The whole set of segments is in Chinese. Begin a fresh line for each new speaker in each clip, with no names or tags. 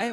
哎，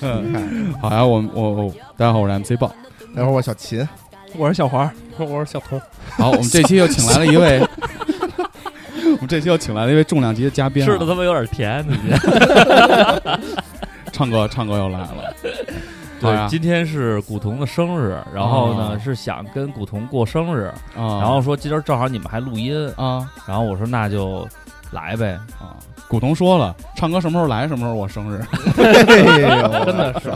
嗯好呀，我我我，大家好，我是 MC 豹。
待会儿我小秦，
我是小黄， 我是小童，
好，我们这期又请来了一 位，我们这期又请来了一位重量级的嘉宾、啊，
吃的他妈有点 甜，最近。
唱歌唱歌又来了。好呀
对，今天是古潼的生日，然后呢、
哦
是想跟古潼过生日，
啊，
然后说今儿正好你们还录音，
啊
然后我说那就来 呗，
啊，古潼说了，唱歌什么时候来，什么时候我生日。
哎
真的是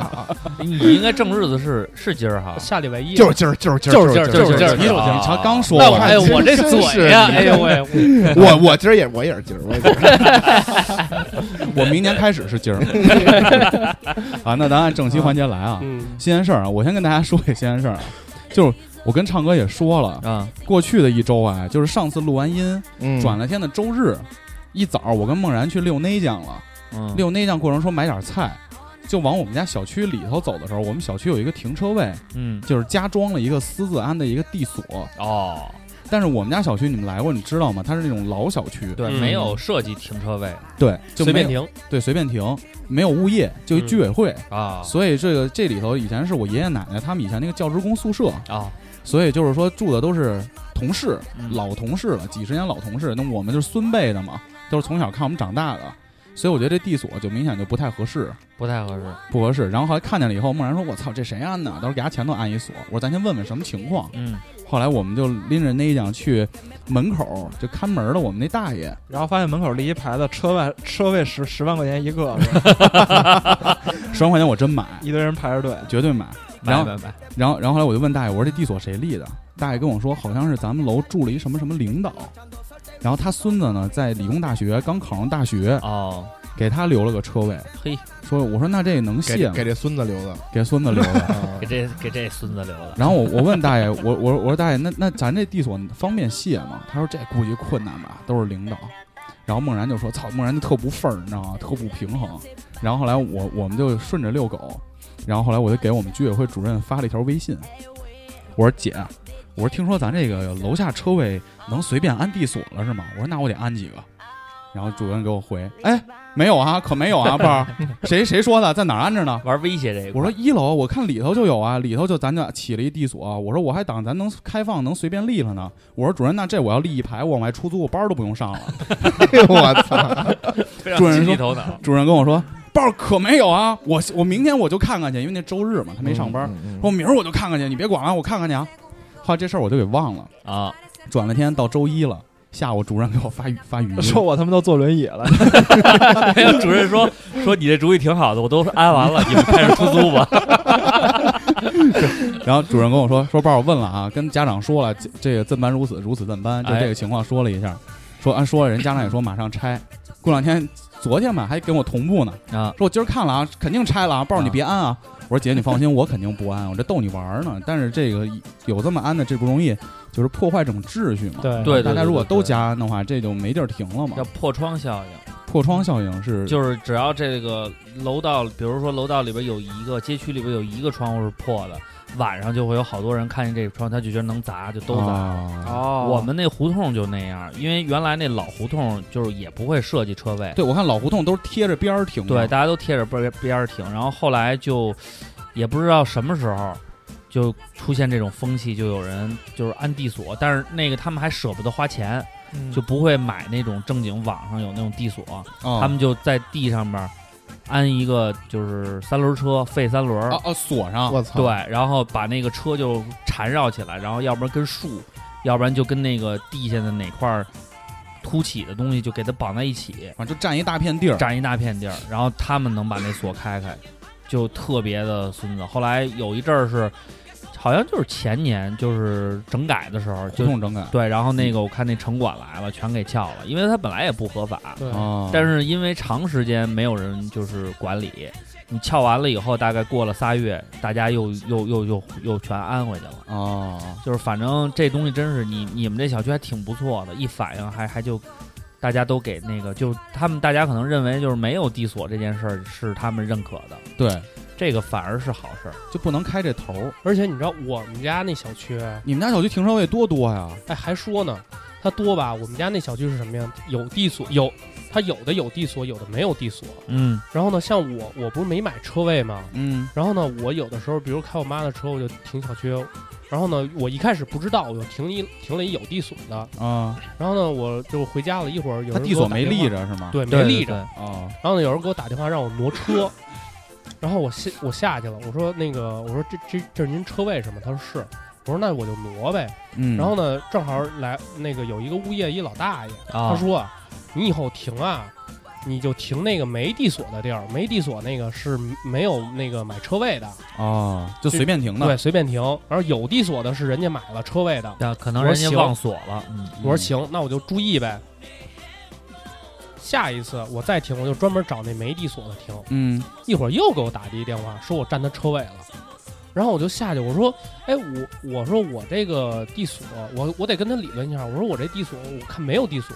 你应该正日子是是今儿哈，
下礼拜一
呦，就是就是就是就是
就是就是就是
你
就是
瞅瞧，瞧刚说
那我
完，
哎呦我这嘴呀，哎呦喂，
我我今儿也我也是今儿，我也是
我明年开始是今儿。 啊，那咱按正题环节来啊，
嗯，
新鲜事儿啊，我先跟大家说一新鲜事儿啊，就是我跟唱哥也说了，
啊，
过去的一周啊，就是上次录完音，
嗯
转了天的周日一早，我跟梦然去遛内江了。
嗯，
遛内江过程说买点菜，就往我们家小区里头走的时候，我们小区有一个停车位，
嗯
就是加装了一个私自安的一个地锁。
哦，
但是我们家小区你们来过，你知道吗？它是那种老小区，
对，
嗯
没有设计停车位
对，就
随
没
便
有，
停，
对，随便停，没有物业，就一居委会。
啊
所以这个这里头以前是我爷爷奶奶他们以前那个教职工宿舍，
啊，
所以就是说住的都是同事，
嗯
老同事了，几十年老同事。那我们就是孙辈的嘛，都是从小看我们长大的，所以我觉得这地锁就明显就不太合适，
不太合适，
不合适。然后后来看见了以后，梦然说：“我操，这谁安的？”到时候给他前头安一锁。我说：“咱先问问什么情况。
嗯，”
后来我们就拎着那一讲去门口，就看门的我们那大爷，
然后发现门口立一牌子，车万车位十十万块钱一个，
十万块钱我真买，
一堆人排着队，
绝对买。然
买
后，
买买，
然后，然后后来我就问大爷：“我说这地锁谁立的？”大爷跟我说：“好像是咱们楼住了一什么什么领导。”然后他孙子呢，在理工大学刚考上大学，
哦，
给他留了个车位，
嘿，
说我说那这能
给
卸
这
吗？
给这孙子留的。
给孙子留了。
啊
给这给这孙子留的，
然后我我问大爷， 我我我说大爷，那那咱这地锁方便卸吗？他说这估计困难吧，都是领导。然后梦然就说：“操，梦然就特不忿儿，你知道吗？特不平衡。”然后后来我我们就顺着遛狗，然后后来我就给我们居委会主任发了一条微信，我说姐，我说听说咱这个楼下车位能随便安地锁了是吗？我说那我得安几个。然后主任给我回：“哎，没有啊，可没有啊，豹儿，谁谁说的，在哪儿安着呢？”
玩威胁这一
我
块
说一楼，我看里头就有啊，里头就咱就起了一地锁。我说我还挡咱能开放能随便立了呢。我说主任，那这我要立一排，我往外出租，我班儿都不 用上了。
哎呦我操！
非常
主
经
人说
济头脑，
主任跟我说，班儿可没有啊，我我明天我就看看去，因为那周日嘛，他没上班。
嗯，
说明儿我就看看去，你别管了，我看看去啊。后来这事儿我就给忘了，
啊，
转了天到周一了，下午主任给我发语发语 音，
说我他妈都坐轮椅了，
还有主任说说你这主意挺好的，我都安完了，你们开始出租吧。
然后主任跟我说说，爸，我问了啊，跟家长说了，这这个怎般如此，如此怎般，就
哎
这个情况说了一下，说按说了，人家长也说马上拆，过两天昨天吧还跟我同步呢，
啊，
说我今儿看了啊，肯定拆了啊，豹儿你
啊
别安啊。我说姐，你放心，我肯定不安，我这逗你玩儿呢。但是这个有这么安的，这不容易，就是破坏这种秩序嘛。啊
对
对
大家如果
对对
都加安的话，这就没地儿停了嘛
叫。破窗效应，
破窗效应是
就是只要这个楼道，比如说楼道里边有一个街区里边有一个窗户是破的，晚上就会有好多人看见这个窗，他就觉得能砸，就都砸。
啊。
哦
我们那胡同就那样，因为原来那老胡同就是也不会设计车位，
对，我看老胡同都是贴着边儿停的。啊
对，大家都贴着边边儿停。然后后来就也不知道什么时候就出现这种风气，就有人就是安地锁，但是那个他们还舍不得花钱，
嗯
就不会买那种正经网上有那种地锁，
啊
他们就在地上面安一个就是三轮车，废三轮儿，
啊啊锁上
我操，
对，然后把那个车就缠绕起来，然后要不然跟树，要不然就跟那个地下的哪块儿凸起的东西就给它绑在一起，
啊就占一大片地儿，
占一大片地儿，然后他们能把那锁开开，就特别的孙子。后来有一阵儿是，好像就是前年，就是整改的时候，
胡
就
同整改
对，然后那个我看那城管来了，全给撬了，因为它本来也不合法，
对，
啊，
哦
但是因为长时间没有人就是管理，你撬完了以后，大概过了仨月，大家又又又又又全安回去了。
哦
啊
就是反正这东西真是你你们这小区还挺不错的，一反应还还就大家都给那个，就他们大家可能认为就是没有地锁这件事儿是他们认可的，
对
这个反而是好事儿。
就不能开这头儿。
而且你知道我们家那小区，
你们家小区停车位多多呀？
哎，还说呢，它多吧？我们家那小区是什么呀？有地锁，有它有的有地锁，有的没有地锁。
嗯
然后呢，像我，我不是没买车位吗？
嗯
然后呢，我有的时候，比如开我妈的车，我就停小区。然后呢，我一开始不知道，我就停一停了一有地锁的。
啊，
然后呢，我就回家了，一会儿有
他
人
地
给我
锁
打
没
电话
立，着是吗？
对，
对对
没立
对
着。
啊，
然后呢，有人给我打电话让我挪车，然后我下我下去了，我说那个，我说这这这是您车位是吗？他说是，我说那我就挪呗。
嗯，
然后呢，正好来那个有一个物业一老大爷，
啊，
他说啊你以后停啊，你就停那个没地锁的地儿，没地锁那个是没有那个买车位的，
啊，就随便停的，
对，随便停。然后有地锁的是人家买了车位的，
啊可能
我
人家
行
忘锁了。嗯，
我说行，那我就注意呗。下一次我再停，我就专门找那没地锁的停。
嗯，
一会儿又给我打了一电话，说我占他车位了。然后我就下去，我说，哎，我我说我这个地锁，我我得跟他理论一下。我说我这地锁，我看没有地锁，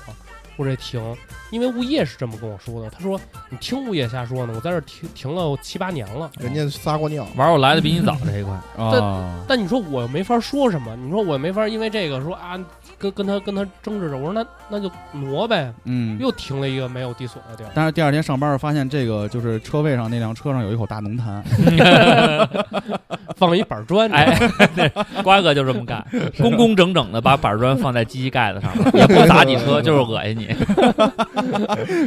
我这停，因为物业是这么跟我说的。他说你听物业瞎说呢，我在这儿停停了七八年了。
人家撒过尿，
玩儿我来的比你早这一块，
啊，
但你说我没法说什么，你说我没法因为这个说啊，跟跟他跟他争执着。我说那那就挪呗，
嗯，
又停了一个没有地锁的地儿。
但是第二天上班儿发现这个就是车位上那辆车上有一口大浓 痰，
放一板砖， 你知道吗
哎，对瓜哥就这么干，工工整整的把板砖放在机器盖子上面，也不砸你车，就是恶心你。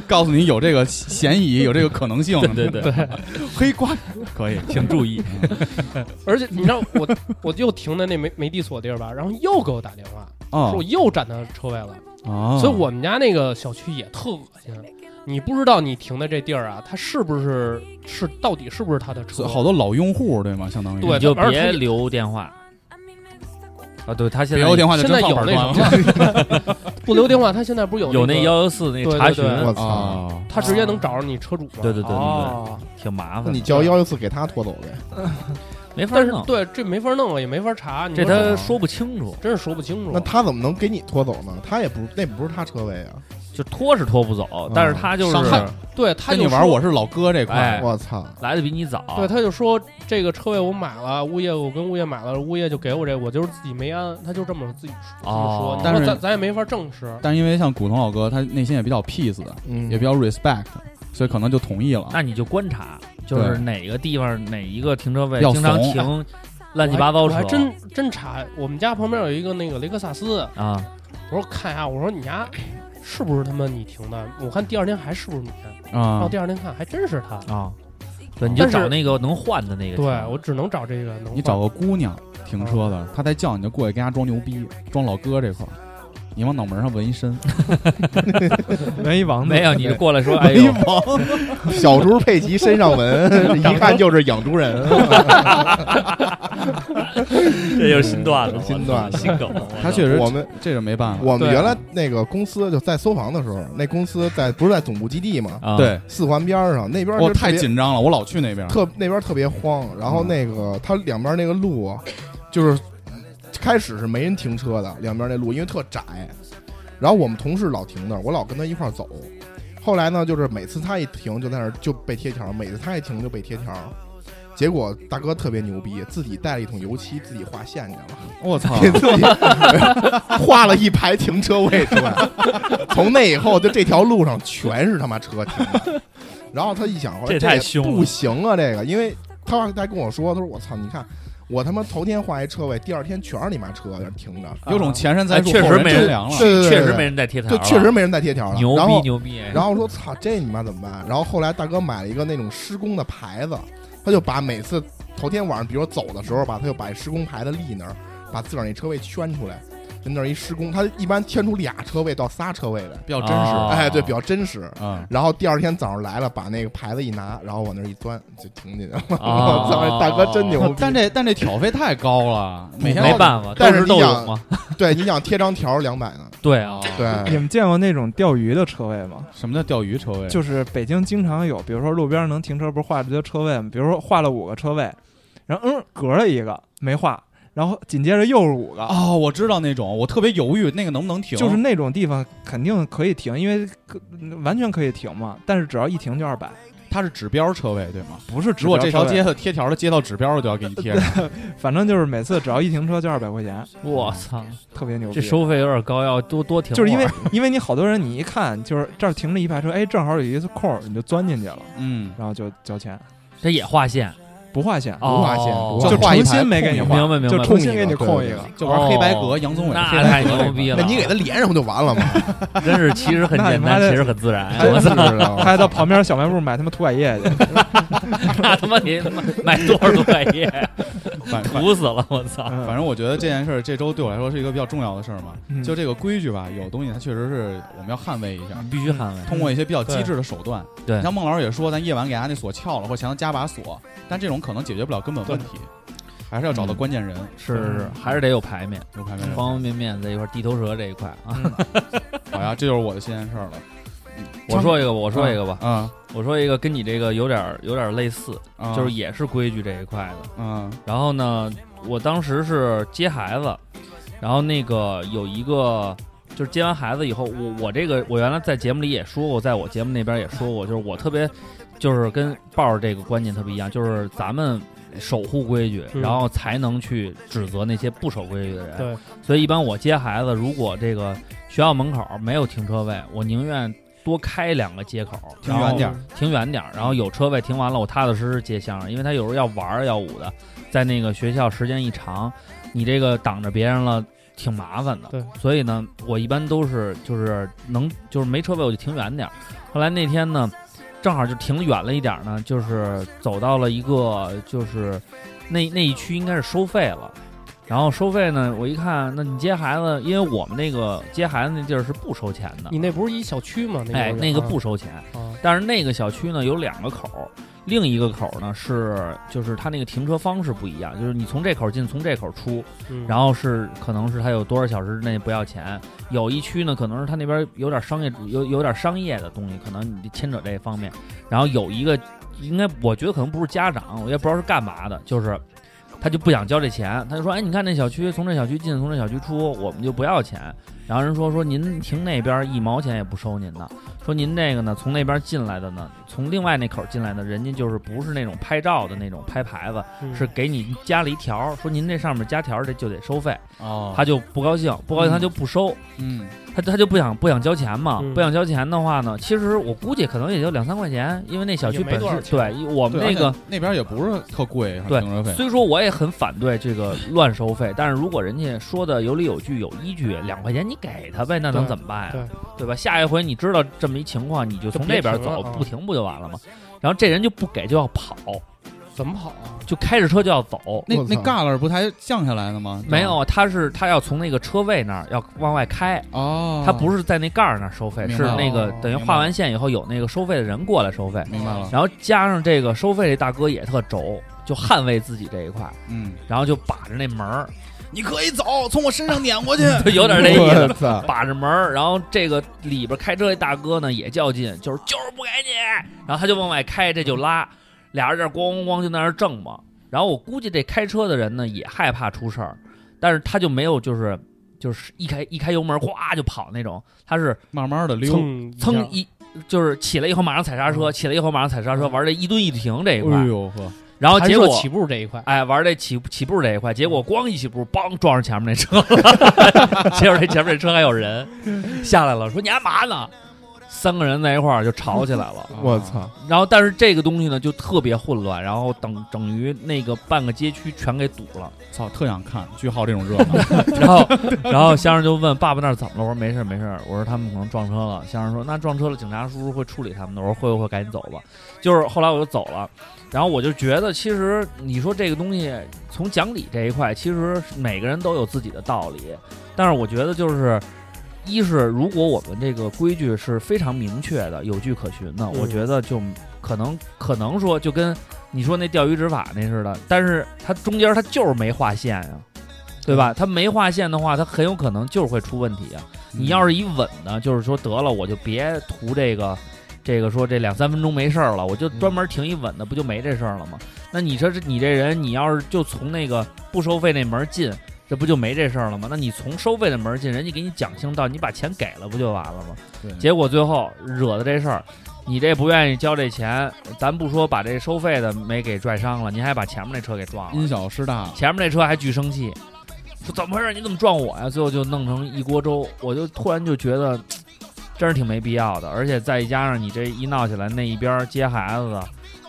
告诉你有这个嫌疑，有这个可能 性。
对对对，
黑瓜可以，
请注意。
而且你知道我我又停在那没没地锁地儿吧，然后又给我打电话，
啊
说我又占他车位了，
啊，
所以我们家那个小区也特恶心。你不知道你停的这地儿啊，它是不是是到底是不是他的车？
好多老用户对吗？相当于
对
你就
而且
别留电话。啊，对他现
别
在
留电话就
现
真
在
放
有
板
那
砖
种
了
不留电话，他现在不是有
有
那
那
个
幺幺四那查询，
对对
我操！
啊。
他直接能找着你车主吗？
对对对对
哦
对，挺麻烦
那
的。
你叫幺幺四给他拖走呗，
没法
但是
弄，
对这没法弄了，也没法查，你
这
说
他说不清楚，
真是说不清楚。
那他怎么能给你拖走呢？他也不那不是他车位啊！
就拖是拖不走，但是他就是
嗯伤害
对他
跟
就
你
说
玩，我是老哥这块
哎
儿，
我操！
来的比你早。
对，他就说这个车位我买了，物业我跟物业买了，物业就给我这，我就是自己没安，他就这么自己自己
哦
说，
但
但
是
是咱咱也没法证实。
但是因为像古潼老哥，他内心也比较 peace，
嗯
也比较 respect，所以可能就同意了。
那你就观察，就是
对
哪个地方哪一个停车位
要
经常
怂
停乱七八糟
我还
车
我还真真查，我们家旁边有一个那个雷克萨斯，
啊，
我说看一下，我说你家是不是他妈你停的？我看第二天还是不是你？然
啊
后，第二天看还真是他。
啊，对，你就
但是
找那个能换的那个。
对我，只能找这个能换。
你找个姑娘停车的，她再叫你就过去跟她装牛逼，装老哥这块儿，你往脑门上纹一身，
没一王子
没有，你就过来 说，哎呦，
小猪佩奇身上纹，一看就是养猪人。
这就是新段子，
新段子
新梗。我
他确实
我们
这是没办法。
我们
对
原来那个公司就在搜房的时候，那公司在不是在总部基地嘛，
啊，
对，
四环边儿上那边儿
我
就特
太
别
紧张了，我嗯老去那边。
特那边儿特别荒，然后那个它两边儿那个路啊就是开始是没人停车的，两边儿那路因为特窄，然后我们同事老停那儿，我老跟他一块儿走。后来呢，就是每次他一停就在那儿就被贴条，每次他一停就被贴条。结果大哥特别牛逼，自己带了一桶油漆，自己画线去了。
我操
给自己 画了一排停车位出来。从那以后，就这条路上全是他妈车停的。然后他一想，后来
这
这
太
也
凶了
不行啊，这个，因为他他还跟我说，他说我操，你看我他妈头天画一车位，第二天全是你妈车在那停着，
有
啊
种前山栽树
哎确实
后人
没
乘
人
凉了。
对对对
确实
对
没人带贴条
就
了，
确实没人带贴条了。
牛
然
逼
后
牛逼。
然后说操，这你妈怎么办？啊然后后来大哥买了一个那种施工的牌子，他就把每次头天晚上，比如走的时候吧，他就把施工牌子立那儿，把自个儿那车位圈出来，跟那儿一施工，他一般圈出俩车位到仨车位来，
比较真实，
哦
哎，对，比较真实。
嗯，
然后第二天早上来了，把那个牌子一拿，然后往那儿一钻，就停进去了。我
哦
操，这大哥真牛逼！
但这但这挑费太高了，每天
没办法，
但
斗
是
智斗
你
勇
想
嘛。
对，你想贴张条两百呢？
对啊，
你
对，
们见过那种钓鱼的车位吗？
什么叫钓鱼车位？
就是北京经常有，比如说路边能停车，不是画了一堆车位吗？比如说画了五个车位，然后嗯隔了一个没画，然后紧接着又是五个，
哦，我知道那种，我特别犹豫，那个能不能停？
就是那种地方肯定可以停，因为可完全可以停嘛。但是只要一停就二百，
它是指标车位对吗？
不是只
如
有
果这条街，的贴条的街道指标，我就要给你贴上。
反正就是每次只要一停车就二百块钱，
我操，
特别牛逼。
这收费有点高，要多多停会
就
儿。
是因为因为你好多人，你一看就是这儿停了一排车，哎，正好有一次空儿，你就钻进去了，
嗯，
然后就交钱，
这也划线，
不划线，
哦
划线不划
就
线
画一
重
排
新没给你
明
划，
白明
就
白。
重新给你
空
空
一
一
个
个
对。
就玩黑白格，杨宗纬。
那
黑白
太
格
牛逼
哦那
了！
那你给他连上不就完了吗？
真是其实很简
那你妈
单，
的
其实很自然。
真是的，
还到旁边小卖部买他妈涂改液 去，
那他妈得买多少多半 夜，
个 反反
土死了！我操！
嗯
反正我觉得这件事儿，这周对我来说是一个比较重要的事儿嘛。
嗯
就这个规矩吧，有东西它确实是我们要捍卫一下，
必须捍卫。
通过一些比较机智的手段。
对
你像孟老师也说，咱夜晚给他那锁撬了，或想要加把锁，但这种可能解决不了根本问题，还是要找到关键人。
是是是，还是得有牌面，
有排没有？
方方面面这一块，地头蛇这一块啊。
好哎呀，这就是我的新鲜事儿了。
我说一个，我说一个吧，
嗯
我说一个跟你这个有点儿有点儿类似，
嗯，
就是也是规矩这一块的。
嗯
然后呢，我当时是接孩子，然后那个有一个。就是接完孩子以后，我我这个我原来在节目里也说过，在我节目那边也说过，就是我特别，就是跟豹儿这个观念特别一样，就是咱们守护规矩，
嗯
然后才能去指责那些不守规矩的人。
对，
所以一般我接孩子，如果这个学校门口没有停车位，我宁愿多开两个街口，
停远点儿
然后，停远点儿，然后有车位停完了，我踏踏实实接箱上，因为他有时候要玩儿要舞的，在那个学校时间一长，你这个挡着别人了。挺麻烦的，
对
所以呢，我一般都是就是能就是没车位我就停远点儿。后来那天呢，正好就停远了一点儿呢，就是走到了一个就是那那一区应该是收费了，然后收费呢，我一看，那你接孩子，因为我们那个接孩子那地儿是不收钱的
你，那不是一小区吗？那个
哎，
公园
那个
啊
不收钱，
啊
但是那个小区呢有两个口儿，另一个口儿呢是就是它那个停车方式不一样，就是你从这口儿进，从这口儿出，
嗯
然后是可能是它有多少小时之内不要钱，有一区呢可能是它那边有点商业有有点商业的东西，可能你牵扯这一方面，然后有一个应该我觉得可能不是家长，我也不知道是干嘛的，就是。他就不想交这钱，他就说：“哎，你看那小区，从这小区进，从这小区出，我们就不要钱。”然后人说：“说您停那边一毛钱也不收您的，说您这个呢，从那边进来的呢，从另外那口进来的，人家就是不是那种拍照的那种拍牌子，
嗯
是给你加了一条，说您这上面加条这就得收费，
哦，
他就不高兴，不高兴他就不收，
嗯
他他就不想不想交钱嘛，
嗯
不想交钱的话呢，其实我估计可能也就两三块钱，因为那小区
也没
本
多少
身
钱
对我们
对，
那
而且
个。
那边也不是特贵，
对
停车费。
虽说我也很反对这个乱收费，但是如果人家说的有理有据、有依据，两块钱你给他呗，那能
对
怎么办呀？
对
对吧？下一回你知道这么一情况，你就从这边
就别停了
走，
啊
不停不就完了吗？然后这人就不给，就要跑，
怎么跑啊？
就开着车就要走。
那
我
那
操
旮旯不才降下来了吗？
没有，他是他要从那个车位那儿要往外开，
哦，
他不是在那盖儿那儿收费，
明
是
白了
那个
哦
等于
明白
画完线以后有那个收费的人过来收费，
明白了，
然后加上这个收费这大哥也特轴，就捍卫自己这一块，
嗯，
然后就把着那门儿，
你可以走，从我身上碾过去。
就 有点这意思
我。操！
把着门儿，然后这个里边开车这大哥呢也较劲，就是就是不给你，然后他就往外开，这就拉，俩人这儿咣咣咣就在那儿挣嘛。然后我估计这开车的人呢也害怕出事儿，但是他就没有就是就是一开一开油门咵就跑那种，他是
慢慢的溜，
蹭
蹭
一
一嗯就是起来以后马上踩刹车，起来以后马上踩刹车，玩这一蹲一停这一块
哎
儿，
呦呵，
然后
下
结
弹射
果
起步这一块，
哎，玩这起起步这一块，结果咣一起步，梆撞上前面那 车了。结果这前面这车还有人下来了，说你干嘛呢？三个人在一块儿就吵起来了。
我操！
然后，但是这个东西呢，就特别混乱，然后等等于那个半个街区全给堵了。
操，特想看，巨好这种热闹。
然后，然后先生就问爸爸那儿怎么了？我说没事儿没事儿，我说他们可能撞车了。先生说那撞车了，警察叔叔会处理他们的。我说会不会赶紧走吧？就是后来我就走了，然后我就觉得其实你说这个东西从讲理这一块，其实每个人都有自己的道理，但是我觉得就是。一是，如果我们这个规矩是非常明确的、有据可循的，我觉得就可能可能说就跟你说那钓鱼执法那似的，但是它中间它就是没划线啊呀、对吧？它没划线的话，它很有可能就是会出问题啊。你要是一稳的，就是说得了，我就别图这个，这个说这两三分钟没事儿了，我就专门停一稳的，不就没这事儿了吗？那你说这你这人，你要是就从那个不收费那门儿进，这不就没这事儿了吗？那你从收费的门儿进，人家给你讲清道，你把钱给了不就完了吗？结果最后惹的这事儿，你这不愿意交这钱，咱不说把这收费的没给拽伤了，你还把前面那车给撞了，
因小失
啊
大，
前面那车还巨生气，说怎么回事？你怎么撞我呀？最后就弄成一锅粥。我就突然就觉得，真是挺没必要的。而且再加上你这一闹起来，那一边接孩子的，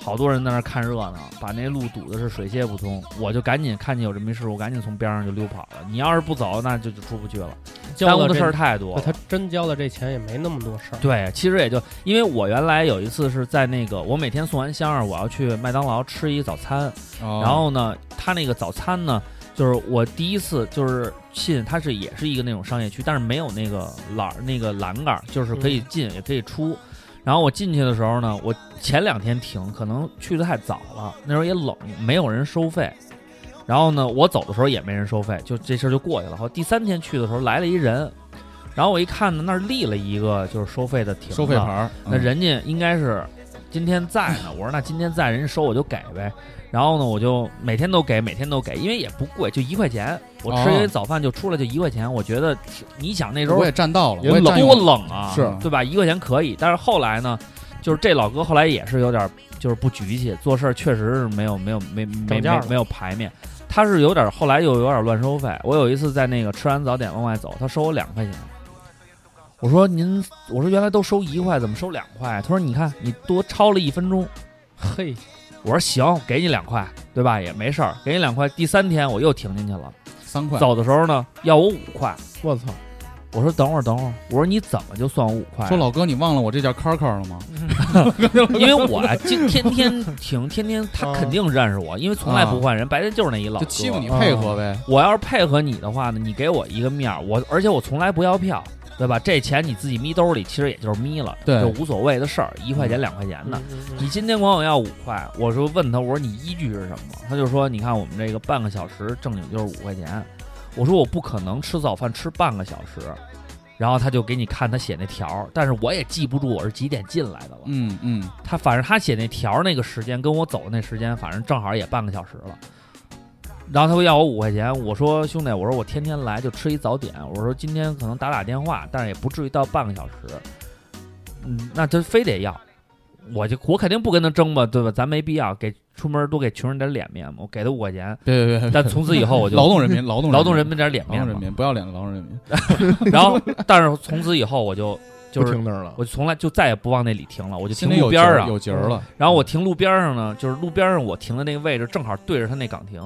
好多人在那儿看热闹，把那路堵的是水泄不通。我就赶紧看见有这么一事，我赶紧从边上就溜跑了。你要是不走，那就就出不去了，
交
耽误
了
的
这
事儿太多了。
他真交了这钱也没那么多事儿。
对，其实也就因为我原来有一次是在那个，我每天送完香儿，我要去麦当劳吃一早餐，然
然
后呢，他那个早餐呢，就是我第一次就是进，它是也是一个那种商业区，但是没有那个栏儿那个栏杆儿，就是可以进也可以出。然后我进去的时候呢，我前两天停，可能去的太早了，那时候也冷，没有人收费。然后呢，我走的时候也没人收费，就这事儿就过去了。后第三天去的时候来了一人，然后我一看呢，那儿立了一个就是收费的亭子，
收费牌儿，嗯
那人家应该是今天在呢，我说那今天在，人家收我就给呗。然后呢，我就每天都给，每天都给，因为也不贵，就一块钱。我吃
哦
一早饭就出来就一块钱，我觉得挺你想那时
嗯
候
我也占到了，
也
我也
冷
占
多
用了。
冷啊，
是
对吧？一块钱可以，但是后来呢，就是这老哥后来也是有点就是不局气，做事儿确实是没有没有没没
涨价
没
了
没有排面，他是有点后来又有点乱收费。我有一次在那个吃完早点往外走，他收我两块钱。我说您，我说原来都收一块，怎么收两块？啊他说你看你多超了一分钟。
嘿，
我说行，给你两块，对吧？也没事儿，给你两块。第三天我又停进去了，
三块，
走的时候呢要我五块。
我操！
我说等会儿等会儿，我说你怎么就算我五块啊？
说老哥，你忘了我这叫 CarCar 了吗？
因为我 啊今天天停，天天他肯定认识我，因为从来不换人，白天就是那一老
啊就
哥。
欺负你配合呗。
我要是配合你的话呢，你给我一个面儿，我而且我从来不要票，对吧？这钱你自己眯兜里，其实也就是眯了，
对嗯
就无所谓的事儿，一块钱两块
嗯
钱的。你今天管我要五块，我说问他，我说你依据是什么？他就说，你看我们这个半个小时正经就是五块钱。我说我不可能吃早饭吃半个小时，然后他就给你看他写那条儿，但是我也记不住我是几点进来的了。
嗯嗯，
他反正他写那条儿那个时间跟我走的那时间，反正正好也半个小时了。然后他会要我五块钱，我说兄弟，我说我天天来就吃一早点，我说今天可能打打电话，但是也不至于到半个小时。嗯，那他非得要，我就我肯定不跟他争吧，对吧？咱没必要给出门多给穷人点脸面嘛，我给他五块 钱，
别别别，
但从此以后我就
劳动人民，劳动
劳动人
民，
民点脸
劳
面
动人
嘛。
民，不要脸的劳动人民。
然后，但是从此以后我就就
不
是
停那儿了。
我就从来就再也不往那里停了，我就
心
停
里
路
有
边儿
儿
啊，
有节儿了。
然后我停路边儿上呢，就是路边儿上我停的那个位置正好对着他那岗亭，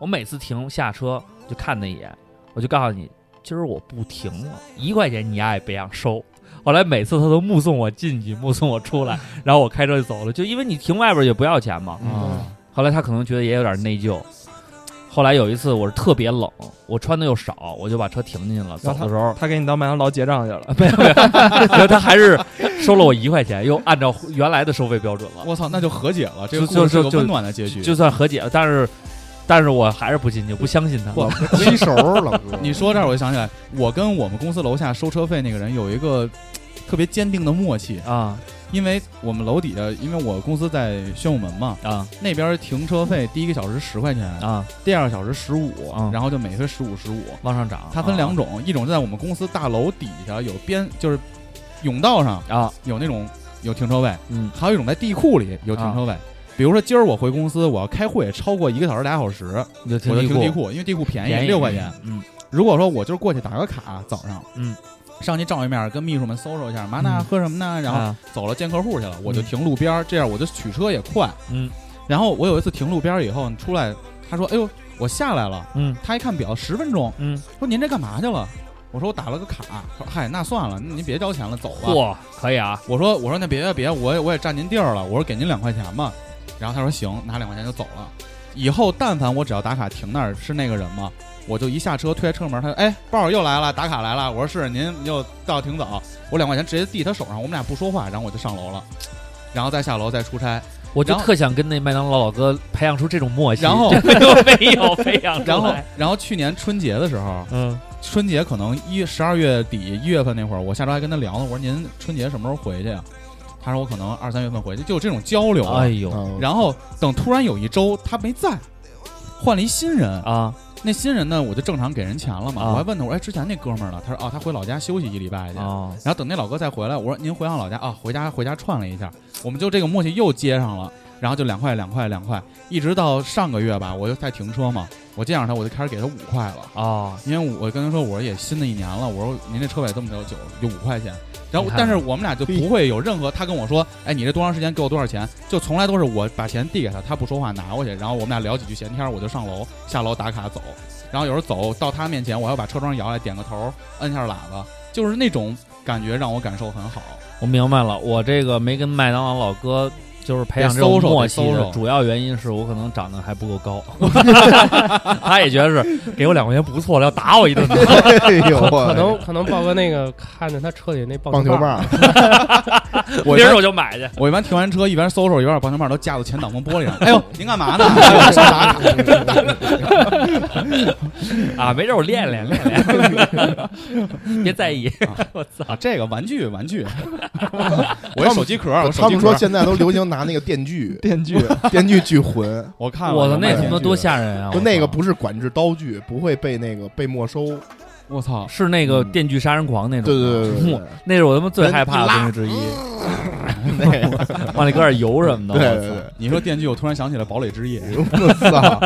我每次停下车就看他一眼，我就告诉你，今儿我不停了，一块钱你丫也别想收。后来每次他都目送我进去，目送我出来，然后我开车就走了，就因为你停外边儿也不要钱嘛。
啊，
后来他可能觉得也有点内疚。后来有一次我是特别冷，我穿的又少，我就把车停进去了。走
然后
的时候，
他给你当麦当劳结账去
啊
了，
没有没有，然后他还是收了我一块钱，又按照原来的收费标准了。
我操，那就和解了，这
就
个故事是
就
个
就
温暖的结局。
就算和解了，但是但是我还是不进去，不相信他。
不
吸熟了，老哥
你说这儿我就想起来，我跟我们公司楼下收车费那个人有一个嘖特别坚定的默契，
啊
因为我们楼底下，因为我公司在宣武门嘛，
啊
那边停车费第一个小时十块钱，
啊！
第二个小时十五、
嗯
然后就每回十五十五。
往上
啊
涨，
它分两种，一种就在我们公司大楼底下有边，就是甬道上
啊，
有那种有停车位，
嗯啊
还有一种在地库里有停车位。比如说今儿我回公司，我要开会超过一个小时俩小时，
你就
我
停地
就停
库
地库，因为地库便
便宜
宜六块钱。，
嗯
如果说我就是过去打个卡，早上，
嗯，
上去照一面，跟秘书们搜搜一下，嘛呢
嗯
喝什么呢？然后
啊
走了见客户去了，我就
嗯，
停路边儿，这样我就取车也快。
嗯，
然后我有一次停路边儿以后出来，他说：“哎呦，我下来了。”
嗯，
他一看表，十分钟，
嗯，
说：“您这干嘛去了？”我说：“我打了个卡。”他说：“嗨，那算了，那您别交钱了，走吧。”
嚯，可以啊，
我说我说那别别，我也我也占您地儿了，我说给您两块钱吧。然后他说行，拿两块钱就走了。以后但凡我只要打卡停那儿是那个人嘛，我就一下车推开车门，他说哎豹儿又来了，打卡来了。我说是您又到挺早，我两块钱直接递他手上，我们俩不说话，然后我就上楼了，然后再下楼再出差。
我就
然后
特想跟那麦当劳老哥培养出这种默契，
然后
没有培养出
然后
来，
然后去年春节的时候，
嗯
春节可能一十二月底一月份那会儿，我下周还跟他聊呢，我说您春节什么时候回去呀、他说我可能二三月份回去，就有这种交流啊。
哎呦
嗯
然后等突然有一周他没在，换了一新人。
啊，
那新人呢，我就正常给人钱了嘛。
啊
我还问他，我说哎，之前那哥们儿呢？他说哦，他回老家休息一礼拜去。
哦，
然后等那老哥再回来，我说您回趟老家啊，回家回家串了一下，我们就这个默契又接上了。然后就两块两块两块，一直到上个月吧，我就在停车嘛，我见着他我就开始给他五块了，
哦，
因为我跟他说我说也新的一年了，我说您这车尾这么久久就五块钱，然
你
后
看
但是我们俩就不会有任何他跟我说，哎，你这多长时间给我多少钱，就从来都是我把钱递给他，他不说话拿过去，然后我们俩聊几句闲天儿，我就上楼下楼打卡走，然后有时候走到他面前，我还要把车窗摇下来，点个头，摁下喇叭，就是那种感觉让我感受很 好。
我明白了，我这个没跟麦当劳老哥。就是培养这种
得搜索
默契
得搜
的
索
主要原因是我可能长得还不够 高， 他也觉得是给我两块钱不错了，要打我一顿呢。
哎呦，
可能可能豹哥那个看着他车里那棒
棒球
球
棒，
我一
明
般
儿我就买去。
我一般停完车，一边搜搜，一边把棒球棒都架到前挡风 玻璃上。哎呦，您干嘛呢？哎呦我上打卡。
啊，没事，我练练练练， 别在意。
啊，这个玩具玩具， 我有手机壳，我手
他
机
们
壳
说。现在都流行拿那个电锯
电锯，
电锯锯魂。
我看了
我操，那
卖
他妈
电
多
锯
吓人啊！
就
我
那
操
个不是管制刀具，不会被那个被没收。
我操！
是那个电锯杀人狂那种
对
的，
对对对
我那是我他妈最害怕的东西之一。往里搁点油什 么的，
对对
我操
对
你说电锯，我突然想起来《堡垒之夜》。《
对，我操！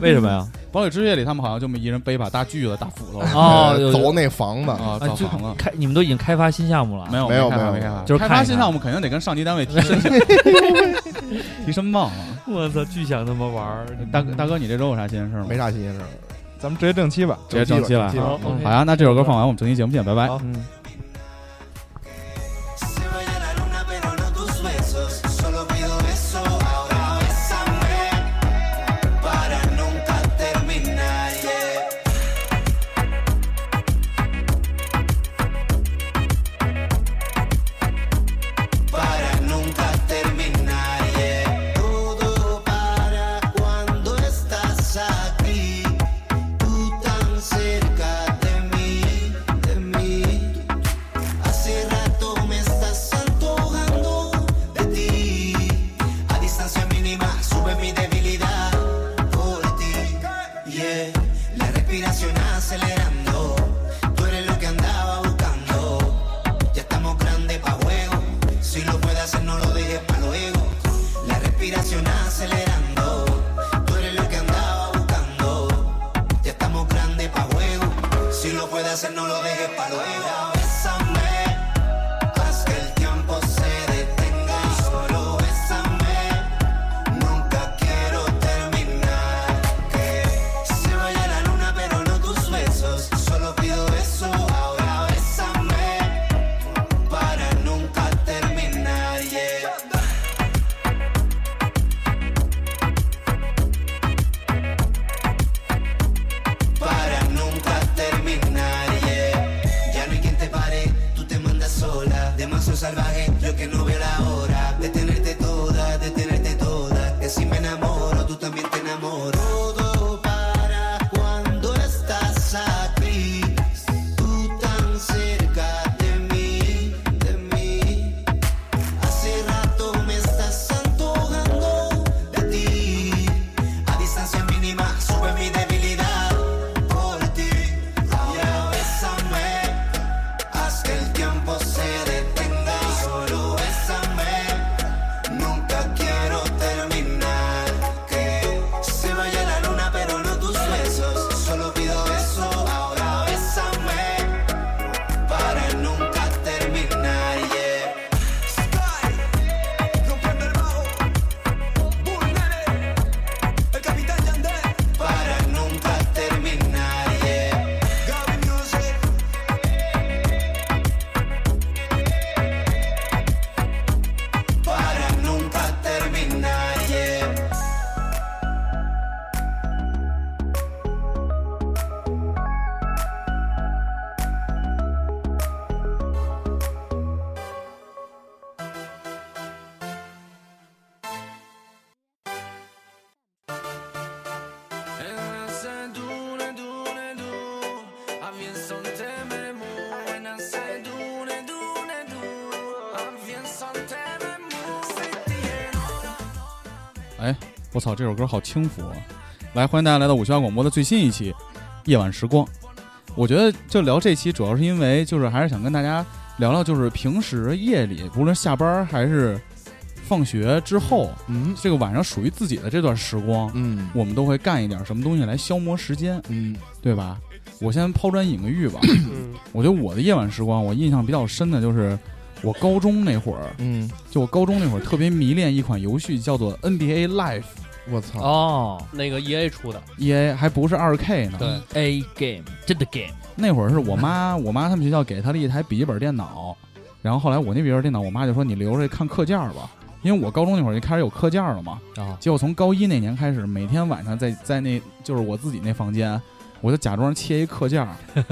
为什么呀？
堡垒之夜》里他们好像就没一人背把大锯子、大斧头
哦，有
凿那房子，
啊，
啊
造
就
房了。
开，你们都已经开发新项目了？啊
没有
没有
开发
没有
开发，
就是
开
看
发
一
新
看
项目肯定得跟上级单位提申请， 提申报嘛。
我操，巨想他妈玩儿。
大哥大哥，你这周有啥新鲜事吗？
没啥新鲜事儿。
咱们直接正期吧。
直接整期了
整期了
好
好
哎
呀，那这首歌放完，我们整期节目见，拜拜。
嗯。
Se vaya la luna pero no tus besos Solo pido eso ahora bésame Para nunca terminar yeah. Para nunca terminar yeah. Todo para cuando estás aquí Tú tan cerca de mí, de mí Hace rato me estás antojando de ti. A distancia mínima sube mi debilidad por ti. Yeah, la respiración acelerando. Tú eres lo que andaba buscando. Ya estamos grandes pa' juego. Si lo puedes hacer, no lo dejes pa' luego. La respiración acelerando. Tú eres lo que andaba buscando. Ya estamos grandes pa' juego. Si lo puedes hacer, no lo dejes pa' luego. Bésame, haz que el tiempo se detenga. Solo bésame, nunca quiero terminar. Que se vaya la luna, pero no tus besos. Solo pido eso. Ahora bésame, para nunca terminar. yeah. para nunca terminar. yeah. Ya no hay quien te pare, tú
哎，我操，这首歌好轻浮啊！来，欢迎大家来到五七八广播的最新一期《夜晚时光》。我觉得就聊这期，主要是因为就是还是想跟大家聊聊，就是平时夜里，无论下班还是放学之后，
嗯
这个晚上属于自己的这段时光，
嗯
我们都会干一点什么东西来消磨时间，
嗯，
对吧？我先抛砖引个玉吧。
嗯
我觉得我的夜晚时光，我印象比较深的就是我高中那会儿，
嗯，
就我高中那会儿特别迷恋一款游戏，叫做 NBA Live
我操，
哦
那个 E A 出的，
EA，还不是二 K 呢。
对，
，A game，真的 game，
那会儿是我妈， 我妈他们学校给她了一台笔记本电脑，然后后来我那笔记本电脑，我妈就说你留着看课件儿吧，因为我高中那会儿就开始有课件儿了嘛。
啊，
结果从高一那年开始，每天晚上在在那就是我自己那房间，我就假装切一课件 儿，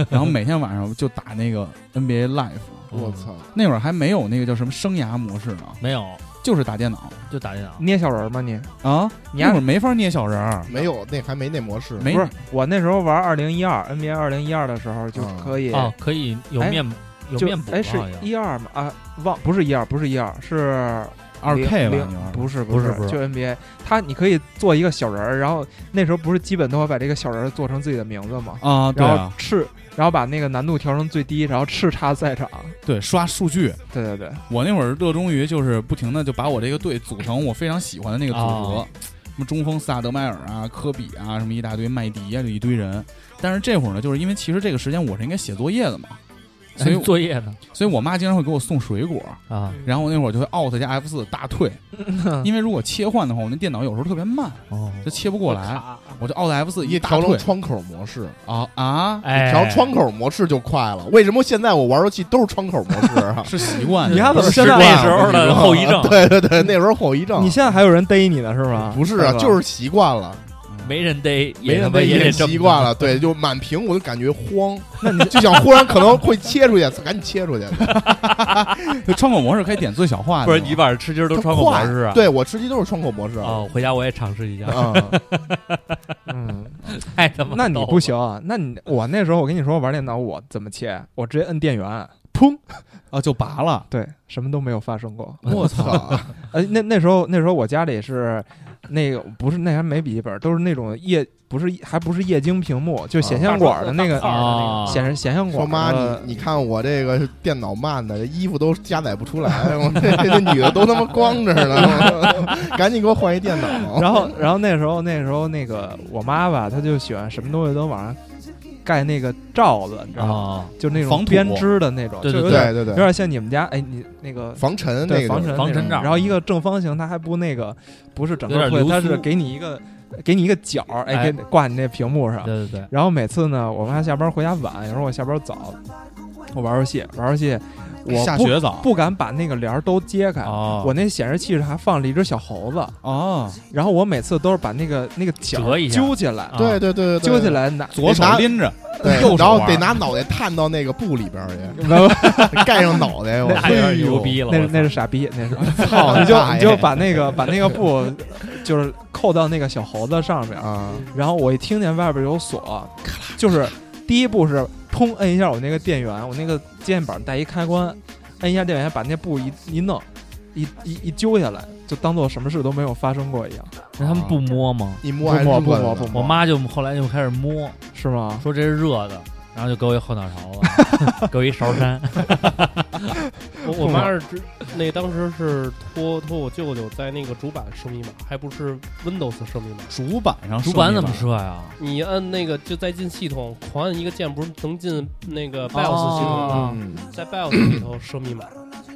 然后每天晚上就打那个 NBA Live。
我操，
那会儿还没有那个叫什么生涯模式呢，
嗯没有，
就是打电脑
就打电脑，
捏小人儿吗你？
啊。
你
那
还
会儿没法捏小人儿，
没有那还没那模式，
没
不是我那时候玩二零一二 NBA 二零一二的时候
嗯
就可以
哦，可以有
哎
面有
就
面补，
哎是
好像
一二吗？啊，忘不是一二，不是一二，是
二 K 吧
零？
你玩
不是
不是
是
不是
就 NBA，它你可以做一个小人儿，然后那时候不是基本都会把这个小人儿做成自己的名字吗？
啊？对
然后
啊，
叱，然后把那个难度调成最低，然后叱咤赛场。
对，刷数据。
对对对，
我那会儿热衷于就是不停的就把我这个队组成我非常喜欢的那个组合
哦，
什么中锋斯塔德迈尔啊、科比啊，什么一大堆麦迪啊，就一堆人。但是这会儿呢，就是因为其实这个时间我是应该写作业的嘛，所以
哎作业呢
所以我妈经常会给我送水果，
啊，
然后我那会儿就会 out 加 F 四大 退，因为如果切换的话，我那电脑有时候特别慢，
哦，
就切不过来，
卡
我就 out F 四
你
一大
调成
退
窗口模式，
啊啊，？
哎，
调窗口模式就快了。为什么现在我玩游戏都是窗口模式啊
是习惯。
你看怎么
是
现在
那时候的后遗症，
对对对，那时候后遗症。
你现在还有人逮你呢是吗？
啊不是啊，
大哥
就是习惯了，
没人逮，也
没
他
人
妈
被
也得
也
这么
习惯了。对，就满屏我就感觉慌， 那你就想忽然可能会切出去，赶紧切出去。
就窗口模式可以点最小化的嘛，
不是你晚上吃鸡儿 都
它
窗口模
快
式啊？
对我吃鸡都是窗口模式啊。
哦，回家我也尝试一下，
啊，
嗯，
太他妈
那
逗
你
了
不行，啊那你我那时候我跟你说玩电脑我怎么切，我直接摁电源，砰，
啊，就拔了。
对，什么都没有发生过。
我操！
操！
呃，那那时候那时候我家里是那个不是那还没笔记本，都是那种液，不是还不是液晶屏幕，就显像管的那个、
啊，
显显像
说
管
妈，
的
你你看我这个电脑慢的，这衣服都加载不出来，我这这女的都他妈光着 呢，赶紧给我换一电脑。
然后，然后那时候，那时候那个我妈吧，她就喜欢什么东西都往上盖那个罩子，你知道吗？
啊，
就那
防
种
土
编织的那种，
对对
就有点
对对
有
对，
点像你们家哎，你那个
防尘那个
对防尘
就是
那
防
种
尘罩
然后一个正方形，它还不那个不是整
有
个
点
会，
流
它
苏
是给你一个给你一个角儿，哎，给你挂你那屏幕上。
对对
啊
对，
然后每次呢，我妈下班回家晚，有时候我下班早，我玩游戏，玩游戏，我
下
不
学早
不敢把那个帘儿都揭开。
哦，
我那显示器上还放了一只小猴子，
哦，
然后我每次都是把那个那个角
折一下啊
揪起来，
对对对对，对
揪起，来拿，
左手
拿
拎着，
对
右手
然后
玩
得拿脑袋探到那个布里边儿去，
那
盖上脑袋。我
那有点牛逼了，
那
我
是
操
那是傻逼，那 是
操
你就
大爷
你就把那个把那个布就是扣到那个小猴子上面，
啊，
然后我一听见外边有锁，就是第一步是砰摁一下我那个电源，我那个键板带一开关，摁一下电源，把那布一一弄，一一一揪下来，就当做什么事都没有发生过一样，
那他们不摸吗？
你
不
摸还是
摸不
问
摸
了
不摸，
我妈就后来就开始摸，
是吗？
说这是热的，然后就给我一后脑勺子，给我一勺山，
我我妈是之那个当时是托托我舅舅在那个主板设密码，还不是 Windows 设密码。
主板上
主板怎
设密
么
码
设呀？
你按那个就再进系统，狂按一个键，不是能进那个 BIOS 系统吗？
哦，
嗯
在 BIOS 里头设密码，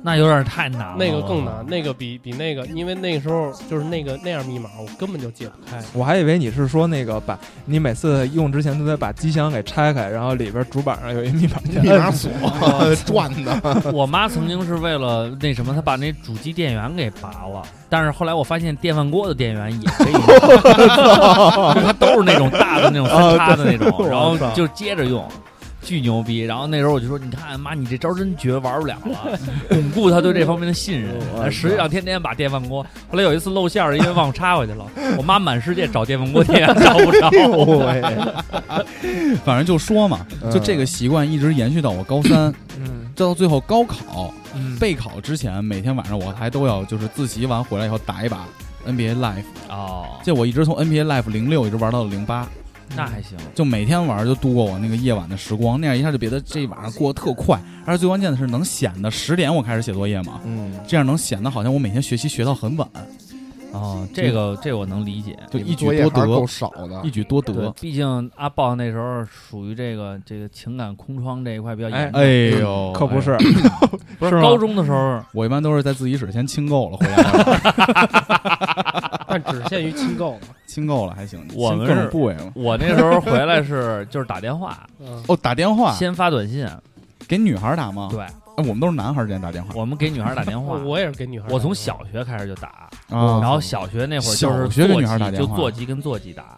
那有点太难了，
那个更
哦
难，
我
那个比比那个，因为那个时候就是那个那样密码，我根本就解不开。
我还以为你是说那个把你每次用之前都得把机箱给拆开，然后里边主板上有一密 码键
密码锁 转的，
操。我妈曾经是为了那什么，她把那主机电源给拔了，但是后来我发现电饭锅的电源也可以用，就它都是那种大的那种分叉的那种，然后就接着用。巨牛逼！然后那时候我就说：“你看，妈，你这招真绝，玩不了了。” 巩固他对这方面的信任。实际上，天天把电饭锅。后来有一次露馅儿，因为忘插回去了。我妈满世界找电饭锅电源找不着。
反正就说嘛，
嗯
就这个习惯一直延续到我高 三，
嗯
这到最后高考
嗯
备考之前，每天晚上我还都要就是自习完回来以后打一把 NBA Live，
哦，
这我一直从 NBA Live 零六一直玩到了零八，
那还行，
就每天玩就度过我那个夜晚的时光，那样一下就觉得这一晚上过得特快，而且最关键的是能显得十点我开始写作业嘛，
嗯，
这样能显得好像我每天学习学到很晚，
哦，这个这我能理解，
就一举
作业
多
还是够
得，
少的
一。举多
对
得，。
毕竟阿豹那时候属于这个这个情感空窗这一块比较严重，
哎
嗯
呦，
可不是
哎，
不
是
是
吗
高中的时候，
我一般都是在自习室先清够了，回
啊
来玩
但只限于亲购的。
清够了还行，
我们
清各
是
种部位嘛。
我那时候回来是就是打电话，
嗯，
哦，打电 话啊
先发短信，
给女孩打吗？
对
哎，我们都是男孩之间打电话。
我们给女孩打电话，
我也是给女孩儿打电话。
我从小学开始就打，
啊
然后小学那会儿就
小
是
学给
座
女孩
机
打电
就
话
座机跟座机打。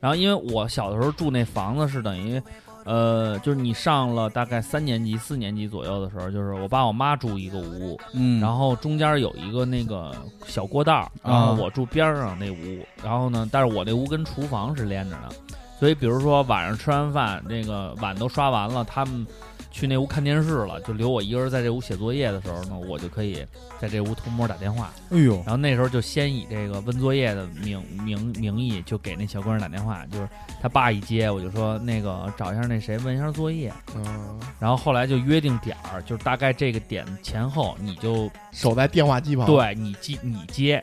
然后因为我小的时候住那房子是等于，呃，就是你上了大概三年级、四年级左右的时候，就是我爸我妈住一个屋，
嗯，
然后中间有一个那个小过道，然后我住边上那屋，然后呢，但是我那屋跟厨房是连着的，所以比如说晚上吃完饭，那个碗都刷完了，他们去那屋看电视了，就留我一个人在这屋写作业的时候呢，我就可以在这屋偷摸打电话。
哎呦，
然后那时候就先以这个问作业的名名名义，就给那小姑娘打电话，就是他爸一接，我就说那个找一下那谁问一下作业，
嗯，
然后后来就约定点儿，就是大概这个点前后你就
守在电话机旁。，
对你接你接，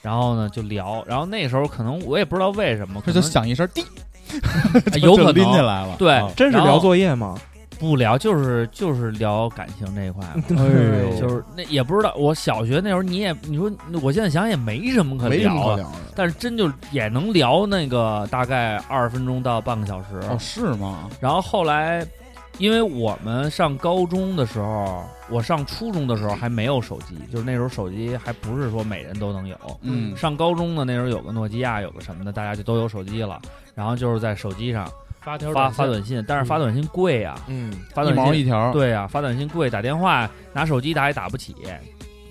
然后呢就聊，然后那时候可能我也不知道为什么，可
这就
能
响一声滴，
哎有
就
可
拎进
能
来了。
对
啊
哎哦真是
然后
聊作业吗？
不聊，就是就是聊感情这一块嘛，
哎
就
呦，
是那也不知道，我小学那时候你也你说我现在想想也没什么可
没什
聊
么可
啊，
聊的。
但是真就也能聊那个大概二十分钟到半个小时。
哦，是吗？
然后后来，因为我们上高中的时候，我上初中的时候还没有手机，就是那时候手机还不是说每人都能有。
嗯
上高中的那时候有个诺基亚，有个什么的，大家就都有手机了。然后就是在手机上
发条
发
短信
发短信，但是发短信贵呀、
嗯，
发
一
短
毛
信
一条。，
对啊呀、发短信贵，打电话拿手机打也打不起，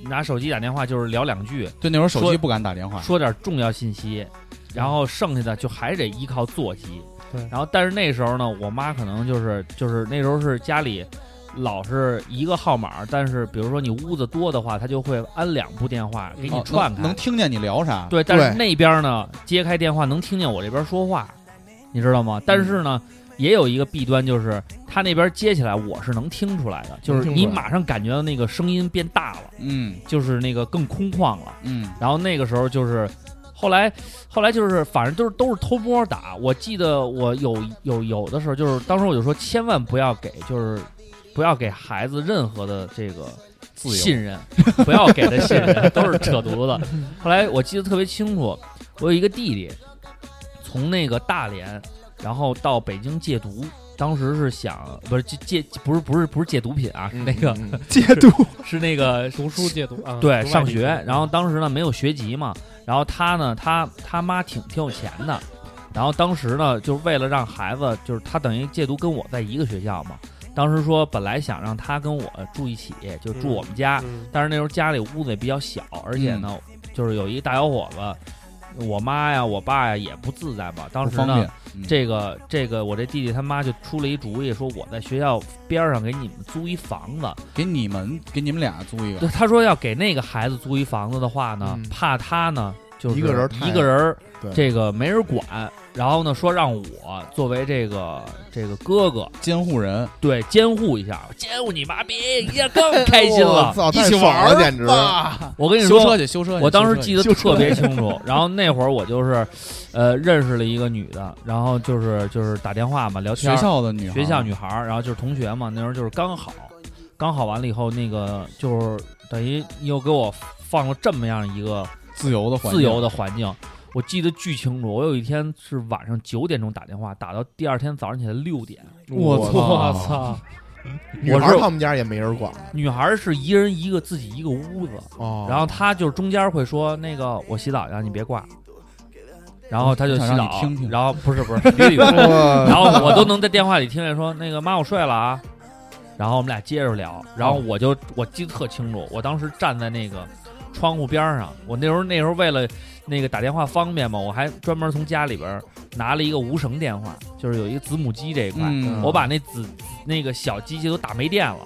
拿手机打电话就是聊两句，
就那会儿手机
说
不敢打电
啊
话。
说点重要信息，
嗯
然后剩下的就还得依靠座机。
对
然后但是那时候呢，我妈可能就是就是那时候是家里老是一个号码，但是比如说你屋子多的话，她就会安两部电话给你
哦
串
能
开。
能听见你聊啥？
对，但是
对
那边呢接开电话能听见我这边说话，你知道
嗯
吗？但是呢。也有一个弊端，就是他那边接起来，我是能听出来的，就是
能听
你
出来
马上感觉到那个声音变大了，
嗯
就是那个更空旷了。
嗯，
然后那个时候就是，后来后来就是，反正都是都是偷摸打。我记得我有有有的时候就是，当时我就说，千万不要给就是不要给孩子任何的这个
自由
信任， 不要给他信任，都是扯犊子。后来我记得特别清楚，我有一个弟弟，从那个大连，然后到北京戒毒。当时是想不是戒戒不是不是不是戒毒品啊，是那个
戒毒
是那个
读书戒毒
嗯
啊，
对，
读外
上
地
学
书，
然后当时呢没有学籍嘛，然后他呢，他他妈挺挺有钱的，然后当时呢，就是为了让孩子，就是他等于戒毒跟我在一个学校嘛，当时说本来想让他跟我住一起，就住我们家，
嗯
但是那时候家里屋子也比较小，而且呢，
嗯
就是有一大小伙子，我妈呀，我爸呀也不自在嘛，
不
当时
方
呢
便。。嗯
这个这个，我这弟弟他妈就出了一主意，说我在学校边上给你们租一房子，
给你们给你们俩租一
对，
个，
他说要给那个孩子租一房子的话呢，
嗯
怕他呢就是
一个人太
一个人儿
对
这个没人管，然后呢说让我作为这个这个哥哥
监护人。
对监护一下，监护你妈逼，一下 更开心
我
了。
操，
一
太
起
爽
玩
了，
儿
简直！
吧！
我跟你
修车
说，
去，修车去。
我当
修
时
车去
记得特别清楚。然后那会儿我就是，呃，认识了一个女的，然后就是就是打电话嘛聊天
学
儿，
校的女孩儿
学校女孩儿，然后就是同学嘛，那时候就是刚好，刚好完了以后，那个就是等于又给我放了这么样一个
自由的环境
自由的环境。我记得巨清楚，我有一天是晚上九点钟打电话，打到第二天早上起来六点。
我
操，
我
哇
哦
操，
女孩儿他们家也没人管
女孩儿是一人一个自己一个屋子，
哦
然后她就是中间会说那个我洗澡呀，你别挂。然后她就洗
想让
澡
你，听听
然后不是不是别理我， 然后我都能在电话里听见说那个妈我睡了啊，然后我们俩接着聊，然后我就我记得特清楚，我当时站在那个窗户边上，我那时候那时候为了那个打电话方便嘛，我还专门从家里边拿了一个无绳电话，就是有一个子母机这一块，
嗯
我把那子那个小机器都打没电了。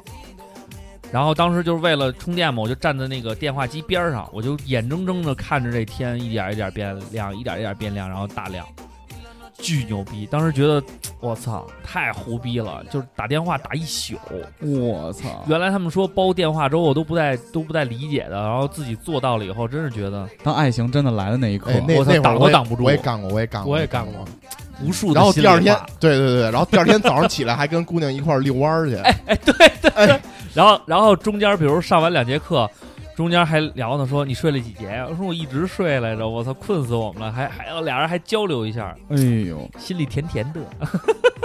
然后当时就是为了充电嘛，我就站在那个电话机边儿上，我就眼睁睁的看着这天一点儿一点儿变亮，一点儿一点儿变亮，然后大亮，巨牛逼！当时觉得我操，太胡逼了，就是打电话打一宿。
我操！
原来他们说煲电话粥，我都不带都不带理解的，然后自己做到了以后，真是觉得
当爱情真的来的那一刻，
哎，那
我操
那会
挡
儿
都
我也
挡不住
我也干过，我也干过，
我也
干
干过。
无数的
然后
心
第二
里
天
话，
对对对，然后第二天早上起来还跟姑娘一块儿遛弯儿去，
哎然后然后中间比如上完两节课，中间还聊呢，说你睡了几节？我说我一直睡来着，我操，困死我们了，还还要俩人还交流一下，
哎呦，
心里甜甜的。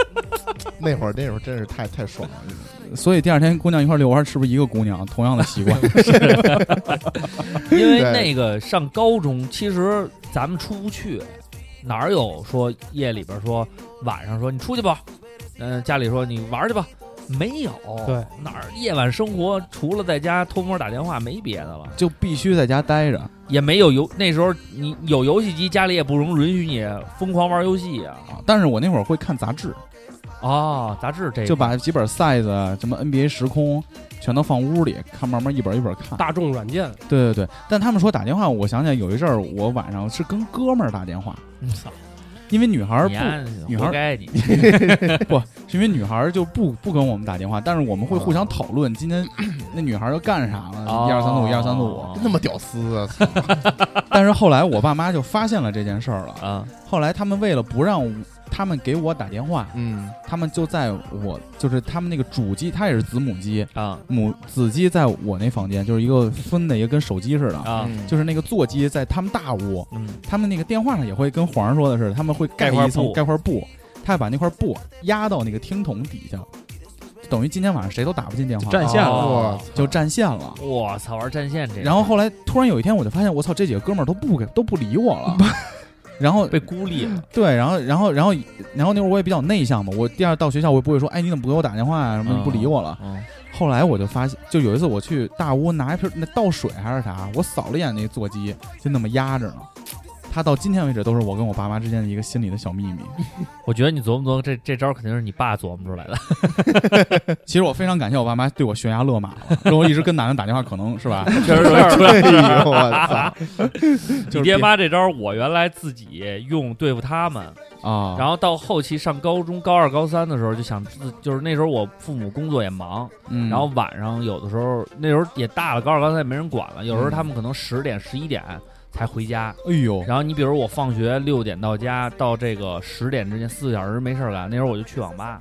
那会儿那会儿真是太太爽了。
所以第二天姑娘一块遛弯，是不是一个姑娘？同样的习惯，
因为
对
那个上高中，其实咱们出不去，哪儿有说夜里边说晚上说你出去吧，嗯、家里说你玩去吧，没有，
对，
哪儿夜晚生活除了在家偷摸打电话没别的了，
就必须在家待着。
也没有游那时候你有游戏机，家里也不容允许你疯狂玩游戏啊。
啊但是我那会儿会看杂志，
哦，杂志这个
就把几本 size 啊什么 NBA 时空全都放屋里看，慢慢一本一本看。
大众软件，
对对对，但他们说打电话，我想起来有一阵儿，我晚上是跟哥们儿打电话，
嗯操
因为女孩儿
你
不
啊
女孩
活该你，
是因为女孩儿就不不跟我们打电话，但是我们会互相讨论今天那女孩儿又干啥了，一二三四五，一二三四五。
哦
那么屌丝啊！
但是后来我爸妈就发现了这件事儿了，
啊
后来他们为了不让他们给我打电话，
嗯，
他们就在我就是他们那个主机，它也是子母机，
啊
母子机在我那房间，就是一个分的，一个跟手机似的，
啊
嗯
就是那个座机在他们大屋，
嗯
他们那个电话上也会跟皇上说的是，他们会盖
盖块
一层
布
盖块布，他把那块布压到那个听筒底下，等于今天晚上谁都打不进电话，
占线了
哦
哇
就占线了。
我操，玩战线这个，
啊然后后来突然有一天，我就发现，我操，这几个哥们儿都不给都不理我了。然后
被孤立了，
对，然后然后然后然后那会儿我也比较内向嘛，我第二到学校我也不会说，哎，你怎么不给我打电话呀、什么你不理我了。
嗯
后来我就发现，就有一次我去大屋拿一瓶那倒水还是啥，我扫了一眼那座机，就那么压着呢。他到今天为止都是我跟我爸妈之间的一个心里的小秘 密。
我觉得你琢磨琢磨，这这招肯定是你爸琢磨出 来的。
其实我非常感谢我爸妈对我悬崖勒马了，如果一直跟男的打电话，可能 是吧？
确实有点出来。
哎呦我操！
你爹妈这招，我原来自己用对付他们，
啊，
然后到后期上高中高二、高三的时候，就想自，就是那时候我父母工作也忙，
嗯
然后晚上有的时候那时候也大了，高二、高三也没人管了，有
嗯
时候他们可能十点、十一点才回家。
哎呦，
然后你比如我放学六点到家，到这个十点之间四个小时没事儿干，那时候我就去网吧。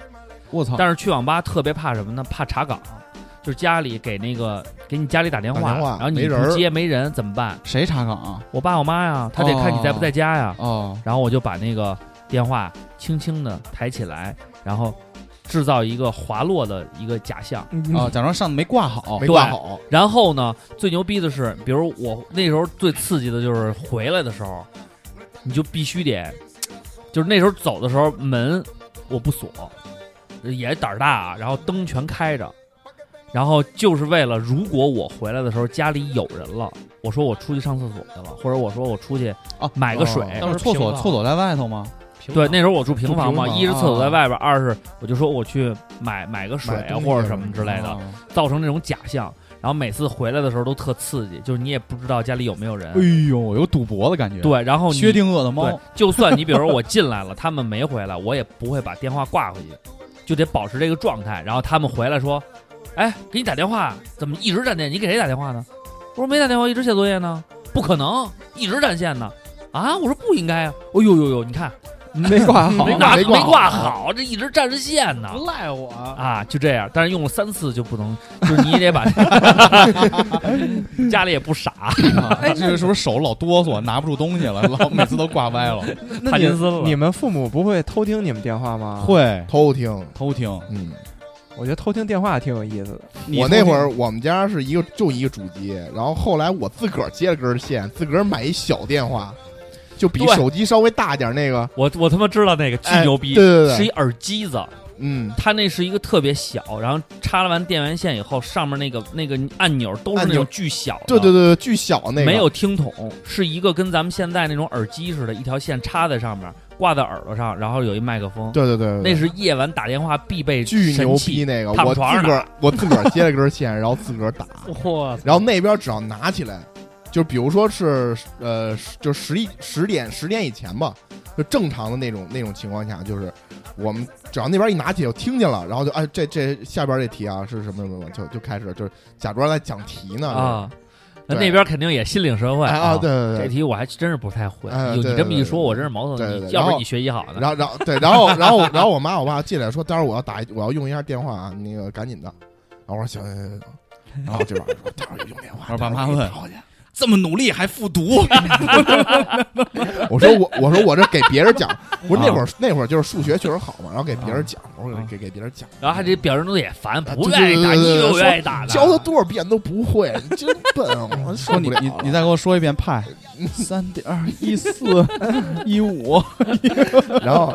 我
哦
操！
但是去网吧特别怕什么呢？怕查岗，就是家里给那个给你家里打电
打
话，
电话
然后你
没人儿
不接没人怎么办？
谁查岗啊？
我爸我妈呀，他得看你在不在家呀。
哦，
然后我就把那个电话轻轻的抬起来，然后制造一个滑落的一个假象。
啊，假装上次没挂好
没，挂好，
然后呢，最牛逼的是，比如我那时候最刺激的就是回来的时候，你就必须得，就是那时候走的时候门我不锁，也胆儿大啊，然后灯全开着，然后就是为了如果我回来的时候家里有人了，我说我出去上厕所去了，或者我说我出去
哦
买个水。
哦
当时厕所
当时平
啊
房
厕所在外头吗？
平
对，
板
那时候我住平房嘛，
住平房
一是厕所在
啊
外边，二是我就说我去买买个水
买
啊
东西
或者什么之类的，
啊
造成这种假象。然后每次回来的时候都特刺激，就是你也不知道家里有没有人
哎。呦，有赌博的感觉。，
对，然后你
薛定谔的
对
猫，，
就算你比如说我进来了，他们没回来，我也不会把电话挂回去，就得保持这个状态。然后他们回来说：“哎，给你打电话，怎么一直占线？你给谁打电话呢？”我说：“没打电话，一直写作业呢。”不可能，一直占线呢。啊，我说不应该啊。哦呦呦呦，你看
没挂好
没挂没挂好，这一直占着线呢。
不赖我啊，
啊，就这样，但是用了三次就不能，就是你也得把， 家里也不傻，
哎，这个是不是手老哆嗦，拿不住东西了，老每次都挂歪 了？
那
帕
你
金森了
你们父母不会偷听你们电话
啊
吗？，
会
偷听。
偷听，
嗯，
我觉得偷听电话挺有意思的。
你
我那
偷听
会儿我们家是一个就一个主机，然后后来我自个儿接了根线，自个儿买一小电话，就比
对
手机稍微大点儿那个。
我我他妈知道那个巨
哎
牛逼，
对对对
是一耳机子，
嗯，
它那是一个特别小，然后插完电源线以后，上面那个那个按钮都是那
按钮
种巨小的，
对对对，对巨小那个。
没有听筒，是一个跟咱们现在那种耳机似的，一条线插在上面，挂在耳朵上，然后有一麦克风，
对对对，对对
那是夜晚打电话必备
巨牛
神
逼
器。
那个，
躺
我自
床上
个儿我自个儿接了根线，然后自个儿 打，
哇塞，
然后那边只要拿起来，就比如说是呃，就十一十点十点以前吧，就正常的那种那种情况下，就是我们只要那边一拿起来，我听见了，然后就哎这这下边这题啊是什么什么什么，就就开始就是假装在讲题呢
啊，那
对
那边肯定也心领神会
哎啊对对
这
对。
题我还真是不太会，
哎
有
对
你这么
对
一
对
说，我真是矛
对
盾。
对
你要不
然
然
后
你学习好的，
然后，然后对，然后，然后，然后我妈我爸进来说，待会儿我要打一，我要用一下电话啊，那个赶紧的。然后我说行行行行，行然后这边儿说待会儿用电话。
然后爸妈
待会儿
问
打过去
这么努力还复读，
我说我我说我这给别人讲，我说
啊
那会儿那会儿就是数学确实好嘛，然后给别人讲，我说给给别人讲，
然后还得表情都也烦，
啊
不
对
愿意
对
打，
对
你
对对
又
说
愿意打的。
教他多少遍都不会，你真笨，啊我受
说你
不了
你
了
你再给我说一遍派，三点一四一五，
然 后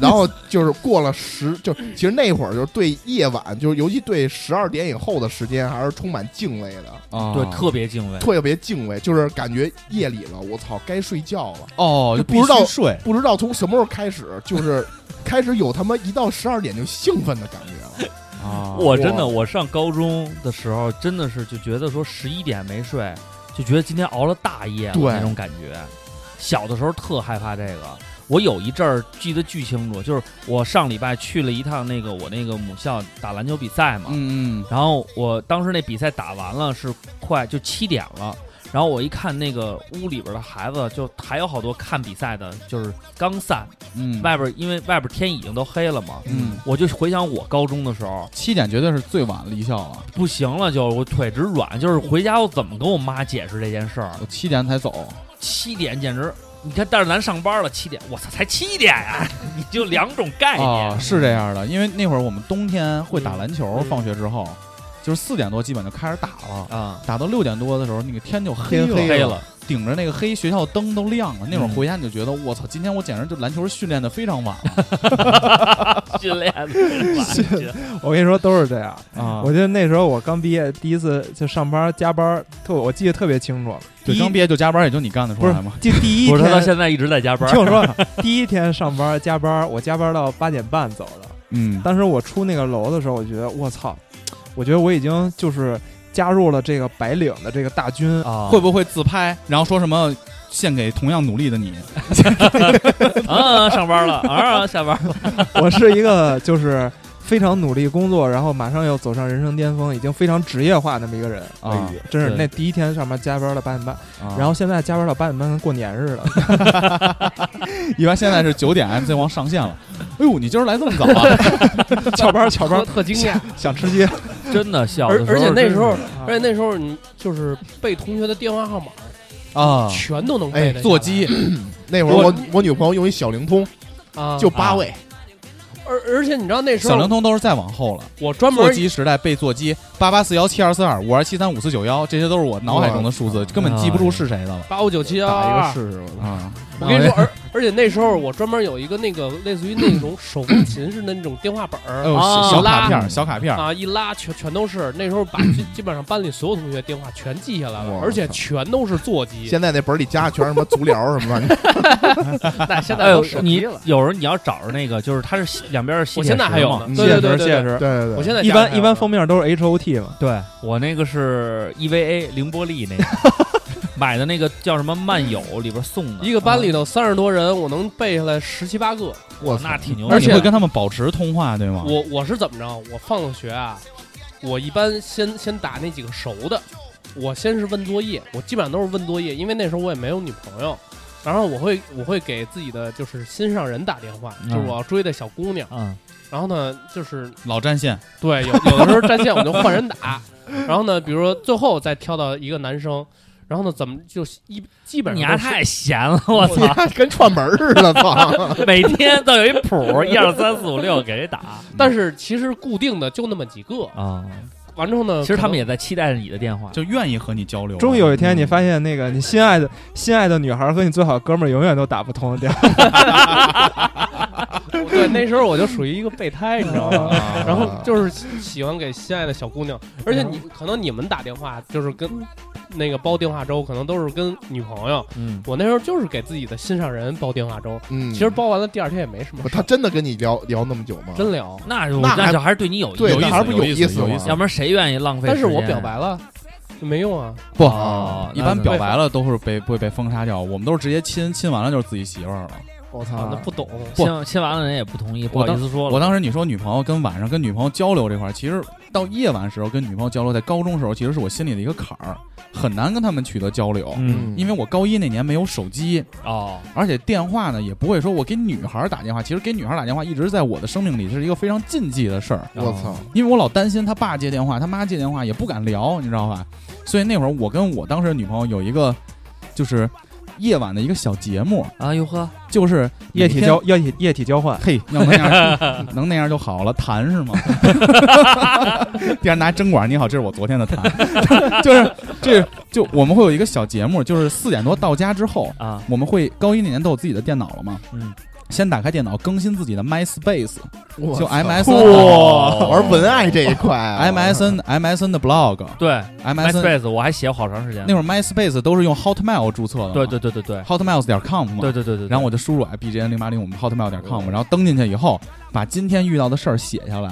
然后就是过了十，就其实那会儿就是对夜晚，就是尤其对十二点以后的时间，还是充满敬畏的，
啊
对，特别敬畏。
特别敬畏，就是感觉夜里了，我操，该睡觉了，
哦，
就
就
不知道
必须睡，
不知道从什么时候开始，就是 开始有他妈一到十二点就兴奋的感觉了。
啊
我真的，
哇
我上高中的时候真的是就觉得说十一点没睡，就觉得今天熬了大夜了
对
那种感觉。小的时候特害怕这个，我有一阵儿记得巨清楚，就是我上礼拜去了一趟那个我那个母校打篮球比赛嘛，
嗯嗯
然后我当时那比赛打完了是快就七点了，然后我一看那个屋里边的孩子，就还有好多看比赛的，就是刚散，
嗯，
外边因为外边天已经都黑了嘛，
嗯，
我就回想我高中的时候，
七点绝对是最晚离校了，
不行了就我腿直软，就是回家我怎么跟我妈解释这件事儿？
我七点才走，
七点简直。你看，但是咱上班了，七点，我操，才七点呀、 你就两种概念，
哦
啊，是这样的，因为那会儿我们冬天会打篮球，放学之后就是四点多基本就开始打了，
啊，
打到六点多的时候，那个天就黑了，
天
黑了，
顶着那个黑，学校灯都亮了。那会儿
嗯
回家你就觉得，我操，今天我简直就篮球训练的非常晚了
训练的
我跟你说都是这样。
啊！
我记得那时候我刚毕业，第一次就上班加班，特我记得特别清楚。
对，
第
刚
一
毕业就加班，也就你干得出
不是
来吗？
就第一
不是他到
天，
现在一直在加班，
听我说，第一天上班加班，我加班到八点半走的。
嗯，
当时我出那个楼的时候，我觉得我操，我觉得我已经就是加入了这个白领的这个大军
啊，
啊。
会不会自拍，然后说什么献给同样努力的你？
啊，上班 了啊，下班了，
我是一个就是非常努力工作，然后马上要走上人生巅峰，已经非常职业化那么一个人哎
啊
真是
对
那第一天上班加班到八点半，
啊
然后现在加班到八点半跟过年似的。
一般现在是九点 MC 王上线了。哎呦，你今儿来这么早啊？
翘班翘班
特，特惊讶。
想吃鸡，
真的小的
而
时候
而且那时候
真是，啊
而且那时候你就是背同学的电话号码，
啊，
全都能背
哎
得下来。
座机
那会儿我我女朋友用一小灵通，
啊，
就八位，
而而且你知道那时
小灵
候
通都是再往后了。
我专门
座机时代背座机八八四幺七二四二五二七三五四九幺，这些都是我脑海中的数字，根本记不住是谁的了
八五九七幺
打
二
一个。试试吧。
啊！
我跟你说，而而且那时候我专门有一个那个类似于那种手风 琴似的那种电话本
哎
儿
呦，
啊
小小卡
拉
片儿，小卡片儿，
啊，一拉全全都是。那时候把 基基本上班里所有同学电话全记下来了，
我
而且
操
全都是座机。
现在那本里加的全是什么足疗什么 的，
那现
哎
在
呦
都，手
你
机了。
有时候你要找着那个，就是它是西两边是吸
我现在还有
嘛，
呢，
嗯
对对
现
对对
实
对
现
对
实。
对
我
对，
现在
一
家还
般
有
一
呢
般封面都是 H O T 嘛，
对我那个是 EVA 凌波丽那个买的那个叫什么漫友里边送的，
一个班
啊
里头三十多人，我能背下来十七八个。
我
哦那挺牛
那
逼的，
你会跟他们保持通话对
啊
吗？
我我是怎么着？我放了学啊，我一般先先打那几个熟的，我先是问作业，我基本上都是问作业，因为那时候我也没有女朋友，然后我会我会给自己的就是心上人打电话，
嗯
就是我要追的小姑娘，
嗯
然后呢就是
老占线，
对有有的时候占线我就换人打，然后呢比如说最后再挑到一个男生，然后呢怎么就一基本上
你丫
都是
太闲了，我
你
操！
看 跟串门儿似的，操！啊
每天都有一谱，一二三四五六给谁打
但是其实固定的就那么几个，
啊？
完之后呢，
其实他
可
们
能
也在期待着你的电话，
就愿意和你交流。
终于有一天你发现那个你心爱的心爱的女孩和你最好的哥们儿永远都打不通的电话，
对，那时候我就属于一个备胎，你知道吗？
啊
然后就是喜欢给心爱的小姑娘，而且你可能你们打电话就是跟那个煲电话粥，可能都是跟女朋友。
嗯，
我那时候就是给自己的心上人煲电话粥，
嗯，
其实煲完了第二天也没什么
不
事
他
儿，
真的跟你聊聊那么久吗？
真聊。
那就
那还
那就还是对你有
对，
有
那
意
还
思，
不
有意
意
思
思
有意
吗
思？
要不然谁愿意浪费？啊
但是我表，白了，没用啊。
不
哦
一
那
般
怎么
表白了都是被会被封杀掉，我们都是直接亲，亲完了就是自己媳妇儿了。
我
啊
操，
那不懂，
不
亲亲完了人也不同意，不好意思说了。
我当时你说女朋友跟晚上跟女朋友交流这块儿，其实到夜晚时候跟女朋友交流，在高中时候其实是我心里的一个坎儿，很难跟他们取得交流。
嗯
因为我高一那年没有手机，
哦，
而且电话呢也不会说我给女孩儿打电话。其实给女孩儿打电话一直在我的生命里是一个非常禁忌的事儿，
我操，
因为我老担心他爸接电话，他妈接电话也不敢聊，你知道吧？所以那会儿我跟我当时的女朋友有一个就是夜晚的一个小节目，
啊哟呵，
就是
液
每
体
天
交液体液体交换，
嘿，要那样 能那样就好了，痰是吗？ 第二拿针管，你好，这是我昨天的痰， 就是这就我们会有一个小节目，就是四点多到家之后
啊，
我们会高一那年都有自己的电脑了嘛，
嗯，
先打开电脑更新自己的 MySpace，
我
就
操
MSN
哇，玩文爱这一块啊
MSN MSN 的 blog
对
MSN
嗯，MySpace 我还写好长时间
那。会儿 MySpace 都是用 Hotmail 注册的嘛，
对对对对对
Hotmail 点 com 嘛，
对对嗯对对，
然后我就输入 i b j n 零八零我们 hotmail 点 com，然后登进去以后，把今天遇到的事儿写下来，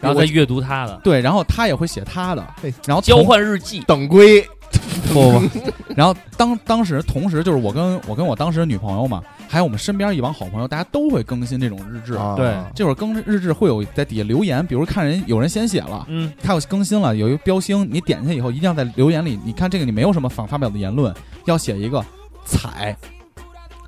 然后
我
再阅读他的
对，然后他也会写他的
嘿，
然后
交
同
换日记，
等规，
不不不，然后当当时同时就是我跟我跟我当时的女朋友嘛，还有我们身边一帮好朋友，大家都会更新这种日志。
啊
对
这会儿更日志会有在底下留言，比如看人有人先写了，
嗯，
他有更新了，有一个标星，你点进去以后一定要在留言里，你看这个你没有什么反发表的言论，要写一个踩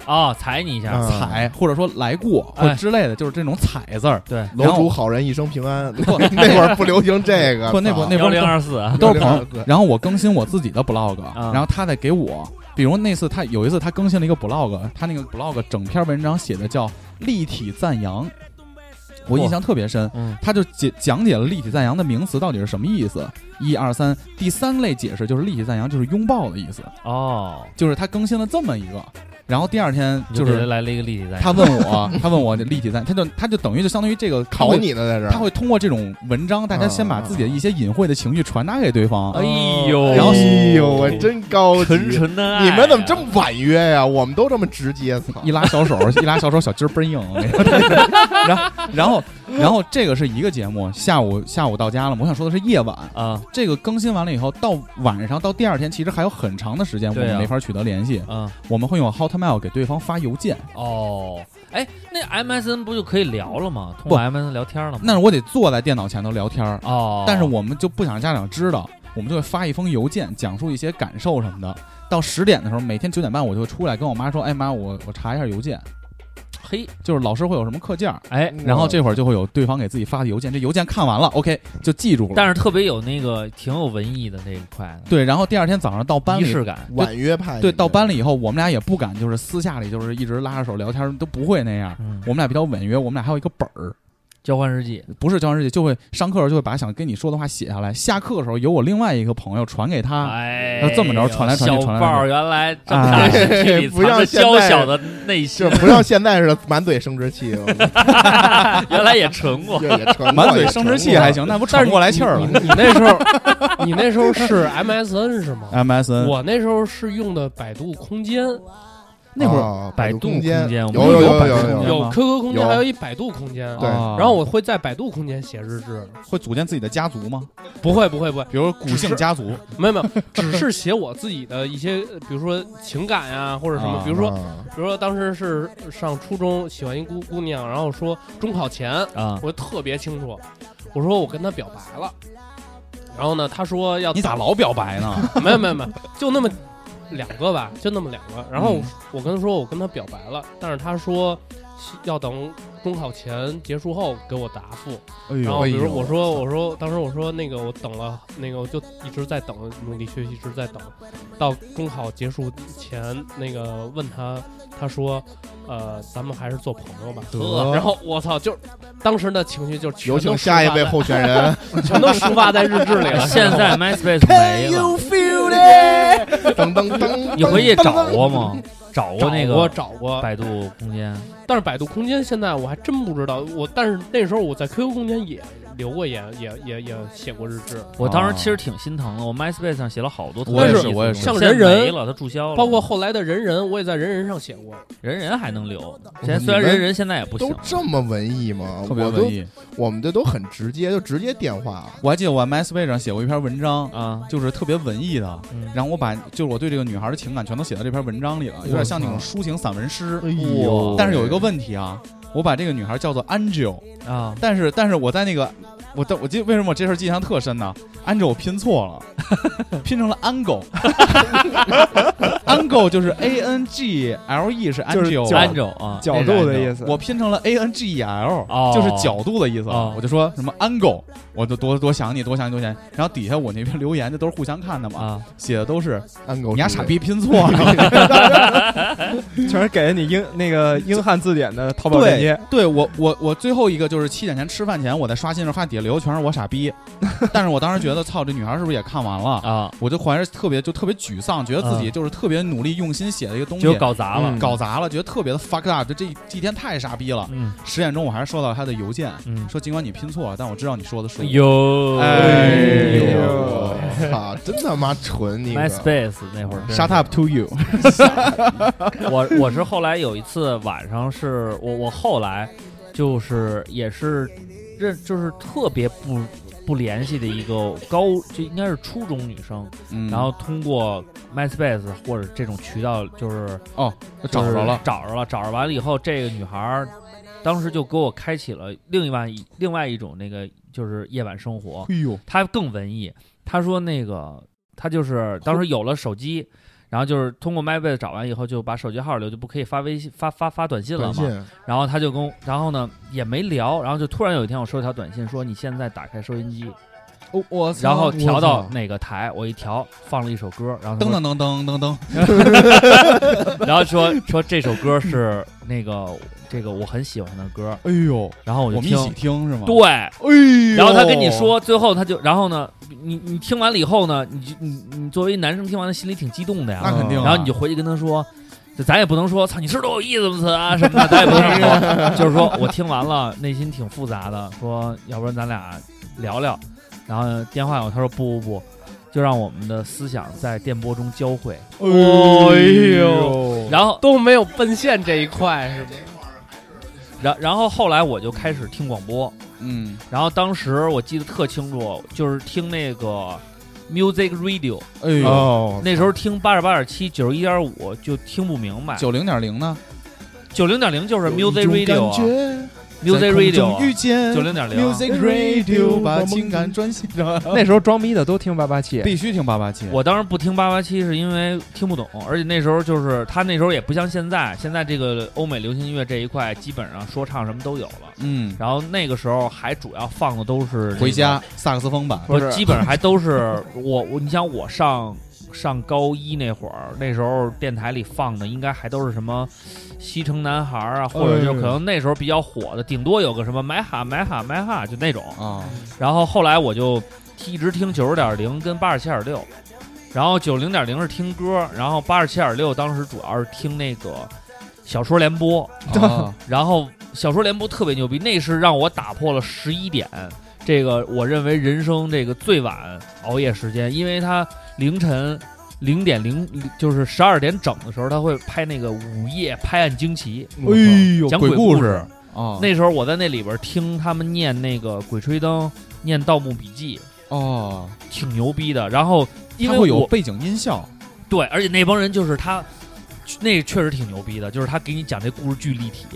哦，踩你一下，
嗯
踩，或者说来过或者
哎
之类的，就是这种踩字儿。
对，
楼主好人一生平安，
不
那会儿不流行这个，
不那会儿
操
那会
幺
儿
零二四，
都是 朋友
对。
然后我更新我自己的 blog，、
啊
然后他再给我，比如那次他有一次他更新了一个 blog，他那个 blog 整篇文章写的叫立体赞扬，我印象特别深。
嗯
他就解讲解了立体赞扬的名词到底是什么意思，一二三，第三类解释就是立体赞扬就是拥抱的意思，
哦，
就是他更新了这么一个，然后第二天
你
就
给他
是
来了一个立体在，
他问我，他问我这立体赞，他就他就等于就相当于这个
考，你呢在这儿，
他会通过这种文章，大家先
啊
把自己的一些隐晦的情绪传达给对方，
哎呦，
然后
哎呦，我真高级，
纯纯的爱啊，
你们怎么这么婉约呀？我们都这么直接，操
一！拉小手，一拉小手，小鸡儿倍儿硬。我跟你说然后，然后，然后这个是一个节目，下午下午到家了。我想说的是夜晚，
啊
这个更新完了以后，到晚上到第二天，其实还有很长的时间我
对啊
们没法取得联系。
啊
我们会用 Hotmail 给对方发邮件，
哦，哎，那 MSN 不就可以聊了吗？通
不
过 MSN 聊天了吗？
那是我得坐在电脑前头聊天儿，
哦，
但是我们就不想让家长知道，我们就会发一封邮件，讲述一些感受什么的。到十点的时候，每天九点半我就会出来跟我妈说：“哎妈，我我查一下邮件，
嘿，
就是老师会有什么课件儿。”
哎，
然后这会儿就会有对方给自己发的邮件，这邮件看完了，OK 就记住了。
但
是
是特别有那个挺有文艺的这一块的
对，然后第二天早上到班
仪
里，
式感，
婉约派，
对，到班里以后，我们俩也不敢就是私下里就是一直拉着手聊天，都不会那样。
嗯，
我们俩比较婉约，我们俩还有一个本儿，
交换日记，
不是交换日记，就会上课的时候就会把想跟你说的话写下来。下课的时候由我另外一个朋友传给
啊
他，
哎，
那这么着传来传去
小
传来传去啊
豹儿原来这么大身体里
不
藏
让
着
现
娇
在
小的内
就
心
是，不像现在似的满嘴生殖 器，我们
原来也纯过
这，也传过
满嘴生殖器还，行，那不喘不过来气儿
你
了。
你那时候，你那时候是 MSN 是吗？
MSN
我那时候是用的百度空间，
也
那会
传过
儿
啊
百
百
度
空间
空间我
有
们
有
有
有
百
有
度空
有
间
有，
有 QQ 空间，
有
还有一百度空间。啊
对
然后我会在百度空间写日志，
会组建自己的家族吗？
不会不会不会，
比如古姓家族，
没有没有，只是写我自己的一些，呃比如说情感呀、或者什么
啊，
比如说
啊
比如说当时是上初中，喜欢一姑姑娘，然后说中考前，
啊，
我特别清楚，我说我跟她表白了，然后呢，她说要
你咋老表白呢？
没有没有没有，就那么两个吧，就那么两个。然后
嗯
我跟她说我跟她表白了，但是她说要等中考前结束后给我答复。
哎
然后
呦，
比如我说我说当时我说那个我等了那个我就一直在等努力学习一直在等，到中考结束前那个问他他说呃咱们还是做朋友吧。
呵，
然后我操，就当时的情绪就全
有
都
请
抒
下一
发
位
在
候选 人。
全都抒发在日志里了。
啊 现在 MySpace 没了，
feel it？噔噔噔，
你回去找我吗？找
找
过那
过
个
找过，
百度空间，
但是百度空间现在我还真不知道，我但是那时候我在 QQ 空间也留过言，也也也写过日志，
我当时
哦
其实挺心疼的。我 MySpace 上写了好多特
我
别
也
有
是
意思的东西，
我也是
像
现在
人人
没了，它注销了，
包括后来的人人，我也在人人上写过。
人人还能
哦
留。
你
现在虽然
们
人人现在也不行
都，这么文艺吗？
哎特别
我
文
都
艺。
我们这都很直接，就直接电话。啊
我还记得我在 MySpace 上写过一篇文章，
啊，
就是特别文艺的，
嗯
然后我把就是我对这个女孩的情感全都写到这篇文章里了，有点像那种抒情散文诗。
呦
但是有一个问题啊，我把这个女孩叫做 Angel，
啊，
但是但是我在那个我但我记为什么我这事儿印象特深呢？Angel 我拼错了，拼成了 Angle，Angle 就是 A N G L E 是
就是
Angel，
角
安州啊，
角度的意思。
我拼成了 A N G E L，、
哦
就是角度的意思。
哦
我就说什么 angle，我就多多想你，多想你，多想你。然后底下我那边留言，这都是互相看的嘛，
啊，
写的都是
安狗，
你丫傻， 逼拼错了。
全是给了你英那个英汉字典的淘宝链
对
接，，
对我我我最后一个就是七点前吃饭前，我在刷新的时候发底下留言全是我 傻逼，但是我当时觉得操，这女孩是不是也看完了？
啊，
我就怀着特别就特别沮丧，觉得自己
嗯
就是特别努力用心写的一个东西，
就搞砸了
嗯，
搞砸了，觉得特别的 fucked up，就这这一天太傻逼了。
嗯
十点钟我还是收到她的邮件，
嗯，
说尽管你拼错了，但我知道你说的是我。
有
哎
呦
操，真他妈纯你个！
MySpace 那会儿真是
Shut up to you！
我我是后来有一次晚上是我我后来就是也是认就是特别不不联系的一个高就应该是初中女生，
嗯
然后通过 MySpace 或者这种渠道就是
哦，找着
就
了
是，找着了找着完了以后，这个女孩儿当时就给我开启了另一万另外一种那个就是夜晚生活，
哎呦，
他更文艺。他说那个他就是当时有了手机，然后就是通过 MyBase 找完以后，就把手机号留，就不可以发微信发发发短信了
短
嘛。
信，
然后他就跟我，然后呢也没聊，然后就突然有一天我收一条短信说你现在打开收音机，
我哦我
然后调
我
到
操
哪个台，我一调放了一首歌，然后他
噔
说
噔噔噔噔噔，
然后说说这首歌是那个这个我很喜欢的歌，
哎呦，
然后我就
我们
听
一起听是吗？
对。
哎呦
然后他跟你，说，最后他就，然后呢，你你听完了以后呢，你就你你作为男生听完了，心里挺激动的呀。
那肯
嗯
定啊，
然后你就回去跟他说，就咱也不能说操你吃多有意思吗啊什么的，咱也不能说，就是说我听完了内心挺复杂的，说要不然咱俩聊聊，然后电话有他说不不不，就让我们的思想在电波中交汇，
哎呦，
然后
都没有奔现这一块是吧？
然然后后来我就开始听广播，
嗯，
然后当时我记得特清楚，就是听那个 music radio，
哎呦，
哦，
那时候听八十八点七、九十一点五就听不明白，
九零点零呢
九零点零就是
有
music
一种
radio
感
啊
觉
，music
在空中
radio 啊
遇见
九零点零
music radio，把情感专心。
那时候装逼的都听八八七，
必须听八八七，
我当时不听八八七是因为听不懂，而且那时候就是他那时候也不像现在，现在这个欧美流行音乐这一块基本上说唱什么都有了。
嗯，
然后那个时候还主要放的都是、
回家，萨克斯风版，
不
不
是
是
基本上还都是我我你想我上上高一那会儿，那时候电台里放的应该还都是什么西城男孩啊，或
哎
者就可能那时候比较火的，顶多有个什么买哈买哈买哈就那种。
啊，
然后后来我就一直听九十点零跟八十七点六，然后九零点零是听歌，然后八十七点六当时主要是听那个小说联播，
啊
然后小说联播特别牛逼，那是让我打破了十一点这个我认为人生这个最晚熬夜时间，因为它凌晨。零点零就是十二点整的时候，他会拍那个午夜拍案惊奇，
哎呦，
讲
鬼
鬼故
事
事
啊，
那时候我在那里边听他们念那个《鬼吹灯》，念《盗墓笔记》，
哦，
挺牛逼的。然后因
它
为
会有
我
背景音效，
对，而且那帮人就是他，那确实挺牛逼的，就是他给你讲这故事巨立体。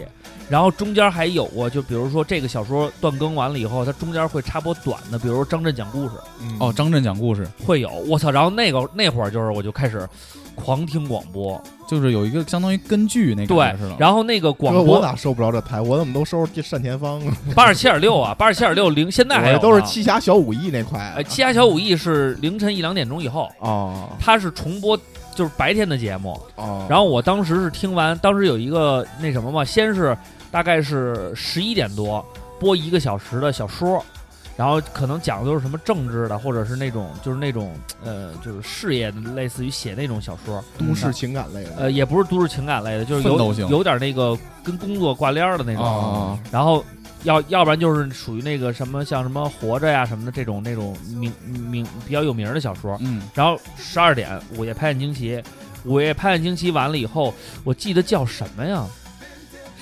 然后中间还有过，就比如说这个小说断更完了以后，它中间会插播短的，比如说张震讲故事
哦，
嗯
张震讲故事，
会有。我操！然后那个那会儿就是我就开始狂听广播，
就是有一个相当于根据那个
对
似的，，
然后那个广
哥，我
播
咋受不了这台？我怎么都收拾这单田芳 啊？
八十七点六啊，八十七点六零，现在还有
我都是
呢
七侠小武艺那块啊
呃，七侠小武艺是凌晨一两点钟以后，
哦
它是重播，就是白天的节目。
哦，
然后我当时是听完，当时有一个那什么嘛，先是大概是十一点多播一个小时的小说，然后可能讲的都是什么政治的，或者是那种就是那种呃就是事业的，类似于写嗯那种小说，
嗯
都市情感类的，
呃也不是都市情感类的，就是
哦奋
有
斗性
有点那个跟工作挂链儿的那种。
啊，
然后要要不然就是属于那个什么像什么活着呀什么的这种那种名名比较有名儿的小说。
嗯，
然后十二点《午夜拍案惊奇》，《午夜拍案惊奇》完了以后，我记得叫什么呀？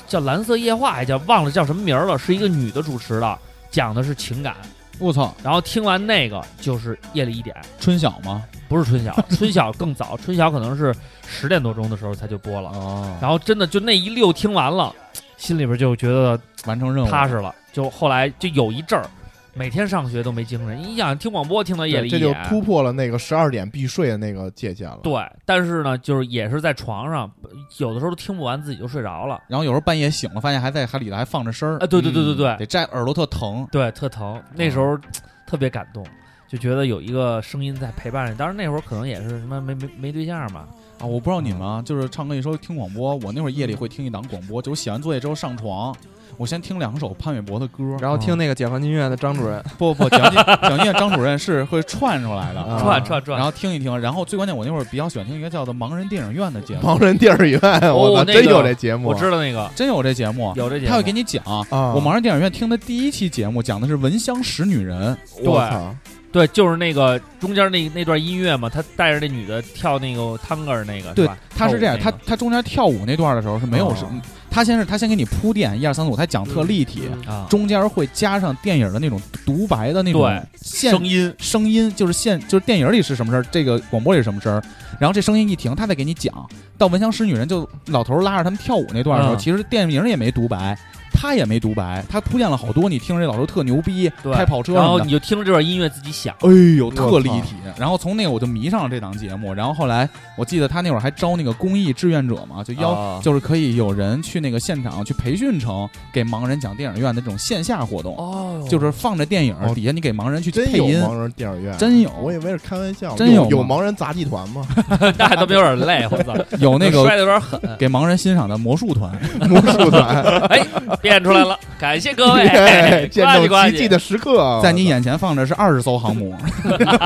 叫《蓝色夜话》，还叫忘了叫什么名儿了，是一个女的主持的，讲的是情感。
我操，
然后听完那个就是夜里一点，
春晓吗？
不是 春晓，春晓更早，春晓可能是十点多钟的时候才就播了。
哦，
然后真的就那一溜听完了，心里边就觉得
完成任务
踏实了。就后来就有一阵儿，每天上学都没精神。你想听广播听到夜
对
里一
这
点，
就突破了那个十二点必睡的那个界限了。
对，但是呢，就是也是在床上，有的时候都听不完，自己就睡着了。
然后有时候半夜醒了，发现还在海里头还放着声儿嗯
啊，，对对对对对、
得摘耳朵特疼。
对，特疼。那时候
哦
特别感动，就觉得有一个声音在陪伴着。当然那会儿可能也是什么没没没对象嘛，
啊，我不知道你们啊，就是唱歌一说听广播，我那会儿夜里会听一档广播，就是写完作业之后上床，我先听两首潘玮柏的歌，
然后听那个解放军医院的张主任，
不不，蒋劲 蒋劲张主任是会串出来的，
啊
转转转。
然后听一听，然后最关键我那会儿比较喜欢听一个叫做盲人电影院的节目，
盲人电影院，我操，
哦那个
真有这节目，
我知道那个
真有这节目，
有这节目，
哦他会给你讲。
哦
啊，
我盲人电影院听的第一期节目讲的是《闻香识女人》，
我
对
操，
对，就是那个中间那那段音乐嘛，他带着那女的跳那个探戈儿哦那个，
对
吧，
他是这样，
跳
他
舞
他中间跳舞那段的时候是没有
哦
什么，他先是他先给你铺垫一二三四五，他讲特立体，
那个啊
中间会加上电影的那种独白的那种
对
现
声音
声音就是现就是电影里是什么声儿，这个广播里是什么声儿，然后这声音一停，他再给你讲到《闻香识女人》，就老头儿拉着他们跳舞那段的时候，
嗯
其实电影也没独白，他也没独白，他铺垫了好多，你听着这老头儿特牛逼，
对
开跑车
然
什么
后
的
你。就听着这段音乐自己想，
哎呦，特立
我操
体。然后从那个我就迷上了这档节目。然后后来我记得他那会儿还招那个公益志愿者嘛，就邀、
啊
就是可以有人去那个现场去培训城给盲人讲电影院的这种线下活动，
哦
就是放着电影、
哦
底下你给盲人去
真
配
有
音，
盲人啊电影院，
真有
我以为是开玩笑，
真有
有
吗
盲人杂技团 吗？
那他妈有点累，我 操，
有那个
摔的有点狠，
给盲人欣赏的魔术团。
魔术团，
哎，变出来 了，感谢各位，
对 见
呱唧呱
证奇迹
唧，
的时刻啊，
在你眼前放着是二十艘航 母，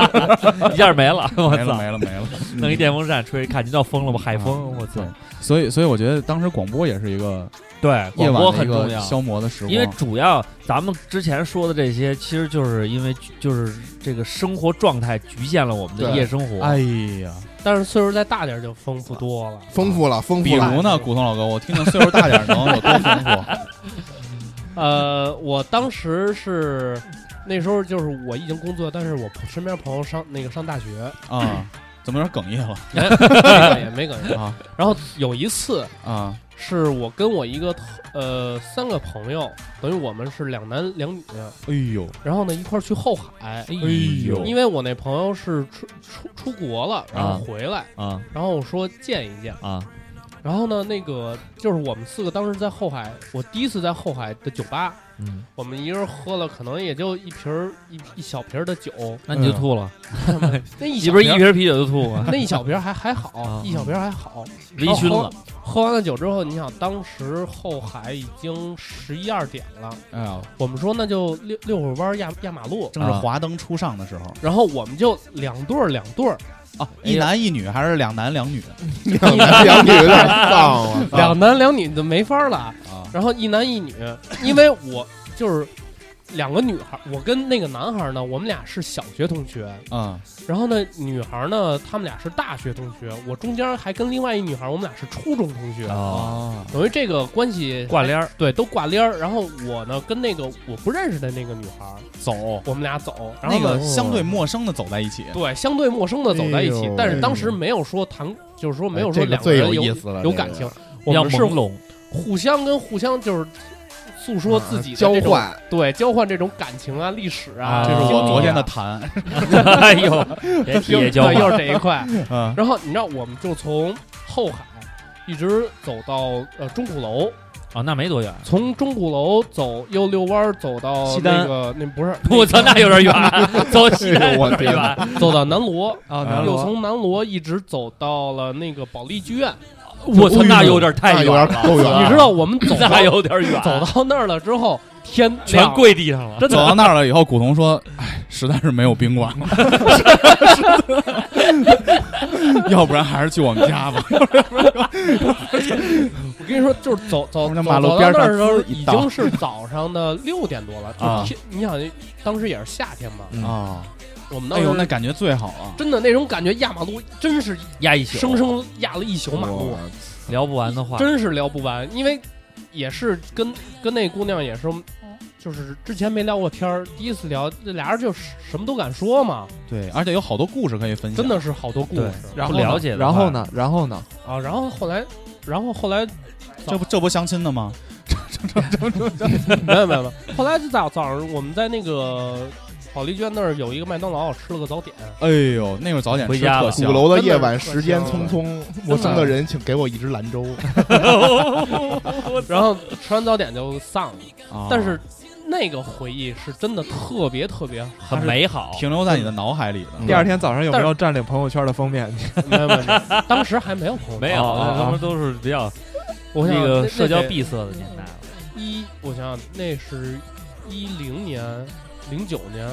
一下没了，我
没了
操，
没了嗯没了。
弄一电风扇吹，感觉到疯了吧，海风，我操，
所以所以我觉得当时广播也是一个
对，
夜
广播
晚的
很
一
重
个
要。
消磨的时光，
因为主要咱们之前说的这些，其实就是因为就是这个生活状态局限了我们的
对
夜生活。
哎呀，
但是岁数再大点儿就丰富多了。
丰富了，丰
比
富了
如。呢，古潼老哥，我听听岁数大点儿能有多丰富？
呃，我当时是那时候就是我已经工作，但是我身边朋友上那个上大 学，
啊，怎么有点哽咽了
也没梗。
啊
然后有一次
啊？
是我跟我一个特呃三个朋友，等于我们是两男两女，
哎呦，
然后呢一块儿去后海。
哎呦
因为我那朋友是出出出国了，然后回来，
啊
然后我说见一见。
啊
然后呢，那个就是我们四个当时在后海，我第一次在后海的酒吧，
嗯，
我们一人喝了可能也就一瓶儿一一小瓶儿的酒，
那你就吐了，
那一
你
小
不是一
瓶儿
瓶啤酒就吐吗？
那一小瓶儿还还好
啊，
一小瓶儿还好。
微醺了，
喝完了酒之后，你想当时后海已经十一二点了，
哎呀，
我们说那就遛遛会儿弯儿压压马路，
正是华灯初上的时候
然后我们就两对儿两对儿，！
啊，一男一女还是两男两女
两男两女有点丧啊
两男两女就没法儿了。
嗯啊？
然后一男一女，因为我就是两个女孩儿，我跟那个男孩儿呢，我们俩是小学同学，
嗯，
然后呢女孩儿呢，他们俩是大学同学，我中间还跟另外一女孩儿，我们俩是初中同学，
哦，
等于这个关系
挂帘儿，
对都挂帘儿。然后我呢跟那个我不认识的那个女孩儿，
走，
我们俩走，然后
那
呢
哦
个相对陌生的走在一起，
对相对陌生的走在一起
哎呦，
但是当时没有说谈，就是说没有说
哎这个
两个
最
人
有意
有
思了，
有
这个
感情，
比
我
较
们是
朦胧。
互相跟互相就是诉说自己的
啊交
这种
换，
对，交换这种感情啊、历史啊，
啊
这是
经历
我
啊
昨天的痰，
哎呦，别提也交
对，又是这 一块。
嗯
然后你知道，我们就从后海一直走到呃钟鼓楼，
哦，那没多远，
从钟鼓楼走又遛弯儿走到
西单
那个那 不是
我操，那有点远，走西
哎
单
呦我
是
天
吧？
走到南锣。
啊，
南
又
又从
从南锣一直走到了那个保利剧院，
我操，
哎呦
那有点太
那有
远
点
了，
够远了
你知道我们走
哎
那
到
有点远，
走到那儿了之后，天亮
全
了，
跪地上 了，
真
走
的
到那儿了以后，古潼说：“哎，实在是没有宾馆了， 要不然还是去我们家吧。
我跟你说，就是走走
我
走
们马路
走
边
到那
上
儿的时候，
滋一
已
道
经是早上的六点 多了。
啊
就是天，你想，当时也是夏天
嗯
嘛，”
哦
啊，
我们当
哎呦，
时
那感觉最好啊了。
真的那种感觉压马路，真是
压一宿，
生生压了一宿马路
哇，
聊不完的话，
真是聊不完。因为也是跟跟那姑娘也是，就是之前没聊过天儿，第一次聊，这俩人就什么都敢说嘛，
对，而且有好多故事可以分享。
真的是好多故
对
事。
然后
不
呢
了解的
然
话
后呢？然后呢？
啊，然后后来，然后后来
这不这不相亲的吗？
没有没有没有，后来就早早上我们在那个宝丽娟那儿有一个麦当劳，吃了个早点。
哎呦，那会儿早点
回
吃
家
特
了
香
鼓。楼的夜晚，时间匆匆，陌生的人请给我一支兰州。
然后吃完早点就散了。
哦
啊
但是那个回忆是真的特别特别
很，美好。
停留在你的脑海里
嗯
的。
第二天早上有没有占领朋友圈的封面？
还是没有没有，没有当时还没有朋友圈
没有，
哦
那他们都是比较
我想
那
那
个社交
那得
闭塞的年代了。
一，我想想，那是一零年、零九年，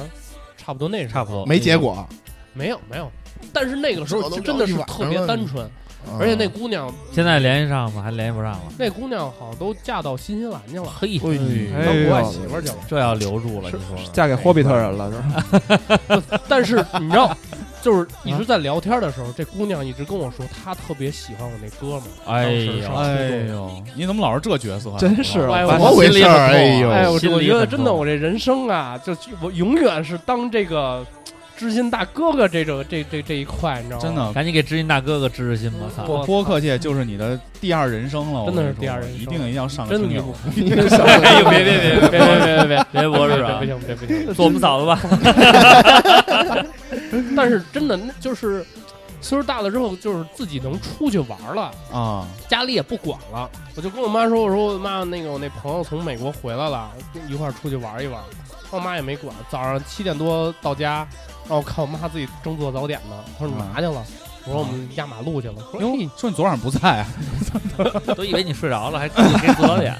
差不多那时候
差不多
没结果，
没有没有，但是那个时候就真的是特别单纯，
啊
而且那姑娘
现在联系上吗？还联系不上了。
那姑娘好像都嫁到新西兰去了。
嘿，
哎
当
呦
国外媳妇儿去了。
这要留住了，
是
你说呢？
嫁给霍比特人了是吧？
但是你知道， 就是一直在聊天的时候，这姑娘一直跟我说，她特别喜欢我那哥们儿。
哎
当时
呦
上，
哎呦，你怎么老是这角色啊？
真是
哎呦
把
怎么回事儿？哎呦，
哎，我
心里
我觉得
很
真的，
痛
我这人生啊，就我永远是当这个知心大哥哥这种这这这一块，你知道吗？
真，的，
赶紧给知音大哥哥知知心吧！操，
我
播客界就是你的第二人生了。
真的是
我跟你说
第二人生
一定一定要上个
真
听
离
友
谱。
哎呦，别别别
别别别别 别，
别博士啊
不，行不行不行！
做我们嫂子吧。
但是真的那就是岁数大了之后，就是自己能出去玩了，
啊！
家里也不管了。我就跟我妈说，我说妈，那个我那朋友从美国回来了，一块儿出去玩一玩。我妈也没管，早上七点多到家，然后我看我妈自己正做早点呢，我
嗯
说你嘛去了？我说我们压马路去了。我说哎
哟，说你昨晚不在啊？
都以为你睡着了，还自己给做导演。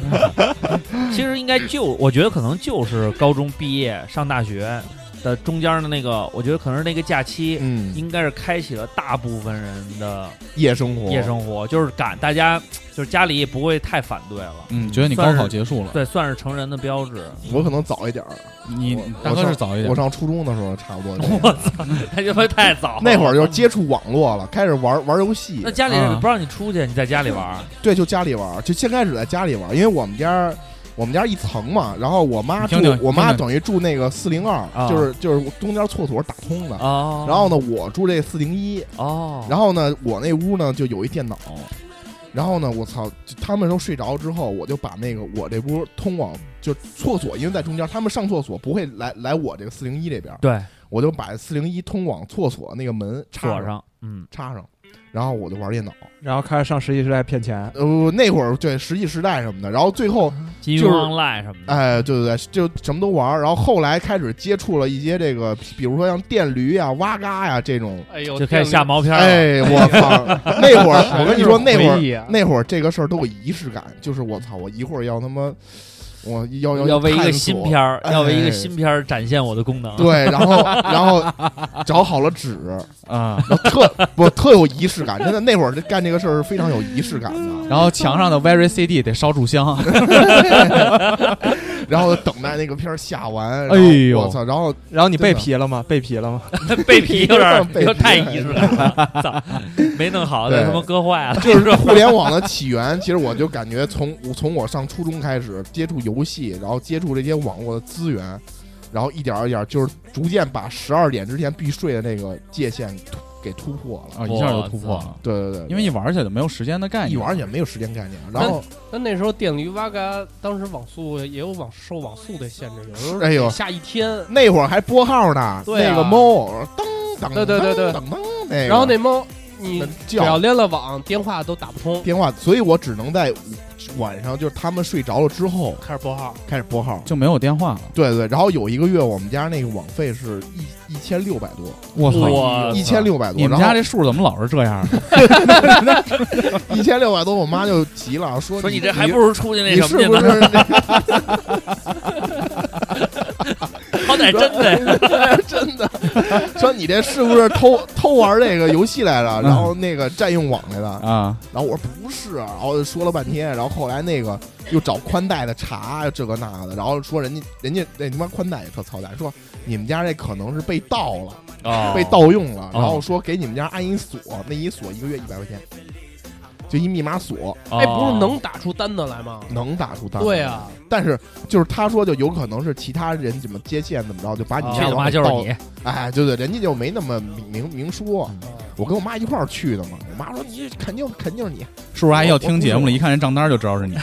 其实应该就，我觉得可能就是高中毕业上大学的中间的那个，我觉得可能是那个假期，
嗯，
应该是开启了大部分人的
夜生活，
夜生活，就是赶大家就是家里也不会太反对了。
嗯，觉得你高考结束了，
对，算是成人的标 志。
我可能早一点儿，
你
我
大哥是早一点
我。上初中的时候差不多。
他就会太 早了，
那会儿就接触网络了，开始玩玩游戏
那。家里人
啊
不让你出去，你在家里玩儿，
对，就家里玩，就先开始在家里玩，因为我们家我们家一层嘛，然后我妈
你
住
听听，
我妈
听听
等于住那个四零二
啊，
就是就是中间厕所打通的。
哦，
然后呢，我住这四零一，
哦，
然后呢，我那屋呢就有一电脑，然后呢，我操，就他们都睡着之后，我就把那个我这屋通往就厕所，因为在中间，他们上厕所不会来来我这个四零一这边，
对
我就把四零一通往厕所那个门插
锁上，嗯，
插上，然后我就玩电脑。
然后开始上实习时代骗钱，
呃，那会儿对《石器时代》什么的，然后最后
金
就是
庸 online 什么的，
哎，对对对，就什么都玩儿。然后后来开始接触了一些这个，比如说像电驴呀、蛙嘎呀这种。
哎呦，
就开始下毛片儿了。
哎，我 操！那会儿我跟你说，那会
回忆
儿
啊
那会儿这个事儿都有仪式感，就是我操，我一会儿要他妈，我要
要为一个
探索
新片儿，
哎
要为一个新片儿展现我的功能。
对，然后然后找好了纸，
啊，
特不特有仪式感，真的那会儿干这个事儿是非常有仪式感 的。
然后墙上的 Very CD 得烧啊 炷香，
然后等待那个片儿下完，然后
哎呦
我操！然后
然后你被
真的
皮了吗？被皮了吗？
被皮有点 儿
被
有点
皮
太仪式感 了，操，没弄好，
对
那他妈搁坏了。
就是互联网的起源，其实我就感觉从我从我上初中开始接触游戏，然后接触这些网络的资源，然后一点儿一点儿就是逐渐把十二点之前必睡的那个界限突给突破了。
啊，一下就突破了。
对对对，
因为一玩起来就没有时间的概念，
一玩儿也没有时间概念，然后
但那时候电驴挖嘎，当时网速也有网受网速的限制，有时候
哎呦
得下一天。
那会儿还拨号呢，
对啊
那个猫噔噔
对对对对
噔噔噔，那个
然后那猫，你只要
叫
连了网，电话都打不通。
电话，所以我只能在晚上就是他们睡着了之后
开始拨号，
开始拨号。
就没有电话了。
对对，然后有一个月我们家那个网费是一一千六百多，
我操！
哇
一千六百多，
你们
然
家
后
这数怎么老是这样呢？
一千六百多，我妈就急了，说
说
你
你这还不如出去那
你
什
是
么去
不
呢，
是 那
好歹真 的呀，
真的？说你这是不是偷偷玩这个游戏来了，
嗯
然后那个占用网来了？
啊，
然后我说不是，然后说了半天，然后后来那个又找宽带的查这个那个的，然后说人家人家那他妈宽带也特操蛋，说你们家这可能是被盗了，
哦
被盗用了，
哦
然后说给你们家安一锁，那一锁一个月一百块钱，就一密码锁，
哦
哎，不是能打出单子来吗？
能打出单。
对，啊，
但是就是他说就有可能是其他人怎么接线怎么着，就把你
哦
去
家
他
往
妈
里
就是
盗
你，
哎，对对，人家就没那么明明明说。
嗯
我跟我妈一块儿去的嘛，我妈说你肯定肯定是你，
叔叔阿姨要听节目了，一看人账单就知道是你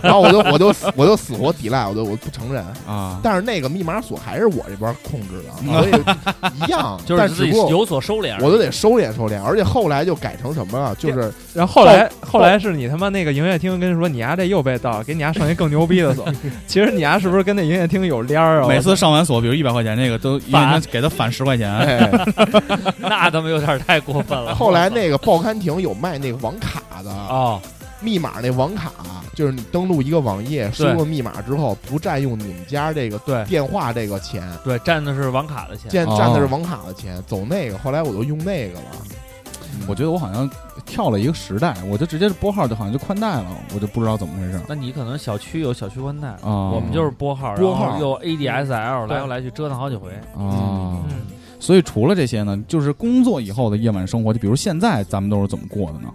然后我就我就死我就死活抵赖，我就我不承认。
啊。
但是那个密码锁还是我这边控制的，所以一样，
嗯 就
但
是
只
自己
不过
有所收敛。
我都得收敛收敛，而且后来就改成什么了，就是
然后后来后来是你他妈那个营业厅跟你说你丫这又被盗，给你丫上一更牛逼的 锁。其实你丫是不是跟那营业厅有联儿啊？
每次上完锁，比如一百块钱，那个都一
返
人给他返十块钱。
哎，
那他妈有点太过分了。
后来那个报刊亭有卖那个网卡
啊
的
哦，
密码，那网卡啊就是你登录一个网页，输
对
入密码之后不占用你们家这个
对
电话这个钱，
对，占的是网卡的钱。
占
哦
占的是网卡的钱，走那个。后来我就用那个了，
我觉得我好像跳了一个时代，我就直接拨号就好像就宽带了，我就不知道怎么回事
那你可能小区有小区宽带，
啊。
我们就是拨号，
拨号
然后又 ADSL 来回来去折腾好几回。
啊，
嗯
所以除了这些呢，就是工作以后的夜晚生活，就比如现在咱们都是怎么过的呢？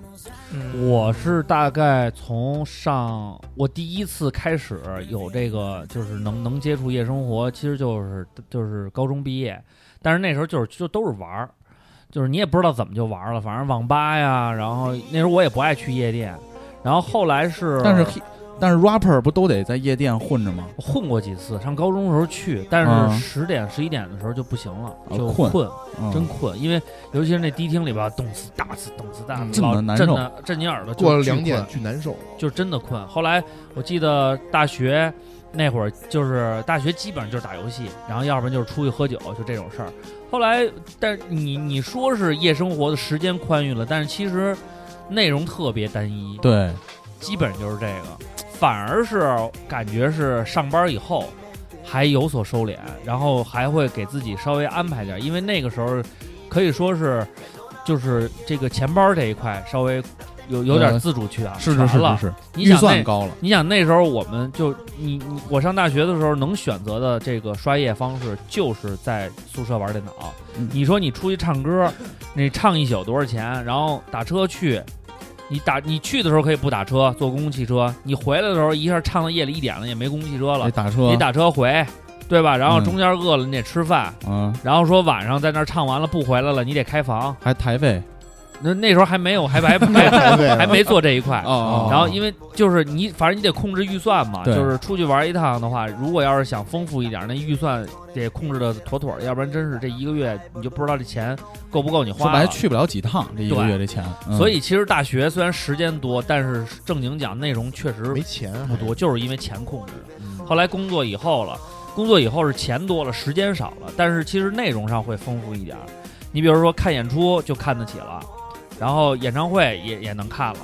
嗯
我是大概从上我第一次开始有这个，就是能能接触夜生活，其实就是就是高中毕业，但是那时候就是就都是玩儿，就是你也不知道怎么就玩儿了，反正网吧呀，然后那时候我也不爱去夜店，然后后来是
但是但是 rapper 不都得在夜店混着吗？
混过几次，上高中的时候去，但
嗯
是十点十一点的时候就不行了，
啊
就
困
困
嗯
真困，因为尤其是那迪厅里边，动次打次，动次打
嗯
次，
这么
老
难
震
受
的震你耳朵。
过
就
了
巨
两点
困，
巨 难受。
就真的困。后来我记得大学那会儿，就是大学基本上就是打游戏，然后要不然就是出去喝酒，就这种事儿。后来，但是你你说是夜生活的时间宽裕了，但是其实内容特别单一，
对，
基本就是这个，反而是感觉是上班以后还有所收敛，然后还会给自己稍微安排点儿，因为那个时候可以说是就是这个钱包这一块稍微有有点
呃
自主权了，
是是是是
了。
是，
你
预
想
算
那
高了，
你想那时候我们就你你我上大学的时候能选择的这个刷夜方式就是在宿舍玩电脑
嗯。
你说你出去唱歌，你唱一宿多少钱？然后打车去，你打你去的时候可以不打车，坐公共汽车。你回来的时候一下唱到夜里一点了，也没公共汽车了
得，打车
你，打车回，对吧？然后
嗯
中间饿了你得吃饭，
嗯，
然后说晚上在那儿唱完了不回来了，你得开房。
还台费
那那时候还没有，还 还还
太累了
还没做这一块。
哦
然后因为就是你，反正你得控制预算嘛，
对
就是出去玩一趟的话，如果要是想丰富一点，那预算得控制的妥妥的，要不然真是这一个月你就不知道这钱够不够你
说
花
白
了。
去不了几趟，这一个
对
月这钱，嗯
所以其实大学虽然时间多，但是正经讲内容确实
没钱啊
不多，就是因为钱控制。
嗯
后来工作以后了，工作以后是钱多了，时间少了，但是其实内容上会丰富一点儿。你比如说看演出就看得起了，然后演唱会也也能看了，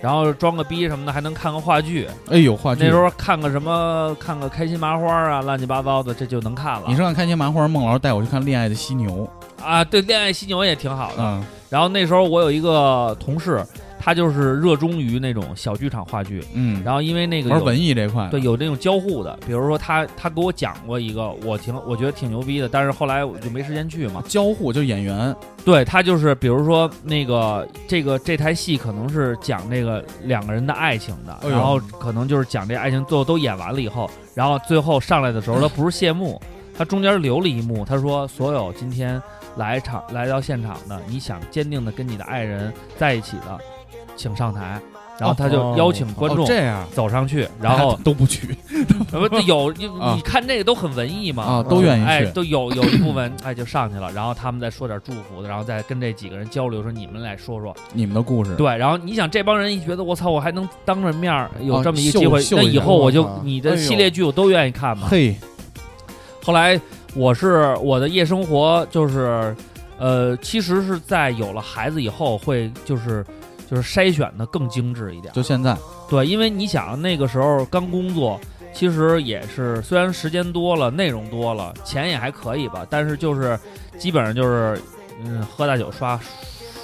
然后装个逼什么的还能看个话剧。
哎呦，话剧
那时候看个什么，看个开心麻花啊，乱七八糟的，这就能看了。
你是看开心麻花，孟老师带我去看《恋爱的犀牛》，
啊？对，《恋爱犀牛》也挺好的。
嗯，
然后那时候我有一个同事，他就是热衷于那种小剧场话剧，
嗯，
然后因为那个
玩
有
文艺这块，
对，有那种交互的，比如说他他给我讲过一个，我挺我觉得挺牛逼的，但是后来我就没时间去嘛。
交互就是演员，哦
对他就是，比如说那个这个这台戏可能是讲这个两个人的爱情的，
哎呦
然后可能就是讲这爱情最后都演完了以后，然后最后上来的时候他不是谢幕，他中间留了一幕，他说所有今天来场来到现场的，你想坚定的跟你的爱人在一起的，请上台。然后他就邀请观众
哦这样，
走上去，然后
都不去
呃不有你
啊
你看这个都很文艺嘛，
啊，都愿
哎
意，去。
都有有一部分哎就上去了，然后他们再说点祝福的，然后再跟这几个人交流说你们来说说，
你们的故事，
对，然后你想这帮人一觉得我操我还能当着面儿有
啊
这么一个
秀
机会，
秀
那
一
以
下
后我就
啊
你
哎
的
呦
系列剧我都愿意看嘛。
嘿，
后来我是我的夜生活就是，呃，其实是在有了孩子以后会就是就是筛选的更精致一点，
就现在
对，因为你想那个时候刚工作，其实也是虽然时间多了，内容多了，钱也还可以吧，但是就是基本上就是嗯喝大酒刷。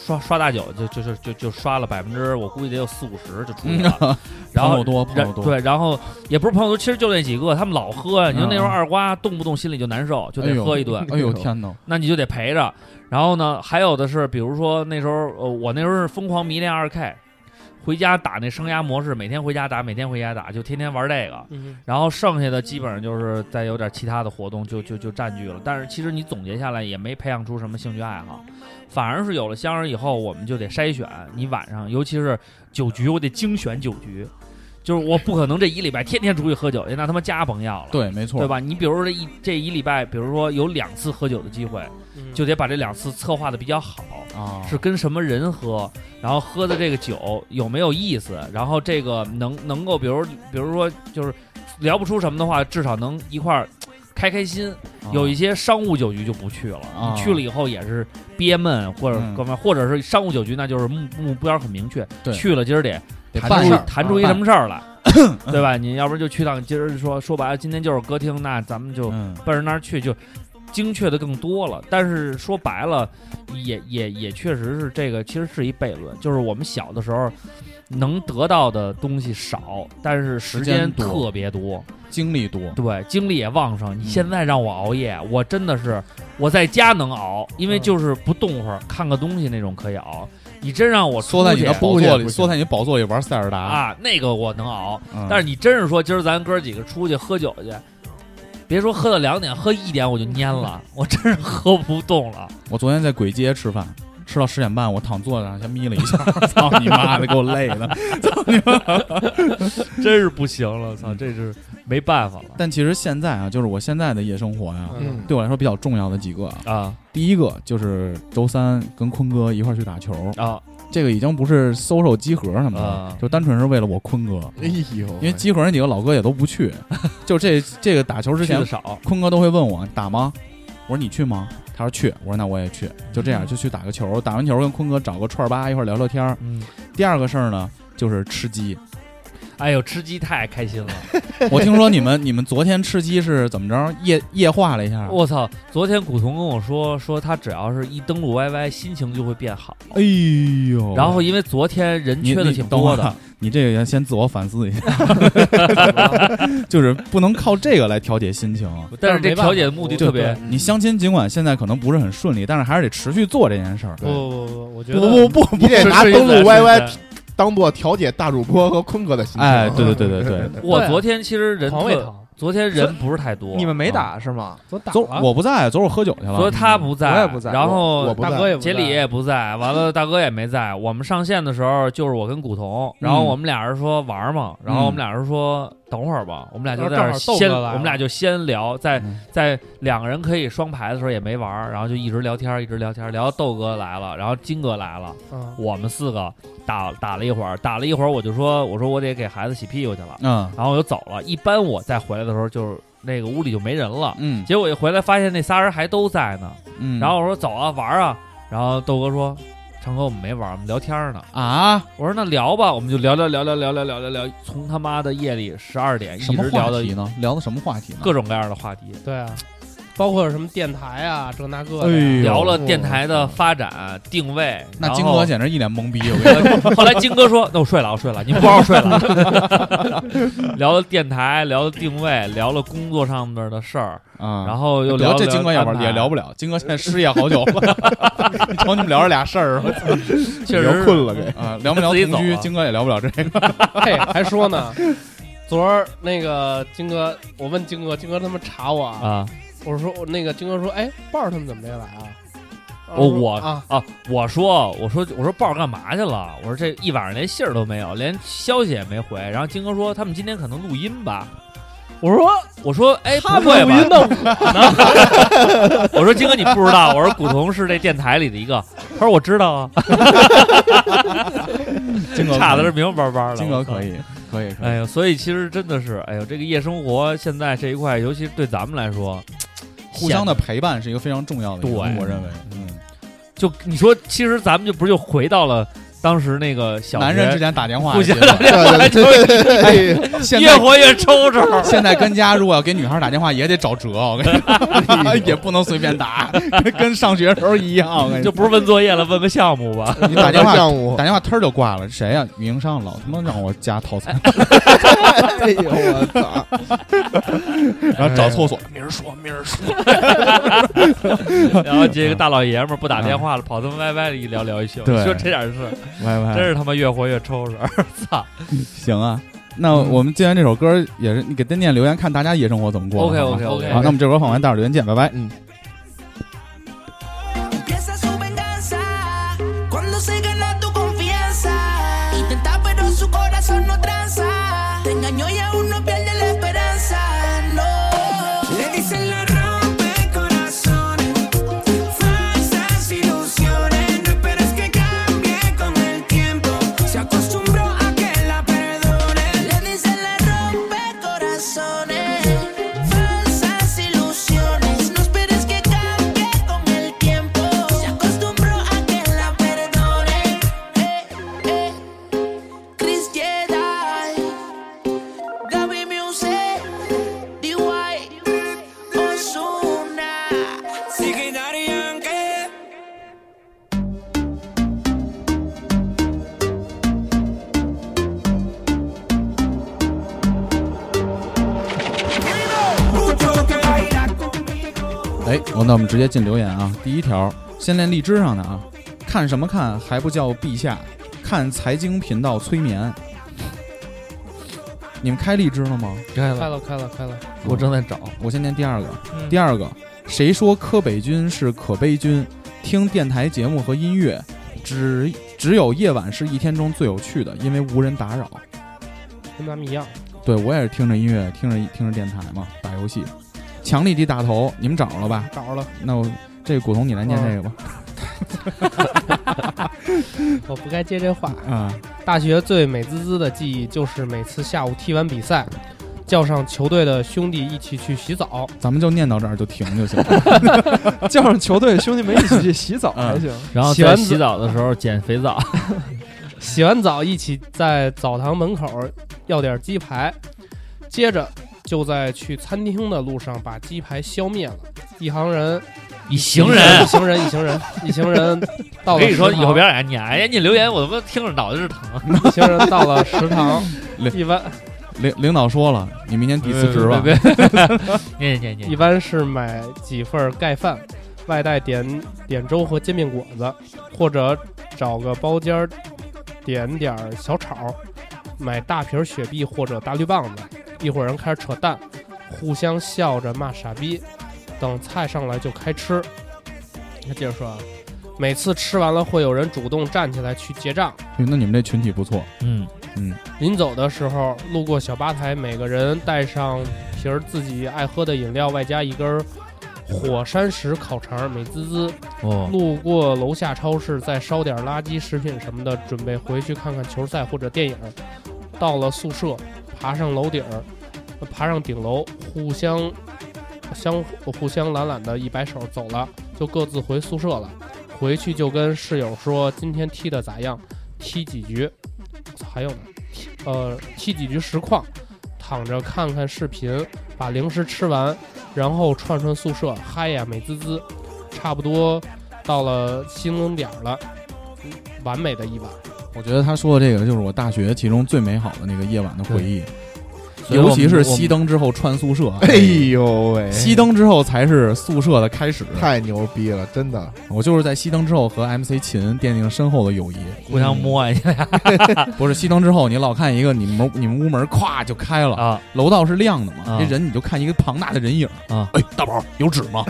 刷刷大酒就就就就就刷了百分之，我估计得有四五十就出去了， 然
嗯朋
后
友多，朋
然
友多，
对，然后也不是朋友多，其实就那几个，他们老喝，你说那时候
嗯嗯
二瓜动不动心里就难受，就
哎
得
呦
喝一顿，
哎呦天哪，
那你就得陪着。然后呢，还有的是，比如说那时候，呃，我那时候是疯狂迷恋二 K，回家打那生涯模式，每天回家打，每天回家打，就天天玩这个。
嗯，
然后剩下的基本上就是再有点其他的活动就就就占据了。但是其实你总结下来也没培养出什么兴趣爱好，反而是有了香儿以后，我们就得筛选。你晚上，尤其是酒局，我得精选酒局，就是我不可能这一礼拜天天出去喝酒去，那他妈家甭要了，
对，没错，
对？吧？你比如说这一这一礼拜，比如说有两次喝酒的机会，
嗯
就得把这两次策划的比较好。
啊，
是跟什么人喝，然后喝的这个酒有没有意思，然后这个能能够，比如比如说就是聊不出什么的话，至少能一块儿开开心。
啊
有一些商务酒局就不去了，
啊
你去了以后也是憋闷，或者
嗯
干嘛，或者是商务酒局，那就是目目标很明确，
对
去了今儿得
得
谈
办
出
事儿
谈出一
啊
什么事儿来，对吧？你要不然就去趟，今儿说说白了，今天就是歌厅，那咱们就
嗯，
奔着那儿去就精确的更多了。但是说白了，也也也确实是这个，其实是一悖论，就是我们小的时候能得到的东西少，但是时
时
间
间多
特别多，
精力多，
对，精力也旺盛。你
嗯
现在让我熬夜，我真的是我在家能熬，因
嗯
为就是不动会儿看个东西那种可以熬。你真让我
缩在你的
出去
宝座里，
不行
缩在你宝座里玩塞尔达，
啊，那个我能熬，
嗯
但是你真是说今儿咱哥几个出去喝酒去，别说喝到两点，喝一点我就蔫了，我真是喝不动了。
我昨天在簋街吃饭，吃到十点半，我躺座上先眯了一下， 操你妈的，给我累的。
真是不行了，操，这是没办法了
但其实现在啊，就是我现在的夜生活呀、
嗯
对我来说比较重要的几个啊，
啊
第一个就是周三跟坤哥一块儿去打球，
啊
这个已经不是搜搜集合什么的，
啊
就单纯是为了我坤哥，
哎呦，因
因为集合那几个老哥也都不去， 就这这个打球之
去的
前，
少，
坤哥都会问我打吗？我说你去吗？他说去，我说那我也去，就这样就去打个球，打完球跟坤哥找个串儿吧一块儿聊聊天儿。
嗯，
第二个事儿呢就是吃鸡，
哎呦，吃鸡太开心了，
我听说你们你们昨天吃鸡是怎么着夜夜话了一下？
我操！昨天古潼跟我说，说他只要是一登录 YY，心情就会变好。
哎呦，
然后因为昨天人
你
缺的
你
挺
等会
多
儿
的
啊，你这个也先自我反思一下，就是不能靠这个来调节心情。
但是这调解的目的
对
特别
对，
你相亲尽管现在可能不是很顺利，但是还是得持续做这件事儿。
不不不不，我觉
不
得
不不不，
你得拿
是
登录
是
YY 当做调解大主播和坤哥的心情。
哎，对对对对对，
我昨天其实人
糖胃
特，
疼，
昨天人不是太多，
你们没
啊
打是 吗？
我打
昨
了，
我不在，昨儿我喝酒去
昨
了
天。他不在，
我也不在
然后
我不
大
在
哥也不
杰里
在
也不在，完了大哥也没在。我们上线的时候就是我跟古潼，然后我们俩人说玩嘛，然后我们俩人说等会儿吧，我们俩就在那儿
正好豆哥
先，
来了
我们俩就先聊，在
嗯
在两个人可以双排的时候也没玩，然后就一直聊天，一直聊天，聊到豆哥来了，然后金哥来了，
嗯
我们四个打打了一会儿，打了一会儿我就说我说我得给孩子洗屁股去了，
嗯
然后我就走了。一般我再回来的时候就是那个屋里就没人了，
嗯
结果一回来发现那仨人还都在呢。
嗯，
然后我说走啊玩啊，然后豆哥说长哥我们没玩，我们聊天呢。
啊，
我说那聊吧，我们就聊聊聊聊聊聊聊聊聊，从他妈的夜里十二点一
什么
直
话
聊到
题呢？聊的什么话题呢？
各种各样的话题，
对啊，包括什么电台啊，这那个的
哎
呀
呦
聊了电台的发展定位。
那
然
金
后
哥简直一脸懵逼，我跟你说，
后来金哥说：“那我睡了，我睡了，你不让我睡了。”聊了电台，聊了定位，聊了工作上面的事儿，
啊，
然后又
得
聊了
这金哥也玩
安排
也聊不了，啊金哥现在失业 好久了，你瞅你们聊这俩事儿，我操
确实
聊
是
困了给。
啊，聊不聊
自己走
同居，
了
金哥也聊不了这个，
哎
嘿，还说呢， 昨儿那个金哥，我问金哥，金哥他妈查我，
啊，
我说我那个金哥说，哎，豹儿他们怎么没来啊？
哦我
啊，
啊，我说我说我说豹儿干嘛去了？我说这一晚上连信儿都没有，连消息也没回。然后金哥说他们今天可能录音吧。我说我说哎不
他们
会
录音
吧？
的我呢？
我说金哥你不知道，我说古潼是这电台里的一个。他说我知道啊，
金哥
差的
可
是
以
明白白的。
金
我
哥
操
可以，可以，可
哎
以。
呦，所以其实真的是，哎呦，这个夜生活现在这一块，尤其对咱们来说，
互相的陪伴是一个非常重要的一个，
对
我认为，嗯，
就你说，其实咱们就不是就回到了当时那个小
男人之 间打电话
互
也
相
接受，
对对对对对对，
现
越
在
活越抽抽。
现在跟家如果要给女孩打电话，也得找辙，我跟你
哎
说，也不能随便打，跟跟上学时候一样。我跟 你
就
说，
不是问作业了，问问项目 吧。
你打电话
项目，
打电话，忒儿就挂了。谁呀？运营商老他妈让我加套 餐，
哎呦我操！
然后找厕所。
明儿说，明儿说，
然后这个大老爷们儿不打电话了，跑他妈 YY 里聊聊一宿。
对
你说这点事，
喂喂，
真是他妈越活越抽抽。操
哎行啊。那我们接完这首歌，也是你给他念留言，看大家夜生活怎么过。
！OK
好吗
OK OK，
好，那我们这首歌放完，待会儿留言见，拜拜。
Empieza su venganza cuando se gana tu confianza. Intenta, pero su corazón no tranza. Te engañó y aún no pierde la esperanza. No. Le dicen la rompe corazones, falsas ilusiones. No esperes que cambie con el tiempo. Se acostumbró a que la perdone. Le dicen la rompe corazones, falsas ilusiones. No esperes que cambie con el tiempo. Se acostumbró a que la perdone. Eh, eh. Chris Jedi, Gaby Music, D.Y., Ozuna. Sigue Daddy Yankee.
Mucho que baila conmigo.
哎，我那我们直接进留言啊。第一条，先练荔枝上的啊，看什么看，还不叫陛下？看财经频道催眠。你们开荔枝了吗？
开
开，了，开了，开了。
我正在找。
我先念第二个，
嗯
第二个，谁说柯北君是可悲君？听电台节目和音乐，只只有夜晚是一天中最有趣的，因为无人打扰。
跟咱们一样，
对我也是听着音乐，听着听着电台嘛，打游戏。强力地大头，你们找着了吧？
找着了，
那我这古潼你来念这个吧。
我不该接这话。
嗯
啊、
大学最美滋滋的记忆就是每次下午踢完比赛，叫上球队的兄弟一起去洗澡，
咱们就念到这儿就停就行 了。
叫上球队兄弟们一起去洗澡
嗯
还行。
然后
洗
在
完澡
洗澡的时候捡肥皂，
洗完澡一起在澡堂门口要点鸡排，接着就在去餐厅的路上把鸡排消灭了。一行人，
一行人
一。行人，一行人，一行人到
我
了
跟你说，
食
以
堂
后别让人家念，哎呀，你留言我他妈听着脑袋是 疼。
一行人到了 食堂
累，
一般
领领导说了，你明天
第
递辞职吧。
别别， 别呃念念念
一
念，
般是买几份盖饭，外带点点粥和煎饼果子，或者找个包间儿点点儿小炒，买大瓶儿雪碧或者大绿棒子。一伙人开始扯淡，互相笑着骂傻逼，等菜上来就开吃。他接着说啊，每次吃完了会有人主动站起来去结账。
哎那你们这群体不错，
嗯，
临走的时候，路过小吧台，每个人带上瓶儿自己爱喝的饮料，外加一根儿火山石烤肠，美滋滋。
哦，
路过楼下超市，再烧点垃圾食品什么的，准备回去看看球赛或者电影。到了宿舍，爬上楼顶儿，爬上顶楼，互相相互相懒懒的一摆手走了，就各自回宿舍了。回去就跟室友说今天踢的咋样，踢几局，还有呢，踢呃踢几局实况，躺着看看视频，把零食吃完，然后串串宿舍，嗨呀美滋滋，差不多到了新增点儿了，嗯完美的一晚。
我觉得他说的这个就是我大学其中最美好的那个夜晚的回忆，
所以我
尤
们
其是熄，灯之后串宿舍。
哎呦喂，
熄灯之后才是宿舍的开始。
太牛逼了，真的。
我就是在熄灯之后和 MC 秦奠定深厚的友谊。
我们互相摸一下
不是熄灯之后，你老看一个你们门你们屋门咵就开了，
啊
楼道是亮的嘛，
啊
这人你就看一个庞大的人影
啊
哎，大宝有纸吗？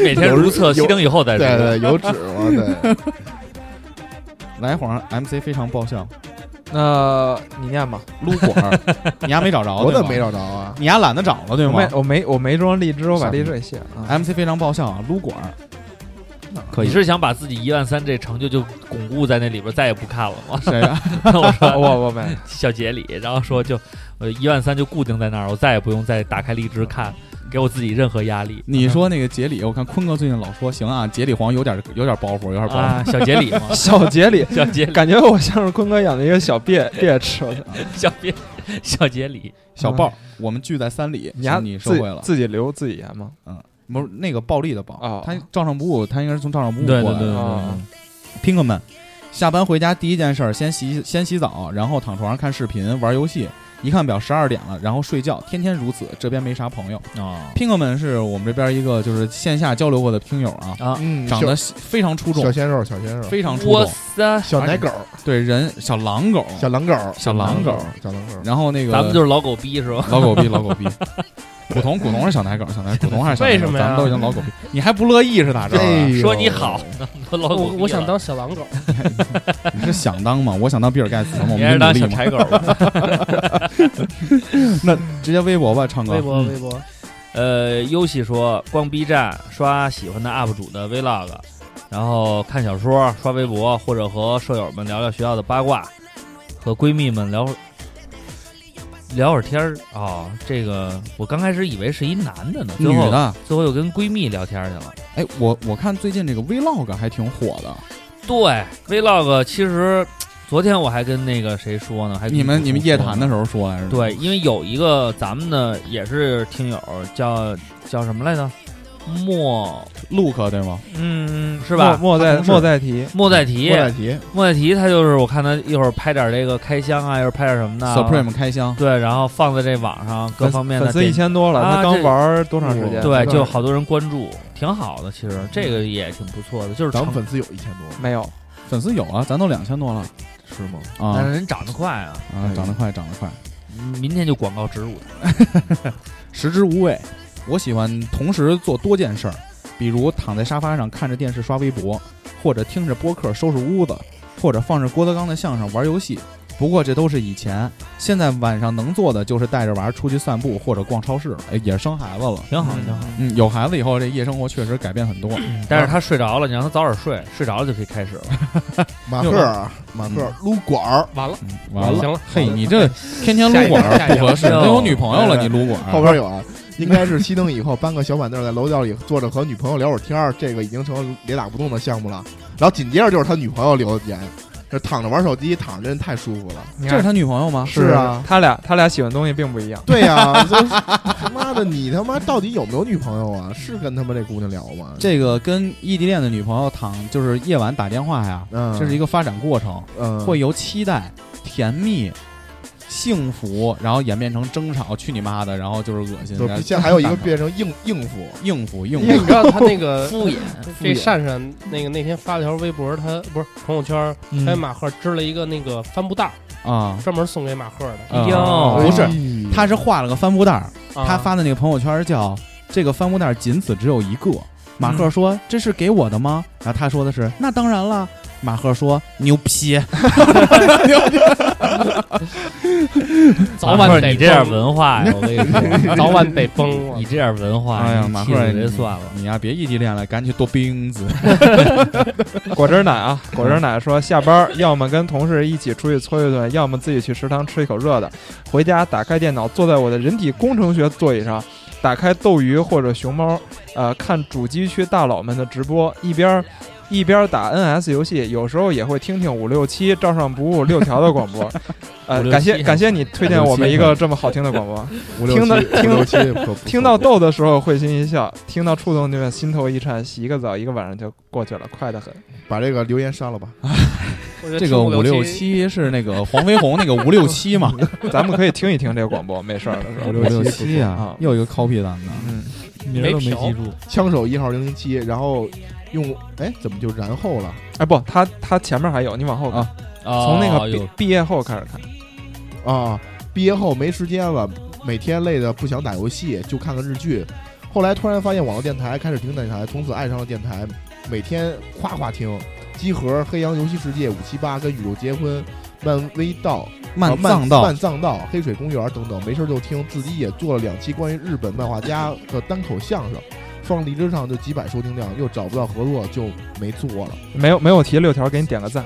每天如厕，熄灯以后再
对
说。
对，有指嘛，对，
来一会儿 MC 非常爆笑，
那你念吧，
撸管儿，你丫没找着，
我怎么
对吧
没？找着啊？
你丫懒得找了，对
我
吗
没我没我没装荔枝，我把荔枝给卸了
哎
啊。
？MC 非常爆笑啊，撸管儿，可以
你是想把自己一万三这成就就巩固在那里边，再也不看了 吗？
谁啊？
我说
我我没，，
小节里，然后说就呃一万三就固定在那儿，我再也不用再打开荔枝看，给我自己任何压
嗯
力
你说那个杰里，我看坤哥最近老说行啊，杰里黄有点有点包袱，有点包袱。
啊。小节里嘛
小节里
小节里，
感觉我像是坤哥养的一个小别别吃，我操嗯
小别， 小节里，
小豹，我们聚在三里，
你还
请你收
自
回
己
了，
自己留自己言吗？
不是那个暴力的暴，
哦
他照上不误，他应该是从照上不误过
对
来
对对
的。
啊
对，
拼哥们，下班回家第一件事儿，先洗先洗澡，然后躺床上看视频玩游戏，一看表十二点了，然后睡觉，天天如此，这边没啥朋友。
啊，
拼哥们是我们这边一个就是线下交流过的听友啊，
啊
嗯，
长得非常出
小
众
小，鲜肉，小鲜肉，
非常出
我
众，
塞，
小奶狗，
对人小狼狗，
小狼狗，
小狼狗。
小狼狗。
然后那个
咱们就是老狗逼是吧？
老狗逼，老狗逼。古潼，古潼是小奶狗，小奶 古潼还是小奶狗
为什么呀
咱们都已经老狗逼，你还不乐意是咋着啊？
哎呦
说你好，都老狗
我
逼
我想
了
当小狼狗，
你是想当吗？我想当比尔盖茨吗？我
你还
们
是
就
当小
努力嘛。
柴狗吧。
那直接微博吧，唱
微
歌。
博
嗯
微博，
呃，优喜说逛 B 站刷喜欢的 UP 主的 vlog，然后看小说、刷微博，或者和舍友们聊聊学校的八卦，和闺蜜们聊聊会儿天儿啊、哦。这个我刚开始以为是一男的呢，最
女
后
的，啊
最后又跟闺蜜聊天去了。
哎，我我看最近这个 vlog 还挺火的。
对 vlog，其实昨天我还跟那个谁说呢，还跟
你们你们夜谈
呢
的时候说来着？
对，，因为有一个咱们的也是听友叫叫什么来着？莫，
陆克对吗？
嗯，是吧？
莫莫
他
再
同事
莫再提，
莫再提，
莫代提，
莫再提，他就是我看他一会儿拍点这个开箱啊，一会儿拍点什么的
Supreme 开箱，
对，然后放在这网上 各
粉
方面的
粉丝
点
一千多了，
啊
他刚
这
玩儿多长时间？
对，
嗯
就好多人关注，挺好的。其实这个也挺不错的，就是
咱们
成
粉丝有一千多，
没有，
粉丝有啊，咱都两千多了
是吗？
但
啊
是人长得快啊，
啊，长得快，长得快，
明天就广告植入他。
食之无味。我喜欢同时做多件事儿，比如躺在沙发上看着电视刷微博，或者听着播客收拾屋子，或者放着郭德纲的相声玩游戏。不过这都是以前，现在晚上能做的就是带着娃儿出去散步或者逛超市了。哎，也是生孩子了，
挺好
嗯
挺好。
嗯，有孩子以后这夜生活确实改变很多。
但是他睡着了，你让他早点睡，睡着了就可以开始了。
马克儿，马克儿撸管儿，
完了，
嗯完了，
行了，
嘿，你
哎
这天天撸管
下
儿
一个
不 合适，
下一 个
都有女朋友了，
来
你撸管
哦哎后
儿，
边有啊，应该是熄灯以后搬个小板凳在楼道里坐着和女朋友聊会儿天儿，这个已经成了雷打不动的项目了。然后紧接着就是他女朋友留的言，这躺着玩手机，躺着真太舒服了。
你
这是
看
他女朋友吗？
是啊，
他俩他俩喜欢的东西并不一样。
对呀、啊，就是他妈的，你他妈到底有没有女朋友啊？是跟他妈这姑娘聊吗？
这个跟异地恋的女朋友躺，就是夜晚打电话呀，
嗯，
这是一个发展过程，
嗯，
会由期待、甜蜜、幸福，然后演变成争吵，去你妈的，然后就是恶心。
就是
然后
现在还有一个
蛋疼
变成应应 付，
应付应
因为你
付，
知道他那个
敷衍，
这善善那个那天发了条微博，他不是朋友圈，他给马赫织了一个那个帆布袋儿，
啊。
专门送给马赫的。
啊
哟
不是，
哎
他是画了个帆布袋儿，
啊
他发的那个朋友圈叫“这个帆布袋儿仅此只有一个”。马赫说：“这是给我的吗？”然后他说的是：“那当然了。”马赫说：“牛批，
早
不
晚
是
得
你这点
崩
文化呀，我跟你说，
早晚得崩啊
你！这点文化，
哎呀
你
马
气
克
死
你
这算了。
你呀别异地恋了，赶紧去剁冰 子。
果汁奶啊，果汁奶说下班儿要么跟同事一起出去搓一顿，要么自己去食堂吃一口热的，回家打开电脑，坐在我的人体工程学座椅上，打开斗鱼或者熊猫，呃，看主机区大佬们的直播，一边儿一边儿打 NS 游戏，有时候也会听听五六七照上不误六条的广播。呃，
567
感谢感谢你推荐我们一
567
个这么好听的广播。
五六
听到
七，五六 七可不错，
听到逗的时候会心一笑，听到触动就心头一颤，洗个澡一个晚上就过去了，快得很。
把这个留言删了吧。
我觉得
这
吃
个
五
五
六
六，七是那个黄飞鸿那个 五六七嘛？
咱们可以听一听这个广播，没事儿的时候。
五六七啊
啊，
又一个 copy 咱的。
嗯，
名儿都没记
没嫖
住，
枪手一号零零七，然后用哎怎么就然后了？
哎不，他他前面还有，你往后看，
啊
从那个
哦
毕毕业后开始看。
啊，毕业后没时间了，每天累得不想打游戏，就看看日剧。后来突然发现网络电台，开始听电台，从此爱上了电台，每天夸夸听。集合、黑羊游戏世界、五七八、跟宇宙结婚、漫威道、
慢
啊
藏道
漫，藏道、黑水公园等等，没事儿就听。自己也做了两期关于日本漫画家的单口相声，放荔枝上就几百收听量，又找不到合作就没做了。
没有没有提六条，给你点个 赞，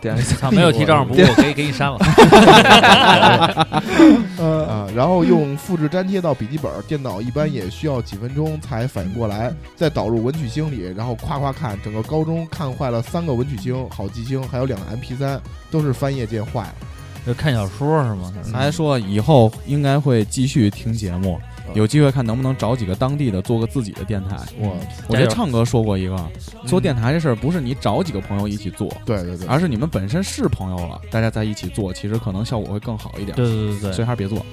点个赞。
操，啊没有提照上不误，我给给你删了。
呃，
啊，然后用复制粘贴到笔记本儿、电脑，一般也需要几分钟才反应过来，再导入文曲星里，然后夸夸看。整个高中看坏了三个文曲星、好记星，还有两个 MP 三，都是翻页键坏了。
就看小说是吗？
还说以后应该会继续听节目，有机会看能不能找几个当地的做个自己的电台。
我，
我觉得唱歌说过一个，做电台这事儿不是你找几个朋友一起做，
对对对，
而是你们本身是朋友了，大家在一起做，其实可能效果会更好一点。
对对对
所以
对，
还是别做，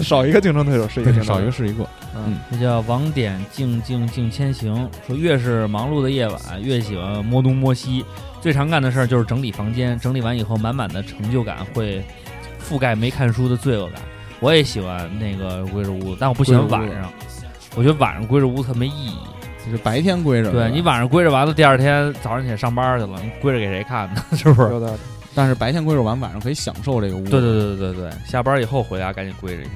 少一个竞争对手 是一个竞争对手，
少一个是一个。
那叫网点静静静千行。说越是忙碌的夜晚，越喜欢摸东摸西。最常干的事儿就是整理房间，整理完以后，满满的成就感会覆盖没看书的罪恶感。我也喜欢那个归置屋子，但我不喜欢晚上。我觉得晚上归置屋特没意义。
就是白天归着，
对你晚上归置完了，第二天早上起来上班去了，你归置给谁看呢？ 是不是？
有道理。
但是白天归着完，晚上可以享受这个屋。
对对对对对对，下班以后回家赶紧归置一下。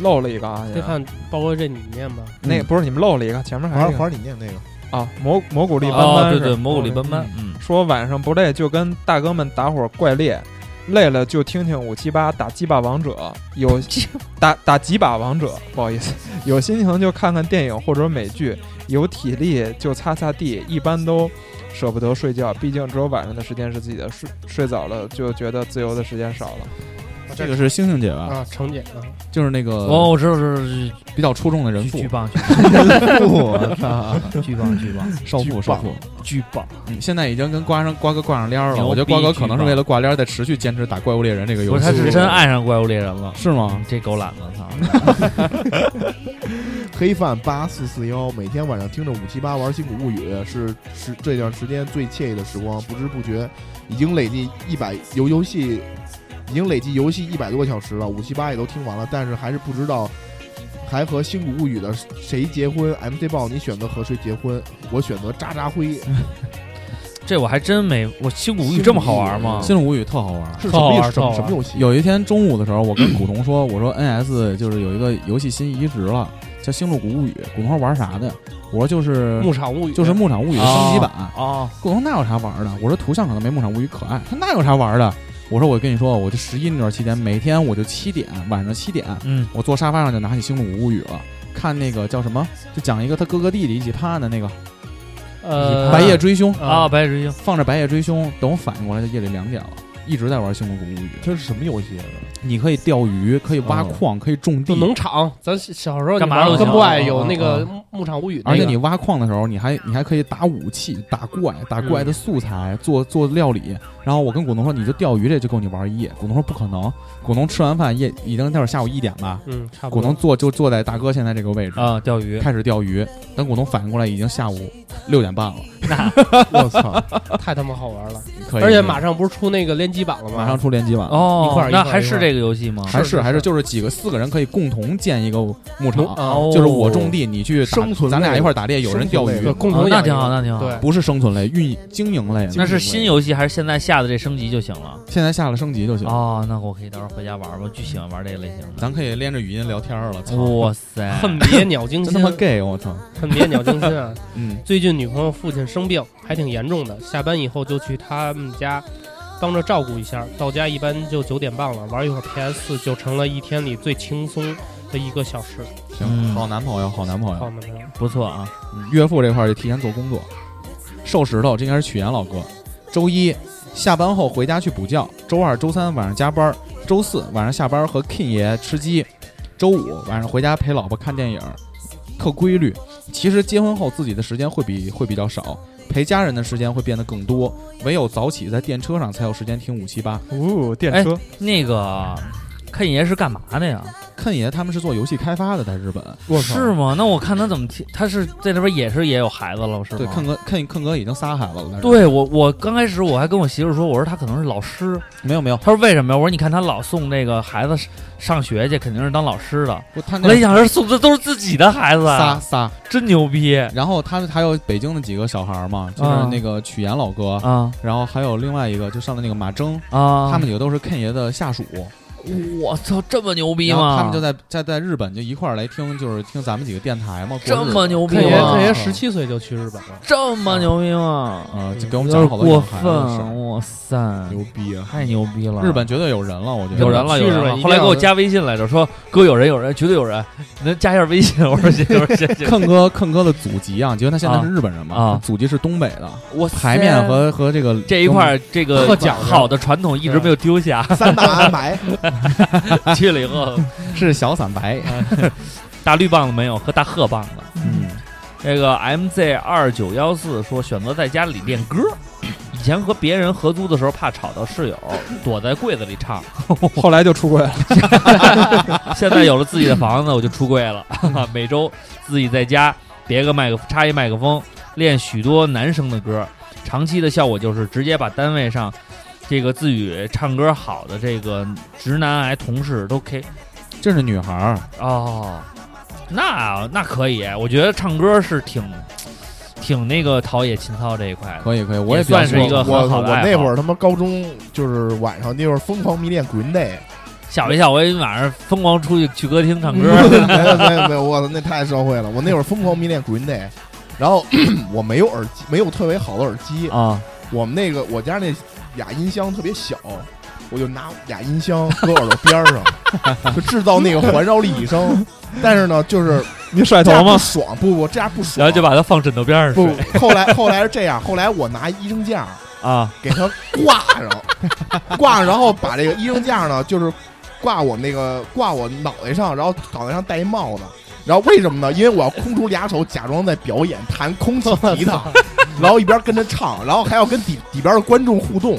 漏了一个啊，
这看包括这你念吧，
那
嗯
个不是你们漏了一个，前面还有
华
一个
华，你念那个。
啊，蘑蘑菇力斑
哦，
斑
对
是，
对，蘑菇里斑斑，嗯，
说晚上不累就跟大哥们打会儿怪猎，累了就听听五七八打鸡巴王者，有打打几把王者，不好意思，有心情就看看电影或者美剧，有体力就擦擦地，一般都舍不得睡觉，毕竟只有晚上的时间是自己的，睡睡早了就觉得自由的时间少了。
这个是星星姐吧？
啊，程姐啊，
就是那个
哦，我知道，知道知道，
比较出众的呃人
巨
妇，
巨棒，
我操，
巨棒，巨棒，
少妇少妇，
巨棒！
嗯，现在已经跟瓜上瓜哥挂上帘儿了。
牛逼
我觉得瓜哥可能是为了挂帘儿，在持续坚持打怪物猎人这个
不
游
是，
戏。
他是真爱上怪物猎人了。
是吗
嗯？这狗懒子，操！
黑饭八四四幺，每天晚上听着五七八玩《星谷物语》是是这段时间最惬意的时光，不知不觉已经累计一百游游戏，已经累计游戏一百多个小时了，五七八也都听完了，但是还是不知道还和《星谷物语》的谁结婚。MC 豹，你选择和谁结婚？我选择渣渣辉，
这我还真没，我新古物语这么好玩吗？
心路无语特好玩儿。
是什
特好
么
玩
意思什么
哦
特好玩
什么游戏？
有一天中午的时候，我跟古潼说：“我说 NS 就是有一个游戏新移植了，叫《星露谷物语》。”古潼说玩啥的？我说就是
牧场物语啊
就是牧场物语的升级版。
哦，
古潼那有啥玩儿的？我说图像可能没牧场物语可爱，他那有啥玩儿的？我说我跟你说，我就十一那段期间，每天我就七点，晚上七点，
嗯，
我坐沙发上就拿起《星露谷物语》了，看那个叫什么，就讲一个他哥哥弟弟一起判案的那个
呃，
白夜追凶，
啊，
啊，
白夜追星，
放着白夜追凶，等我反应过来就夜里两点了，一直在玩《星露谷物语》。嗯
这是什么游戏？
你可以钓鱼，可以挖矿，可以种
就
地，
农场，咱小时候
干嘛都
你
行
玩跟不爱
啊
有那个
啊
牧场物语那个，
而且你挖矿的时候，你还你还可以打武器、打怪、打怪
嗯
的素材，做做料理。然后我跟古农说，你就钓鱼这就够你玩一夜。古农说不可能。古农吃完饭夜已经那会儿下午一点吧，
嗯，差不
古
多
农坐就坐在大哥现在这个位置。
啊，钓鱼，
开始钓鱼，等古农反应过来已经下午六点半了，
我操！
太他妈好玩了，
可以。
而且马上不是出那个联机版了吗？
马上出联机版，
一块
哦
儿，一块
那
儿
还是这个游戏吗？
还
是是
还是
是
就是几个四个人可以共同建一个牧场，
农啊，
哦
就是我种地，你去打
生存
咱俩
类
一块儿打猎，有人钓
生存类
鱼
对，，共
哦
同
那
养一
挺好，
个
那挺好。
对，
不是生存类，运经营类的。
那是新游戏还是现在下的这升级就行了？
现在下了升级就行。
哦，那我可以到时候回家玩吧，巨喜欢玩这个类型的。
咱可以连着语音聊天了，操！
哇塞，
恨别鸟惊
真
心
他，妈 gay，我操！
恨别鸟惊心啊！
嗯，
最近女朋友父亲生病，还挺严重的，下班以后就去他们家帮着照顾一下。到家一般就九点半了，玩一会儿 PS 就成了一天里最轻松的一个小时。
行，
嗯
好男朋友，好男朋
好
友。
嘛，没有
不错啊！
嗯岳父这块儿就提前做工作，瘦石头，这应该是曲岩老哥。周一下班后回家去补觉，周二、周三晚上加班，周四晚上下班和 King 爷吃鸡，周五晚上回家陪老婆看电影，特规律。其实结婚后自己的时间会比会比较少，陪家人的时间会变得更多，唯有早起在电车上才有时间听五七八。
哦，电车
那个看爷是干嘛的呀？
看爷他们是做游戏开发的，在日本。
我操
是吗？那我看他怎么提，他是在这边也是也有孩子了，是吗？
对，看哥看看哥已经仨孩子了，但是
对我，我刚开始我还跟我媳妇说，我说他可能是老师，
没有没有，
他说为什么呀？我说你看他老送那个孩子上学去，肯定是当老师的。
不他
后
那
来一想是送的都是自己的孩子，啊
仨仨，
真牛逼
然后他还有北京的几个小孩儿嘛，就是
啊
那个曲岩老哥，
啊
然后还有另外一个就上的那个马征，
啊！
他们几个都是 Ken 爷的下属，
我操，这么牛逼
然后
吗？
他们就在在在日本就一块儿来听，就是听咱们几个电台嘛，
这
过日子
么牛逼
看爷
看
吗
看？爷
看
十七岁就去日本了，
这么牛逼吗？
呃，就给我
嗯有
们
点
讲了好多
过
有孩子的
分，
事
啊
儿
哇塞，
牛逼啊！
太牛逼了！
日本绝对有人了，我觉得
有人了，有
去日
人
本
了。
一定
后来给我
要
加微信来着，说哥有人有人，绝对有人，能加一下微信。我说行行行行，
坑哥，坑哥的祖籍啊，结果他现在是日本人嘛，
啊
他祖籍是东北的，
我
牌面和和这个
这一块儿这个
特讲究
好的传统一直没有丢 下，
哎
三大安排，
去了以后
是小散白，
大绿棒子没有，和大褐棒子。
嗯，
这个 MZ 二九幺四说选择在家里练歌，以前和别人合租的时候怕吵到室友，躲在柜子里唱。
后来就出轨 了。
现在有了自己的房子，我就出柜了， 每周自己在家别个麦克插一麦克风，练许多男生的歌。长期的效果就是直接把单位上这个自诩唱歌好的这个直男癌同事都 K
这是女孩儿，
哦，那那可以，我觉得唱歌是挺挺那个陶冶情操这一块的。
可以可以，我
也
比较
算是
喜欢
一个
我
很好的
我
爱好
那会儿他妈高中就是晚上那会儿疯狂迷恋 Green Day，
吓我一跳，我一晚上疯狂出去去歌厅唱歌，
没有没有没有，我操那太社会了！我那会儿疯狂迷恋 Green Day，然后我没有耳机，没有特别好的耳机，
啊，
我们那个我家那俩音箱特别小，我就拿俩音箱搁耳朵边儿上，就制造那个环绕立体声。但是呢，就是
你甩
这
头
样
吗
不？爽，不不，这样不爽。
然后就把它放枕头边儿上
不，后来后来是这样，后来我拿医生架
啊
给它挂上，挂上，然后把这个医生架呢，就是挂我那个挂我脑袋上，然后脑袋上戴一帽子。然后为什么呢？因为我要空出俩手，假装在表演弹空气吉他，然后一边跟着唱，然后还要跟底底边的观众互动。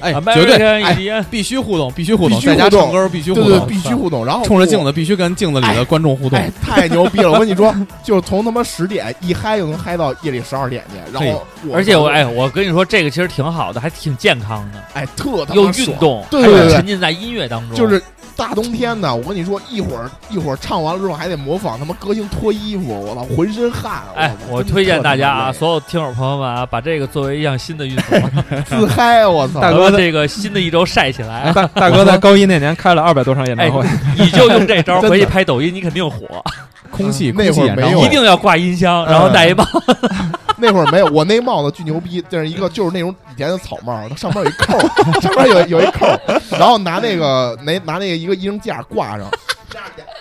哎，绝对哎，
，American
必须互动，必须互动，
必须互
在
动
家唱歌必须互
对对，
动，
必须互动。然后
冲着镜
子
子必须跟镜子里的观众互动
哎，，太牛逼了！我跟你说，就是从他妈十点一嗨，就能嗨到夜里十二点去。然后，
而且我哎，我跟你说，这个其实挺好的，还挺健康的，
哎，特他妈
又
爽
运，动，
对对对
还有
对
沉浸在音乐当中，
就是大冬天的。我跟你说，一会儿一会儿唱完了之后，还得模仿他妈歌星脱衣服，我操，浑身汗。
哎，
操
我
真
推荐大家啊，
特他妈累
所有听友朋友们啊，把这个作为一项新的运动，
自嗨，我操！
大
咱
哥
们这个新的一周晒起 来，
大大哥在高一那年开了二百多场演唱会，
你就用这招回去拍抖音，你肯定火，
空气
嗯那
空气
会儿
演
没
唱
有
会
一定要挂音箱，然后戴一帽，
那会儿没有，我那帽子巨牛逼，这是一个就是那种以前的草帽，它上面有一扣儿，上面有有一扣儿，然后拿那个拿拿那个一个医生架挂上，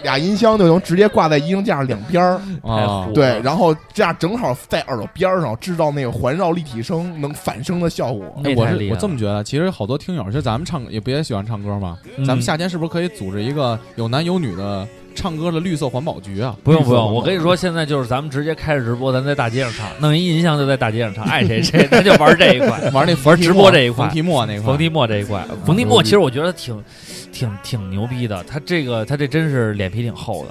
俩音箱就能直接挂在医生架上两边儿，
啊，
对，然后这样正好在耳朵边儿上制造那个环绕立体声能反声的效果。
哎
那
我
太
是
厉害
我
了
这么觉得，其实好多听友，其实咱们唱歌也不也喜欢唱歌嘛，咱们
嗯
夏天是不是可以组织一个有男有女的唱歌的绿色环保局啊？
不用不
绿色环
用，
保
我跟你说，现在就是咱们直接开着直播，咱在大街上唱，弄一音箱就在大街上唱，爱谁谁，咱就玩这一块，
玩那冯
玩
提
直
莫
播这一块
冯提莫啊那块，
冯提莫这一块，冯提莫其实我觉得挺挺挺牛逼的，他这个他这真是脸皮挺厚的。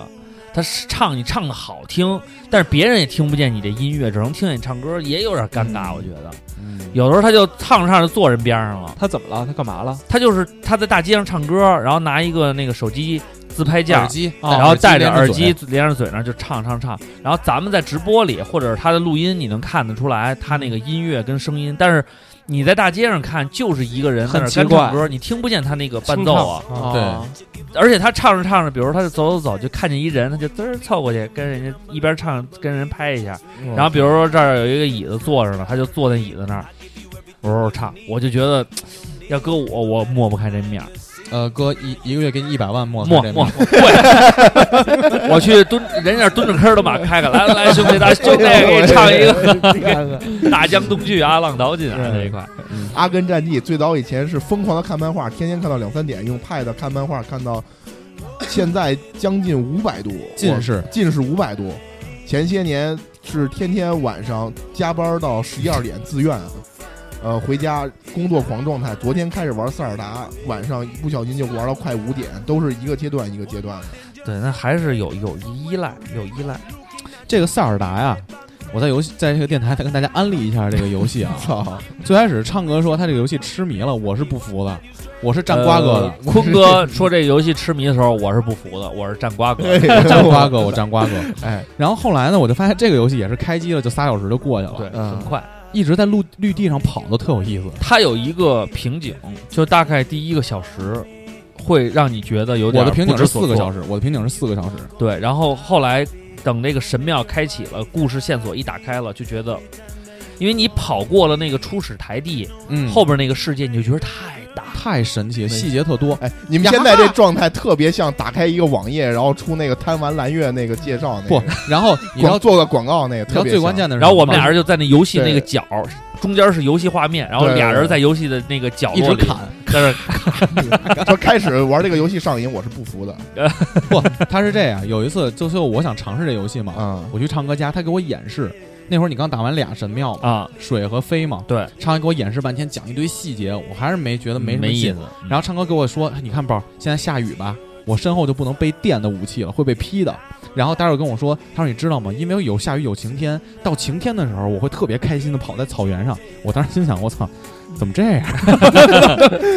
他是唱你唱的好听，但是别人也听不见你这音乐，只能听见你唱歌，也有点尴尬。我觉得
嗯
有的时候他就唱着唱着坐人边上了，
他怎么了？他干嘛 了？
他就是他在大街上唱歌，然后拿一个那个手机自拍
耳
架，啊
机，
然后戴着耳
耳
机
机
连着嘴那儿就唱唱唱，然后咱们在直播里或者是他的录音，你能看得出来他那个音乐跟声音，但是你在大街上看就是一个人在那儿
很奇
干
怪
唱歌，你听不见他那个伴奏啊，
清唱
对
哦
而且他唱着唱着，比如他就走走走，就看见一人，他就嘚儿凑过去跟人家一边唱跟人拍一下，然后比如说这儿有一个椅子坐着呢，他就坐在椅子那儿，我说我唱，我就觉得要搁我我抹不开这面儿。
呃，哥一一个月给你一百万，莫
默
这
默会， 我去蹲人家蹲着坑儿都把开开，来来兄弟 大兄弟给你唱一个大江东去啊，浪淘尽啊这一块，
阿根战记最早以前是疯狂的看漫画，天天看到两三点，用 Pad 看漫画看到现在将近五百度，
近视
我近视五百度。前些年是天天晚上加班到十一二点自愿呃，回家工作狂状态，昨天开始玩塞尔达，晚上不小心就玩到快五点，都是一个阶段一个阶段的。
对，那还是有有依赖，有依赖。
这个塞尔达呀，我在游戏在这个电台再跟大家安利一下这个游 戏啊。操！最开始唱哥说他这个游戏痴迷了，我是不服的，我是站瓜哥的，
呃坤哥说这个游戏痴迷的时候，我是不服的，我是站瓜哥 的。
我站瓜哥，我站瓜哥。
哎，
然后后来呢，我就发现这个游戏也是开机了就仨小时就过去了，呃
对，
嗯
很快。
一直在陆绿地上跑都特有意思。
它有一个瓶颈，就大概第一个小时会让你觉得有点
我的瓶颈是四个小
时。
时，我的瓶颈是四个小时。
对，然后后来等这个神庙开启了，故事线索一打开了，就觉得，因为你跑过了那个初始台地，
嗯
后边那个世界你就觉得太大了。
太神奇，细节特多。
哎，你们现在这状态特别像打开一个网页，然后出那个贪玩蓝月那个介绍那
不
个，，
然后你知道
广做个广告那个，
你知
特
道
别
最
像
关键的是什么吗，
然后我们俩人就在那游戏那个
对
角儿中间是游戏画面，然后
对对
俩
对
人在游戏的那个角
一
落
直
里，
砍。
在 那儿
说开始玩这个游戏上瘾，我是不服的
不，他是这样，有一次就是我想尝试这游戏嘛，
啊。
我去唱歌家，他给我演示。那会儿你刚打完俩神庙嘛，
啊，
水和飞嘛，
对，
唱歌给我演示半天，讲一堆细节，我还是没觉得没什么
没意
劲
思。。嗯
然后唱歌给我说：“你看宝儿，现在下雨吧，我身后就不能背电的武器了，会被劈的。”然后待会儿跟我说，他说：“你知道吗？因为有下雨有晴天，到晴天的时候，我会特别开心的跑在草原上。”我当时心想：“我操，怎么这样？啊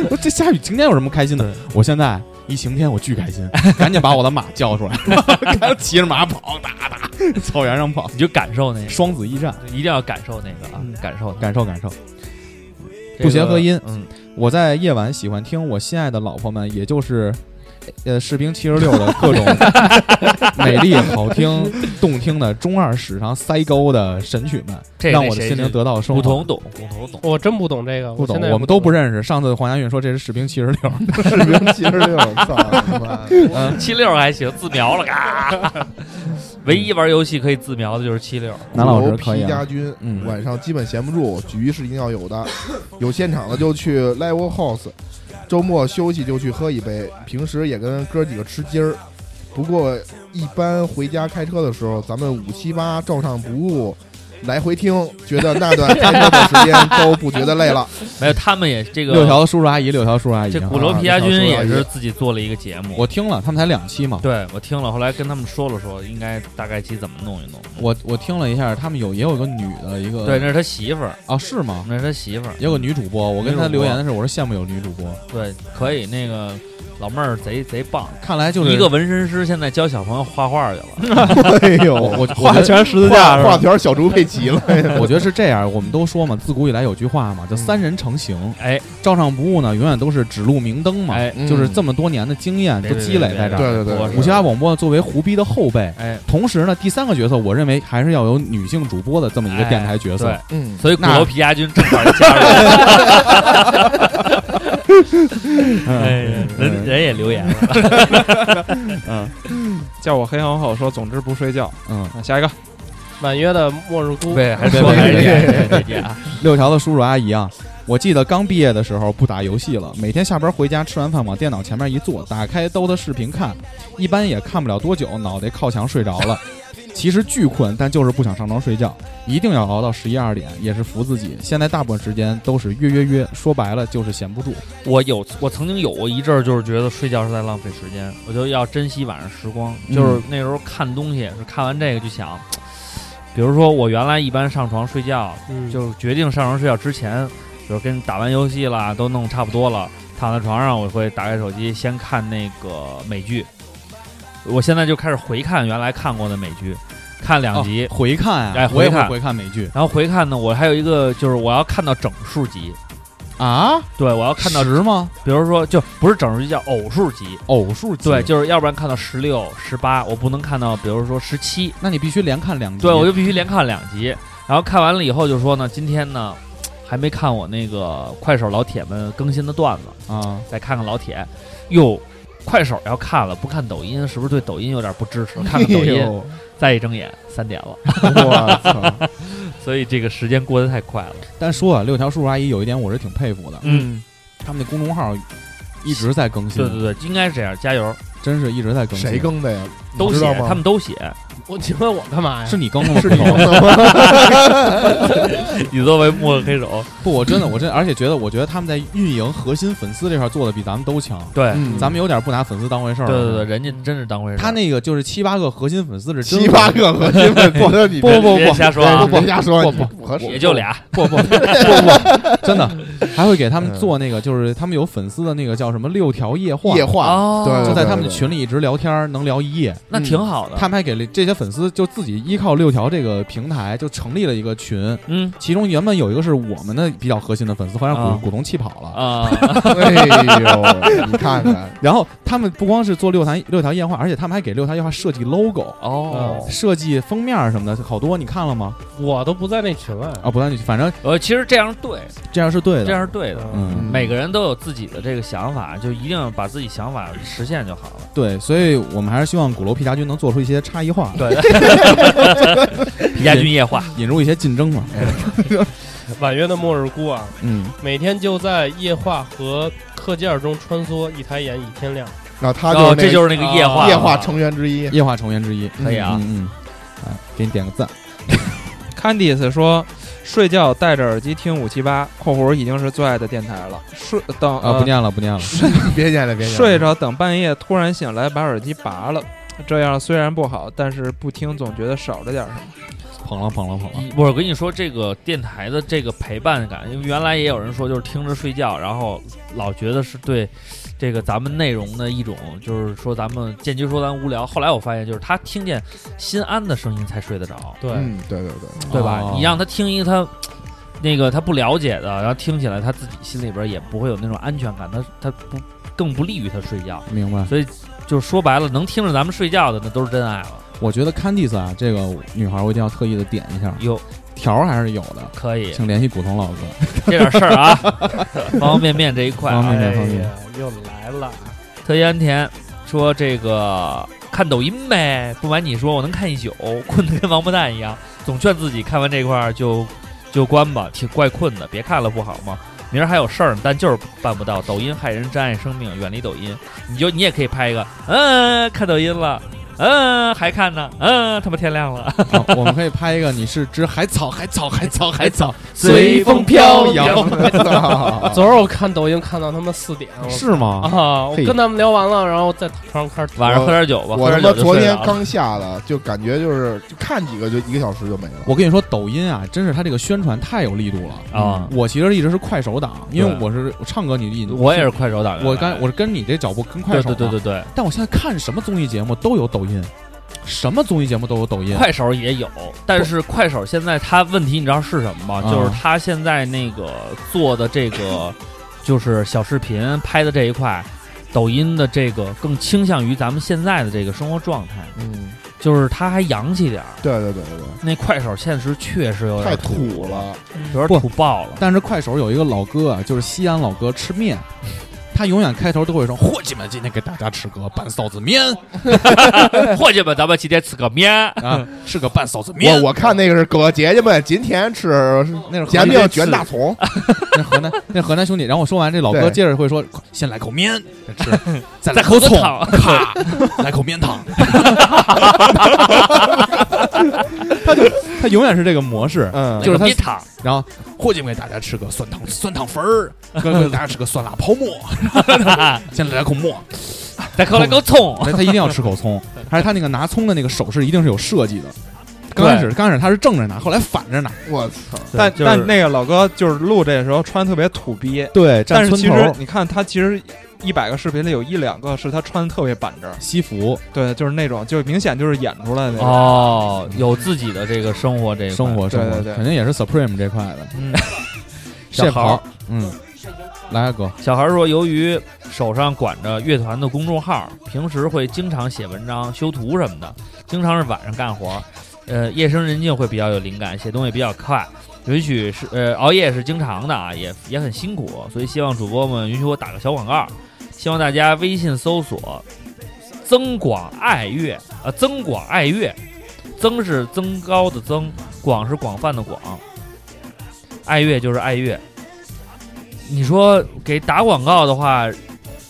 我这下雨晴天有什么开心的？我现在一晴天我巨开心，赶紧把我的马叫出来， 然后骑着马跑，哒哒，草原上跑，
你就感受那个，
双子驿站，
一定要感受那个啊，
嗯
感受它
感受感受。”
这
不协和
个
音
嗯，
我在夜晚喜欢听我心爱的老婆们，也就是，呃，士兵七十六的 各种美丽、好听、动听的中二史上塞沟的神曲们，
这
让
那
我的
谁
心灵
是
得到升
古
华。
潼懂，古潼懂。
我真不懂这个，
不懂
现在，也
我们都不
懂。
认识。上次黄家韵说这是士兵七十 六，
士兵七十六，操他妈！
嗯
七六还行，自瞄了，嘎。 唯一玩游戏可以自瞄的就是七六。
男老师
鼓楼
可以
皮
啊
家军，
嗯
晚上基本闲不住，局是一定要有的，有现场的就去 Live House，周末休息就去喝一杯，平时也跟哥几个吃鸡儿。不过一般回家开车的时候，咱们五七八照唱不误，来回听，觉得那段开车的时间都不觉得累 了。
没有，他们也这个
六条叔叔阿姨，六条叔叔阿姨
这
啊。
鼓楼皮家
啊
军
这
也
条说到
是
一
自己做了一个节目，
我听了，他们才两期嘛。
对我听了，后来跟他们说了说，应该大概其怎么弄一弄。
我我听了一下，他们有也有个女的一个
对，那是他媳妇儿，
啊是吗？
那是他媳妇儿，
也有个女主播，我跟他
女主播
留言的时候，我说羡慕有女主播，
对，可以那个老妹儿贼贼棒，
看来就是
一个纹身师，现在教小朋友画画去了。
哎呦，
我我我觉
画
得
全十字架
画
是
画
吧？
条小猪佩奇 了。
我觉得是这样，我们都说嘛，自古以来有句话嘛，叫三人成行。
嗯哎，
照唱不误呢，永远都是指路明灯嘛，
哎，
嗯
就是这么多年的经验
对
都积累在这儿。
对对对
我是
五七八广播作为胡逼的后辈，
哎，
同时呢，第三个角色，我认为还是要有女性主播的这么一个
哎
电台角色
对。，
嗯，
所以鼓
那
楼皮家军正好就加入 了，哎，
嗯，
人人也留言了，
叫我黑皇后说，总之不睡觉。
嗯，
啊，下一个，
婉约的末日菇，
对，还
对
说
对
还是这样
对
这样啊，
六条的叔叔阿姨啊，我记得刚毕业的时候不打游戏了，每天下班回家吃完饭往电脑前面一坐，打开兜的视频看，一般也看不了多久，脑袋靠墙睡着了。其实巨困，但就是不想上床睡觉，一定要熬到十一二点，也是服自己。现在大部分时间都是约约约，说白了就是闲不住。
我有，我曾经有过一阵儿，就是觉得睡觉是在浪费时间，我就要珍惜晚上时光。
嗯
就是那时候看东西，是看完这个就想，比如说我原来一般上床睡觉，
嗯，
就是决定上床睡觉之前，比如跟打完游戏啦，都弄差不多了，躺在床上，我会打开手机先看那个美剧。我现在就开始回看原来看过的美剧，看两集，
哦回看啊，
哎
我
回
也会
看
回看美剧
然后回看呢，我还有一个就是我要看到整数集，
啊，
对我要看到，
十吗？
比如说就不是整数集，叫偶数集。
偶数集
对，，就是要不然看到十六、十八，我不能看到，比如说十七，
那你必须连看两集。
对我就必须连看两集。然后看完了以后就说呢，今天呢还没看我那个快手老铁们更新的段子，
啊，
再看看老铁。哟，快手要看了，不看抖音是不是对抖音有点不支持？看看抖
哎
音，
呦，
再一睁眼三点了，
我操！
所以这个时间过得太快了。
但说啊，六条叔叔阿姨有一点我是挺佩服的，
嗯，
他们那公众号一直在更新
对，对对，应该是这样，加油，
真是一直在更新。
谁更的呀？
都
你知
写
道，吗
他们都写，
我你问我干嘛呀？
是你更的
是你
吗？
你作为幕后黑手，
不，我真的，我真，而且觉得，我觉得他们在运营核心粉丝这块做的比咱们都强。
对
嗯
咱们有点不拿粉丝当回事儿。
嗯对对对，，人家真是当回事儿。
他那个就是七八个核心粉丝是真
七八个核心粉丝，你
不不
别
不
瞎说
不
啊，
不瞎说，
不
你不合适，
也就俩，
不不不不，真的还会给他们做那个，就是他们有粉丝的那个叫什么六条夜话，
夜话，
哦
对
就在他们的群里一直聊天儿，能聊一夜。
那挺好的。
他们还给了这些粉丝就自己依靠六条这个平台，就成立了一个群。
嗯
其中原本有一个是我们的比较核心的粉丝，后来
啊
股股东气跑了。
啊，
哎呦，你看看，
然后他们不光是做六条六条夜话，而且他们还给六条夜话设计 logo、
哦，
设计封面儿什么的，好多你看了吗？
我都不在那群外。
啊，不然你反正
呃，其实这样对，
这样是对
这
的。
样是对的。
嗯，
每个人都有自己的这个想法，就一定要把自己想法实现就好了。
对，所以我们还是希望鼓楼皮家军能做出一些差异化，
对，皮家军夜话，
引入一些竞争嘛。
婉约的末日孤啊，
嗯，
每天就在夜话和课件中穿梭，一抬眼已天亮。
然后他
哦，这
就是那个
就是那个夜话，啊
夜话成员之一，
夜话成员之一，
可以啊
嗯嗯，哎，给你点个赞。
Candice 说，睡觉戴着耳机听五七八（括弧已经是最爱的电台了），睡等
啊，不
呃
念了，不念了。
别念了，别念了，
睡 着等半夜突然醒来，把耳机拔了。这样虽然不好，但是不听总觉得少了点什么。
捧了捧了捧了，
一我跟你说，这个电台的这个陪伴感，因为原来也有人说，就是听着睡觉，然后老觉得是对这个咱们内容的一种，就是说咱们间接说咱无聊。后来我发现，就是他听见心安的声音才睡得着，
对，
嗯，对对对，
对吧？
哦
你让他听一他那个他不了解的，然后听起来他自己心里边也不会有那种安全感，他他不更不利于他睡觉。
明白。
就说白了，能听着咱们睡觉的，那都是真爱了。
我觉得 Candice 啊，这个女孩我一定要特意的点一下，
哟，
条儿还是有的，
可 以，
请联系古潼老哥。
这点事儿啊，方方面面这一块啊，
方方面面
哎
方面
呀，又来了。
特意安田说：“这个看抖音呗，不瞒你说，我能看一宿，困得跟王八蛋一样。总劝自己看完这块儿就就关吧，挺怪困的，别看了不好吗？明儿还有事儿呢，但就是办不到。抖音害人，珍爱生命，远离抖音。你就你也可以拍一个，嗯，看抖音了，嗯，还看呢，嗯，他妈天亮 了，
啊我们可以拍一个，你是只海草，海草，海草，海草，
随风 飘摇。
昨儿我看抖音看到他们四点，我
是吗？
啊，我
嘿
跟他们聊完了，然后在床上开始
晚上喝点酒吧，
我
喝
他
点
妈
酒就
昨
睡
天
着了。
刚下的，就感觉就是就看几个就一个小时就没了。
我跟你说，抖音啊，真是它这个宣传太有力度了
啊
我其实一直是快手党，因为
对
我是我唱歌，你你
我也是，快手党员，
我刚我是跟你这脚步跟快
对
手
对
嘛
对对对，
但我现在看什么综艺节目都有抖音，什么综艺节目都有抖音。
快手也有，但是快手现在它问题你知道是什么吗？
啊
就是它现在那个做的这个，就是小视频拍的这一块，抖音的这个更倾向于咱们现在的这个生活状态，
嗯，
就是它还洋气点儿。
对对对对对，
那快手现实确实有点
太
土
土，了，
有
不
点土爆了。
但是快手有一个老哥啊，就是西安老哥吃面，他永远开头都会说：“伙计们，今天给大家吃个半臊子 面
伙计们，咱们今天吃个面，
啊，吃个半臊子面。
我我看那个是葛姐姐们今天吃
那是河
煎
南
饼卷 大 葱，
那河南那河南兄弟。然后我说完，这老哥
对
接着会说：“先来口面，再吃， 再来
再
口
喝
葱，
汤
咔，来口面汤。”他就他永远是这个模式，
嗯，
就是他
别躺，
然后伙计们给大家吃个酸汤酸汤粉 儿，哥哥给大家吃个酸辣泡馍， 先来口馍。
再喝两口葱。
他他一定要吃口葱，还是他那个拿葱的那个手势一定是有设计的。刚开始刚开始他是正着拿，后来反着拿，
我操，
但、
就是
但那个老哥就是录这时候穿特别土逼，
对，
但是其实你看他其实一百个视频里有一两个是他穿的特别板正，
西服
对，就是那种就明显就是演出来的那种。
哦，有自己的这个生活这一块
生活生活
对对对
肯定也是 Supreme 这块的
嗯，
这
小
袍，嗯，来啊哥，
小孩说，由于手上管着乐团的公众号，平时会经常写文章、修图什么的，经常是晚上干活，呃，夜深人静会比较有灵感，写东西比较快。允许是呃熬夜是经常的啊，也也很辛苦，所以希望主播们允许我打个小广告，希望大家微信搜索“增广爱乐”呃，“增广爱乐”，增是增高的增，广是广泛的广，爱乐就是爱乐。你说给打广告的话，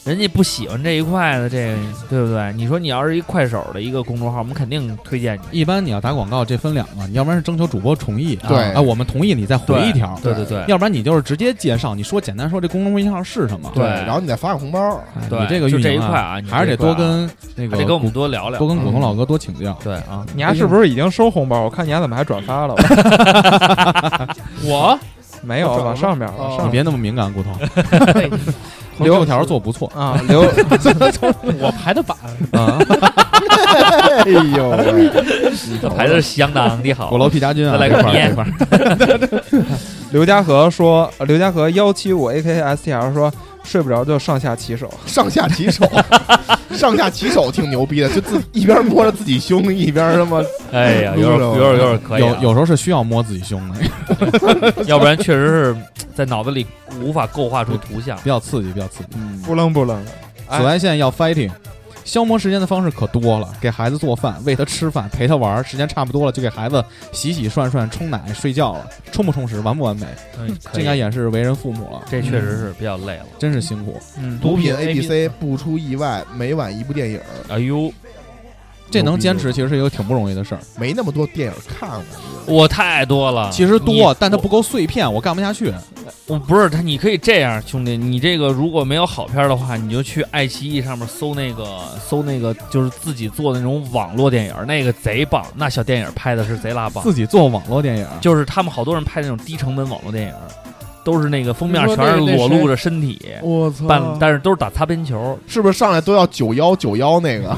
人家不喜欢这一块的这个，对不对？你说你要是一快手的一个公众号，我们肯定推荐你。
一般你要打广告，这分两个，你要不然是征求主播同意，
对
啊，我们同意你再回一条，
对对对
要不然你就是直接介绍，你说简单说这公众微信号是什么，
对
然后你再发个红包，
哎
对
你这个
就
运
这一
营
块啊你
还是
这
得
一块啊
多跟那个
得跟我们
股
多聊聊
多。跟股东老哥多请教。
对 啊，
你丫是不是已经收红包？我看你丫怎么还转发了？
我
没有，往上面，往
哦
嗯
你
上面
别那么敏 感，股东。
留
六条做不错
啊，留
我排的版，
啊，
哎 呦喂，
这牌子相当的好。
鼓楼皮家军啊，
再来
这
个
块儿
面
这块儿
刘家和说，呃刘家和幺七五 A K S T L 说，睡不着就上下其手，
上下其 手，上下其手挺牛逼的，就自一边摸着自己胸，一边 他妈
哎呀，有点有点有点可以啊，
有有时候是需要摸自己胸 的，
要不然确实是在脑子里无法构画出图像
比。较刺激，比较刺激。
不愣不愣的。
紫外线要 fighting，消磨时间的方式可多了，给孩子做饭，喂他吃饭，陪他玩儿，时间差不多了就给孩子洗洗涮涮、冲奶、睡觉了，充不充实，完不完美，
嗯，可
这
以
应该也是为人父母了，嗯
这确实是比较累了。
真是辛苦。
嗯，
毒
毒品 A
A
B C 不出意外，每晚一部电影，
哎呦，
这能坚持其实是一个挺不容易的事儿，
没那么多电影看了。
我太多了。
其实多
你，
但它不够碎片，我干不下去。
我不是他，你可以这样，兄弟，你这个如果没有好片儿的话，你就去爱奇艺上面搜那个搜那个，就是自己做的那种网络电影儿，那个贼棒，那小电影儿拍的是贼拉棒。
自己做网络电影，
就是他们好多人拍那种低成本网络电影儿，都是那个封面
你说
全是
那那
裸露
谁
着身体，
我操
半但是都是打擦边球儿
是不是上来都要九幺九幺那个？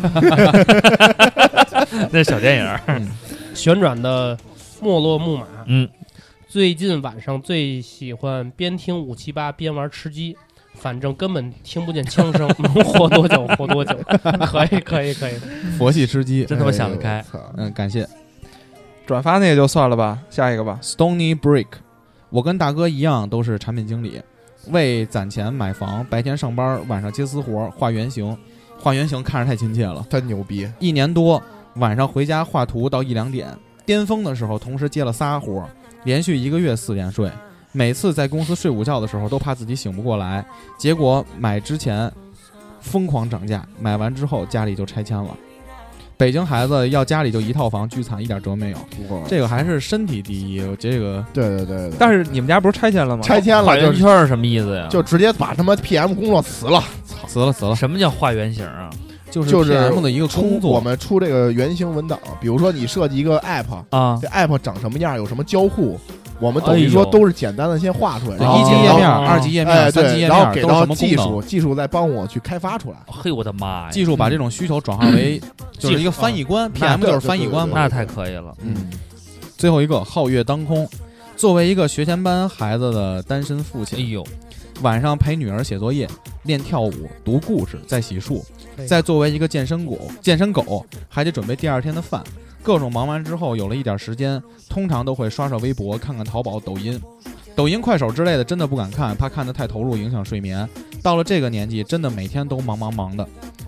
那小电影儿。
旋转的没落木马。
嗯，
最近晚上最喜欢边听五七八边玩吃鸡，反正根本听不见枪声，能活 多久活多久。可以可以可以，
佛系吃 鸡，
真他妈想得开
哎呦我操
嗯，感谢
转发那个就算了吧，下一个吧。
Stony Brick。我跟大哥一样都是产品经理，为攒钱买房，白天上班，晚上接私活，画原型，画原型看着太亲切了。
真牛逼！
一年多，晚上回家画图到一两点，巅峰的时候同时接了仨活，连续一个月四连睡。每次在公司睡午觉的时候，都怕自己醒不过来。结果买之前疯狂涨价，买完之后家里就拆迁了。北京孩子要家里就一套房，巨惨，一点辙没有。
我
这个还是身体第一，我这个
对对对对，
但是你们家不是拆迁了吗？
拆迁
画
了
圆
就
圈儿是什么意思呀？
就直接把他妈 P M 工作辞了，
死了死了，
什么叫画原型啊？
就是
就是
PM 的一个工
出我
作。
们出这个原型文档，比如说你设计一个 app，
啊，
这 app 长什么样，有什么交互，我们等于说
哎呦
都是简单的先画出来，
对
然后
一级页面、
哦
啊二级页面、
哎
三级
对，
页
然后给
面都是
到
什么
技
功能
术，？嗯技术再帮我去开发出来。
嘿，我的妈呀！
技术把这种需求转化为 就是一个翻译官
那
，PM 就是翻译官嘛。
那太可以了。
嗯，
最后一个皓月当空，作为一个学前班孩子的单身父
哎
亲，
呦，
晚上陪女儿写作业、练跳舞、读故事、再洗漱
哎，
再作为一个健身狗，健身狗还得准备第二天的饭。各种忙完之后，有了一点时间，通常都会刷刷微博、看看淘宝、抖音。抖音、快手之类的真的不敢看，怕看得太投入影响睡眠。到了这个年纪，真的每天都忙忙忙的。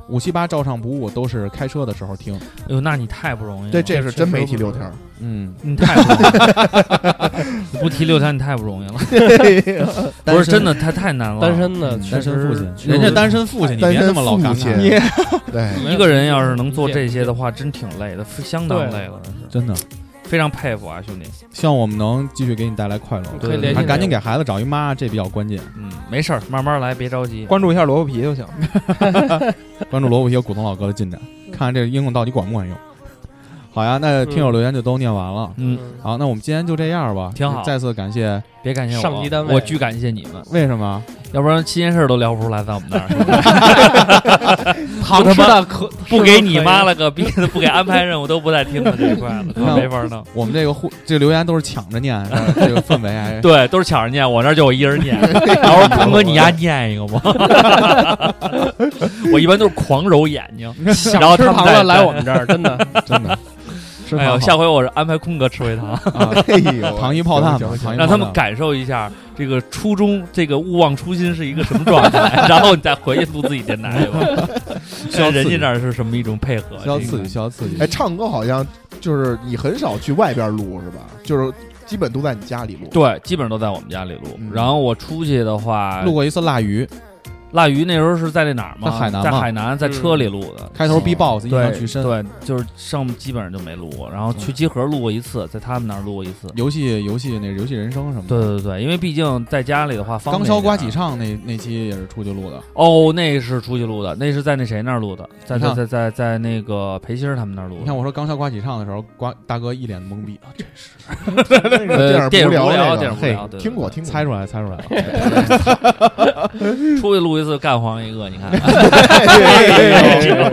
五七八照上不误，都是开车的时候听。
哎呦，那你太不容易了。
这这是真没提六天儿，
嗯，
你太不容易了，你不提六条你太不容易了。 不是真的，太太难了。
单身的
哦嗯单
确
身
实
父亲，人家单身父亲，你
单
别
身
那么老感
父亲
慨，
对，
一个人要是能做这些的话，真挺累的，非相当累了，是
真的。
非常佩服啊，兄弟。
希望我们能继续给你带来快乐。
可以
对
联
还
系
嗯赶紧
你
给孩子找一妈，这比较关键。
嗯，没事儿，慢慢来，别着急。
关注一下萝卜皮就行。
嗯关注罗布皮和古董老哥的进展，看看这个应用到底管不管用。好呀，那听友留言就都念完了。
嗯，
嗯
好，那我们今天就这样吧。
挺好
再次感谢，
别感谢我，
上级单位
我巨感谢你们，
为什么？
要不然七件事儿都聊不出来，在我们那儿
糖吃的可
不给你妈，了个逼的，不给安排任务都不带听的这一块 了，
那
没法弄。
我们这个互这个留言都是抢着念，是吧这个氛围还是
嗯 对，都是抢着念，我那儿就我一人念。然后鹏哥，你丫念一个吧。 我一般都是狂揉眼睛，
想
然后
吃
他
糖
们再
的来我们这嗯儿，真的。
真的。吃
哎呦，
糖
下
好
回我是安排空哥吃回糖，
啊，
哎呦，
糖衣炮弹吧，糖衣
让
炮
他们
弹
感受一下这个初中这个勿忘初心是一个什么状态， 然后你再回去录自己电台去吧。像人家那儿是什么一种配合？
需要刺
这
激，
个
需要刺激
哎，。唱歌好像就是你很少去外边录是吧？就是基本都在你家里录。
对，基本上都在我们家里录
嗯。
然后我出去的话，
录过一次腊鱼，
腊鱼那时候是在那哪儿吗？
在海南
在
嘛
海南，在车里录的。
开头 B box 印
对
象巨深，
对，就是上面基本上就没录过，然后去集合录过一次，在他们那儿录过一次。
游戏游戏那游戏人生什么
对
的。
对对，因为毕竟在家里的话方便一点啊
刚烧刮几唱那那期也是出去录的，
哦，那是出去录的，那是在那谁那儿录的，在
你
在
看
在在在那个裴鑫儿他们那儿录的。
你看我说刚烧刮几唱的时候，刮大哥一脸懵逼，啊这
那
呃
个
电
影
影
无
无聊
聊
电
那
影
个，
无聊
嘿
对对
听过
对
听过，
猜出来猜出来了，
出去录一次干黄一个，你看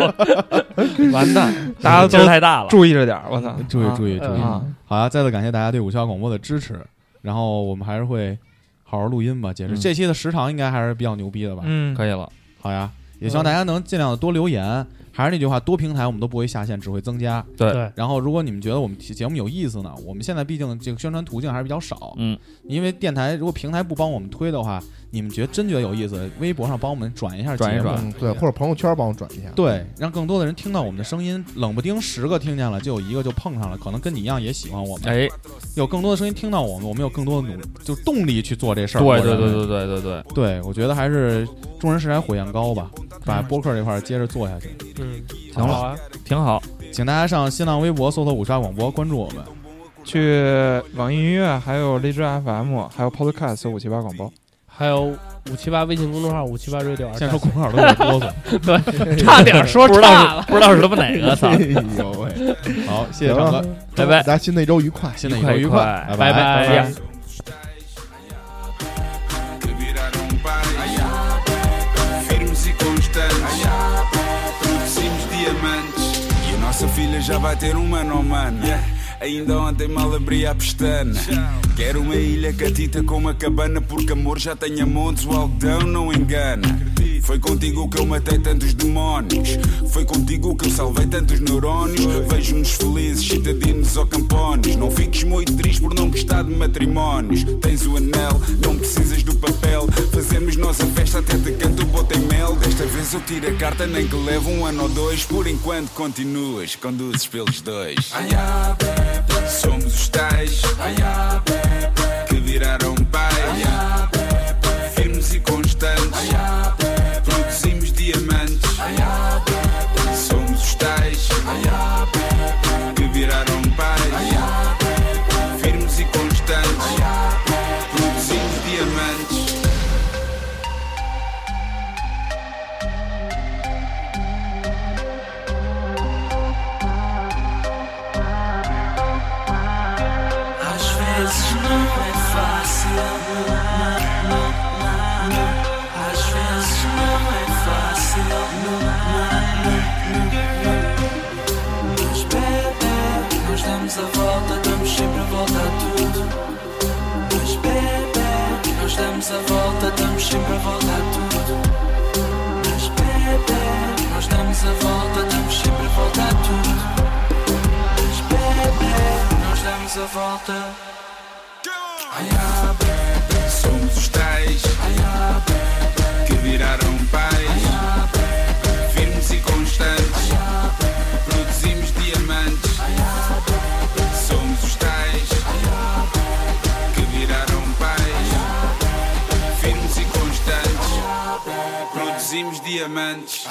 完蛋，大
大家
家
劲儿
都
太大了。
注意着点儿，我操！
嗯注意注意注意！
啊
好呀，再次感谢大家对五七八广播的支持，然后我们还是会好好录音吧，解释
嗯
这期的时长应该还是比较牛逼的吧？
嗯，
可以了，
好呀，也希望大家能尽量的多留言。还是那句话，多平台我们都不会下线，只会增加。
对
对
然后，如果你们觉得我们节节目有意思呢，我们现在毕竟这个宣传途径还是比较少，
嗯，
因为电台如果平台不帮我们推的话，你们觉得真觉得有意思，微博上帮我们转一下节目，
转一转
嗯对，或者朋友圈帮我转一下，
对，让更多的人听到我们的声音。冷不丁十个听见了，就有一个就碰上了，可能跟你一样也喜欢我们，
哎，
有更多的声音听到我们，我们有更多的努就动力去做这事儿。
对
我
对
认为
对对对对对，
对，我觉得还是众人拾柴火焰高吧，
嗯
把播客这块儿接着做下去。
嗯，
行了
好啊，
挺好。
请大家上新浪微博搜索“五十二广播”，关注我们。
去网易音乐，还有荔枝 FM，还有 Podcast 搜五七八广播。
还有五七八微信公众号五七八 radio 二
现在
站
说广告都有点哆 嗦。
差点说
不知道
差
是
了，
不知道是他们哪 个，操
哎！呦喂，
好，谢谢张哥，
拜拜
大家新的一周愉快，
新的一
快
周愉
快
拜
拜
拜
拜
que viraram pais, firmes e constantes, simples diamantes. E a nossa filha já vai ter um mano ao mano. Ainda ontem mal abri a pestana. Quero uma ilha catita com uma cabana, porque amor já tenha montes, o algodão não engana. Foi contigo que eu matei tantos demónios. Foi contigo que eu salvei tantos neurónios. Vejo-nos felizes, citadinos ou campónios. Não fiques muito triste por não gostar de matrimónios. Tens o anel, não precisas do papel. Fazemos nossa festa até te canto o bota em mel. Desta vez eu tiro a carta, nem que leve um ano ou dois. Por enquanto continuas, conduzes pelos dois. Ai, ah, bebe, somos os tais. Ai, ah, bebe, que viraram pais. Ai, ah, bebe, firmes e constantes. Ai, ah, Produzimos diamantes. Somos os tais que viraram pais. Firmes e constantes. Produzimos diamantes.
Às vezes não é fácil. Não, não, não, não. Às vezes não é fácil. Não, não, não, não. Mas bebê, nós damos a volta, damos sempre a volta a tudo. Mas bebê, nós damos a volta, damos sempre a volta a tudo. Mas bebê, nós damos a volta, damos sempre a volta a tudo. Mas bebê, nós damos a volta.
Ai, ah, bebe, Somos os tais que viraram pais. Firmes e constantes. Produzimos diamantes. Somos os tais que viraram pais. Firmes e constantes. Produzimos diamantes.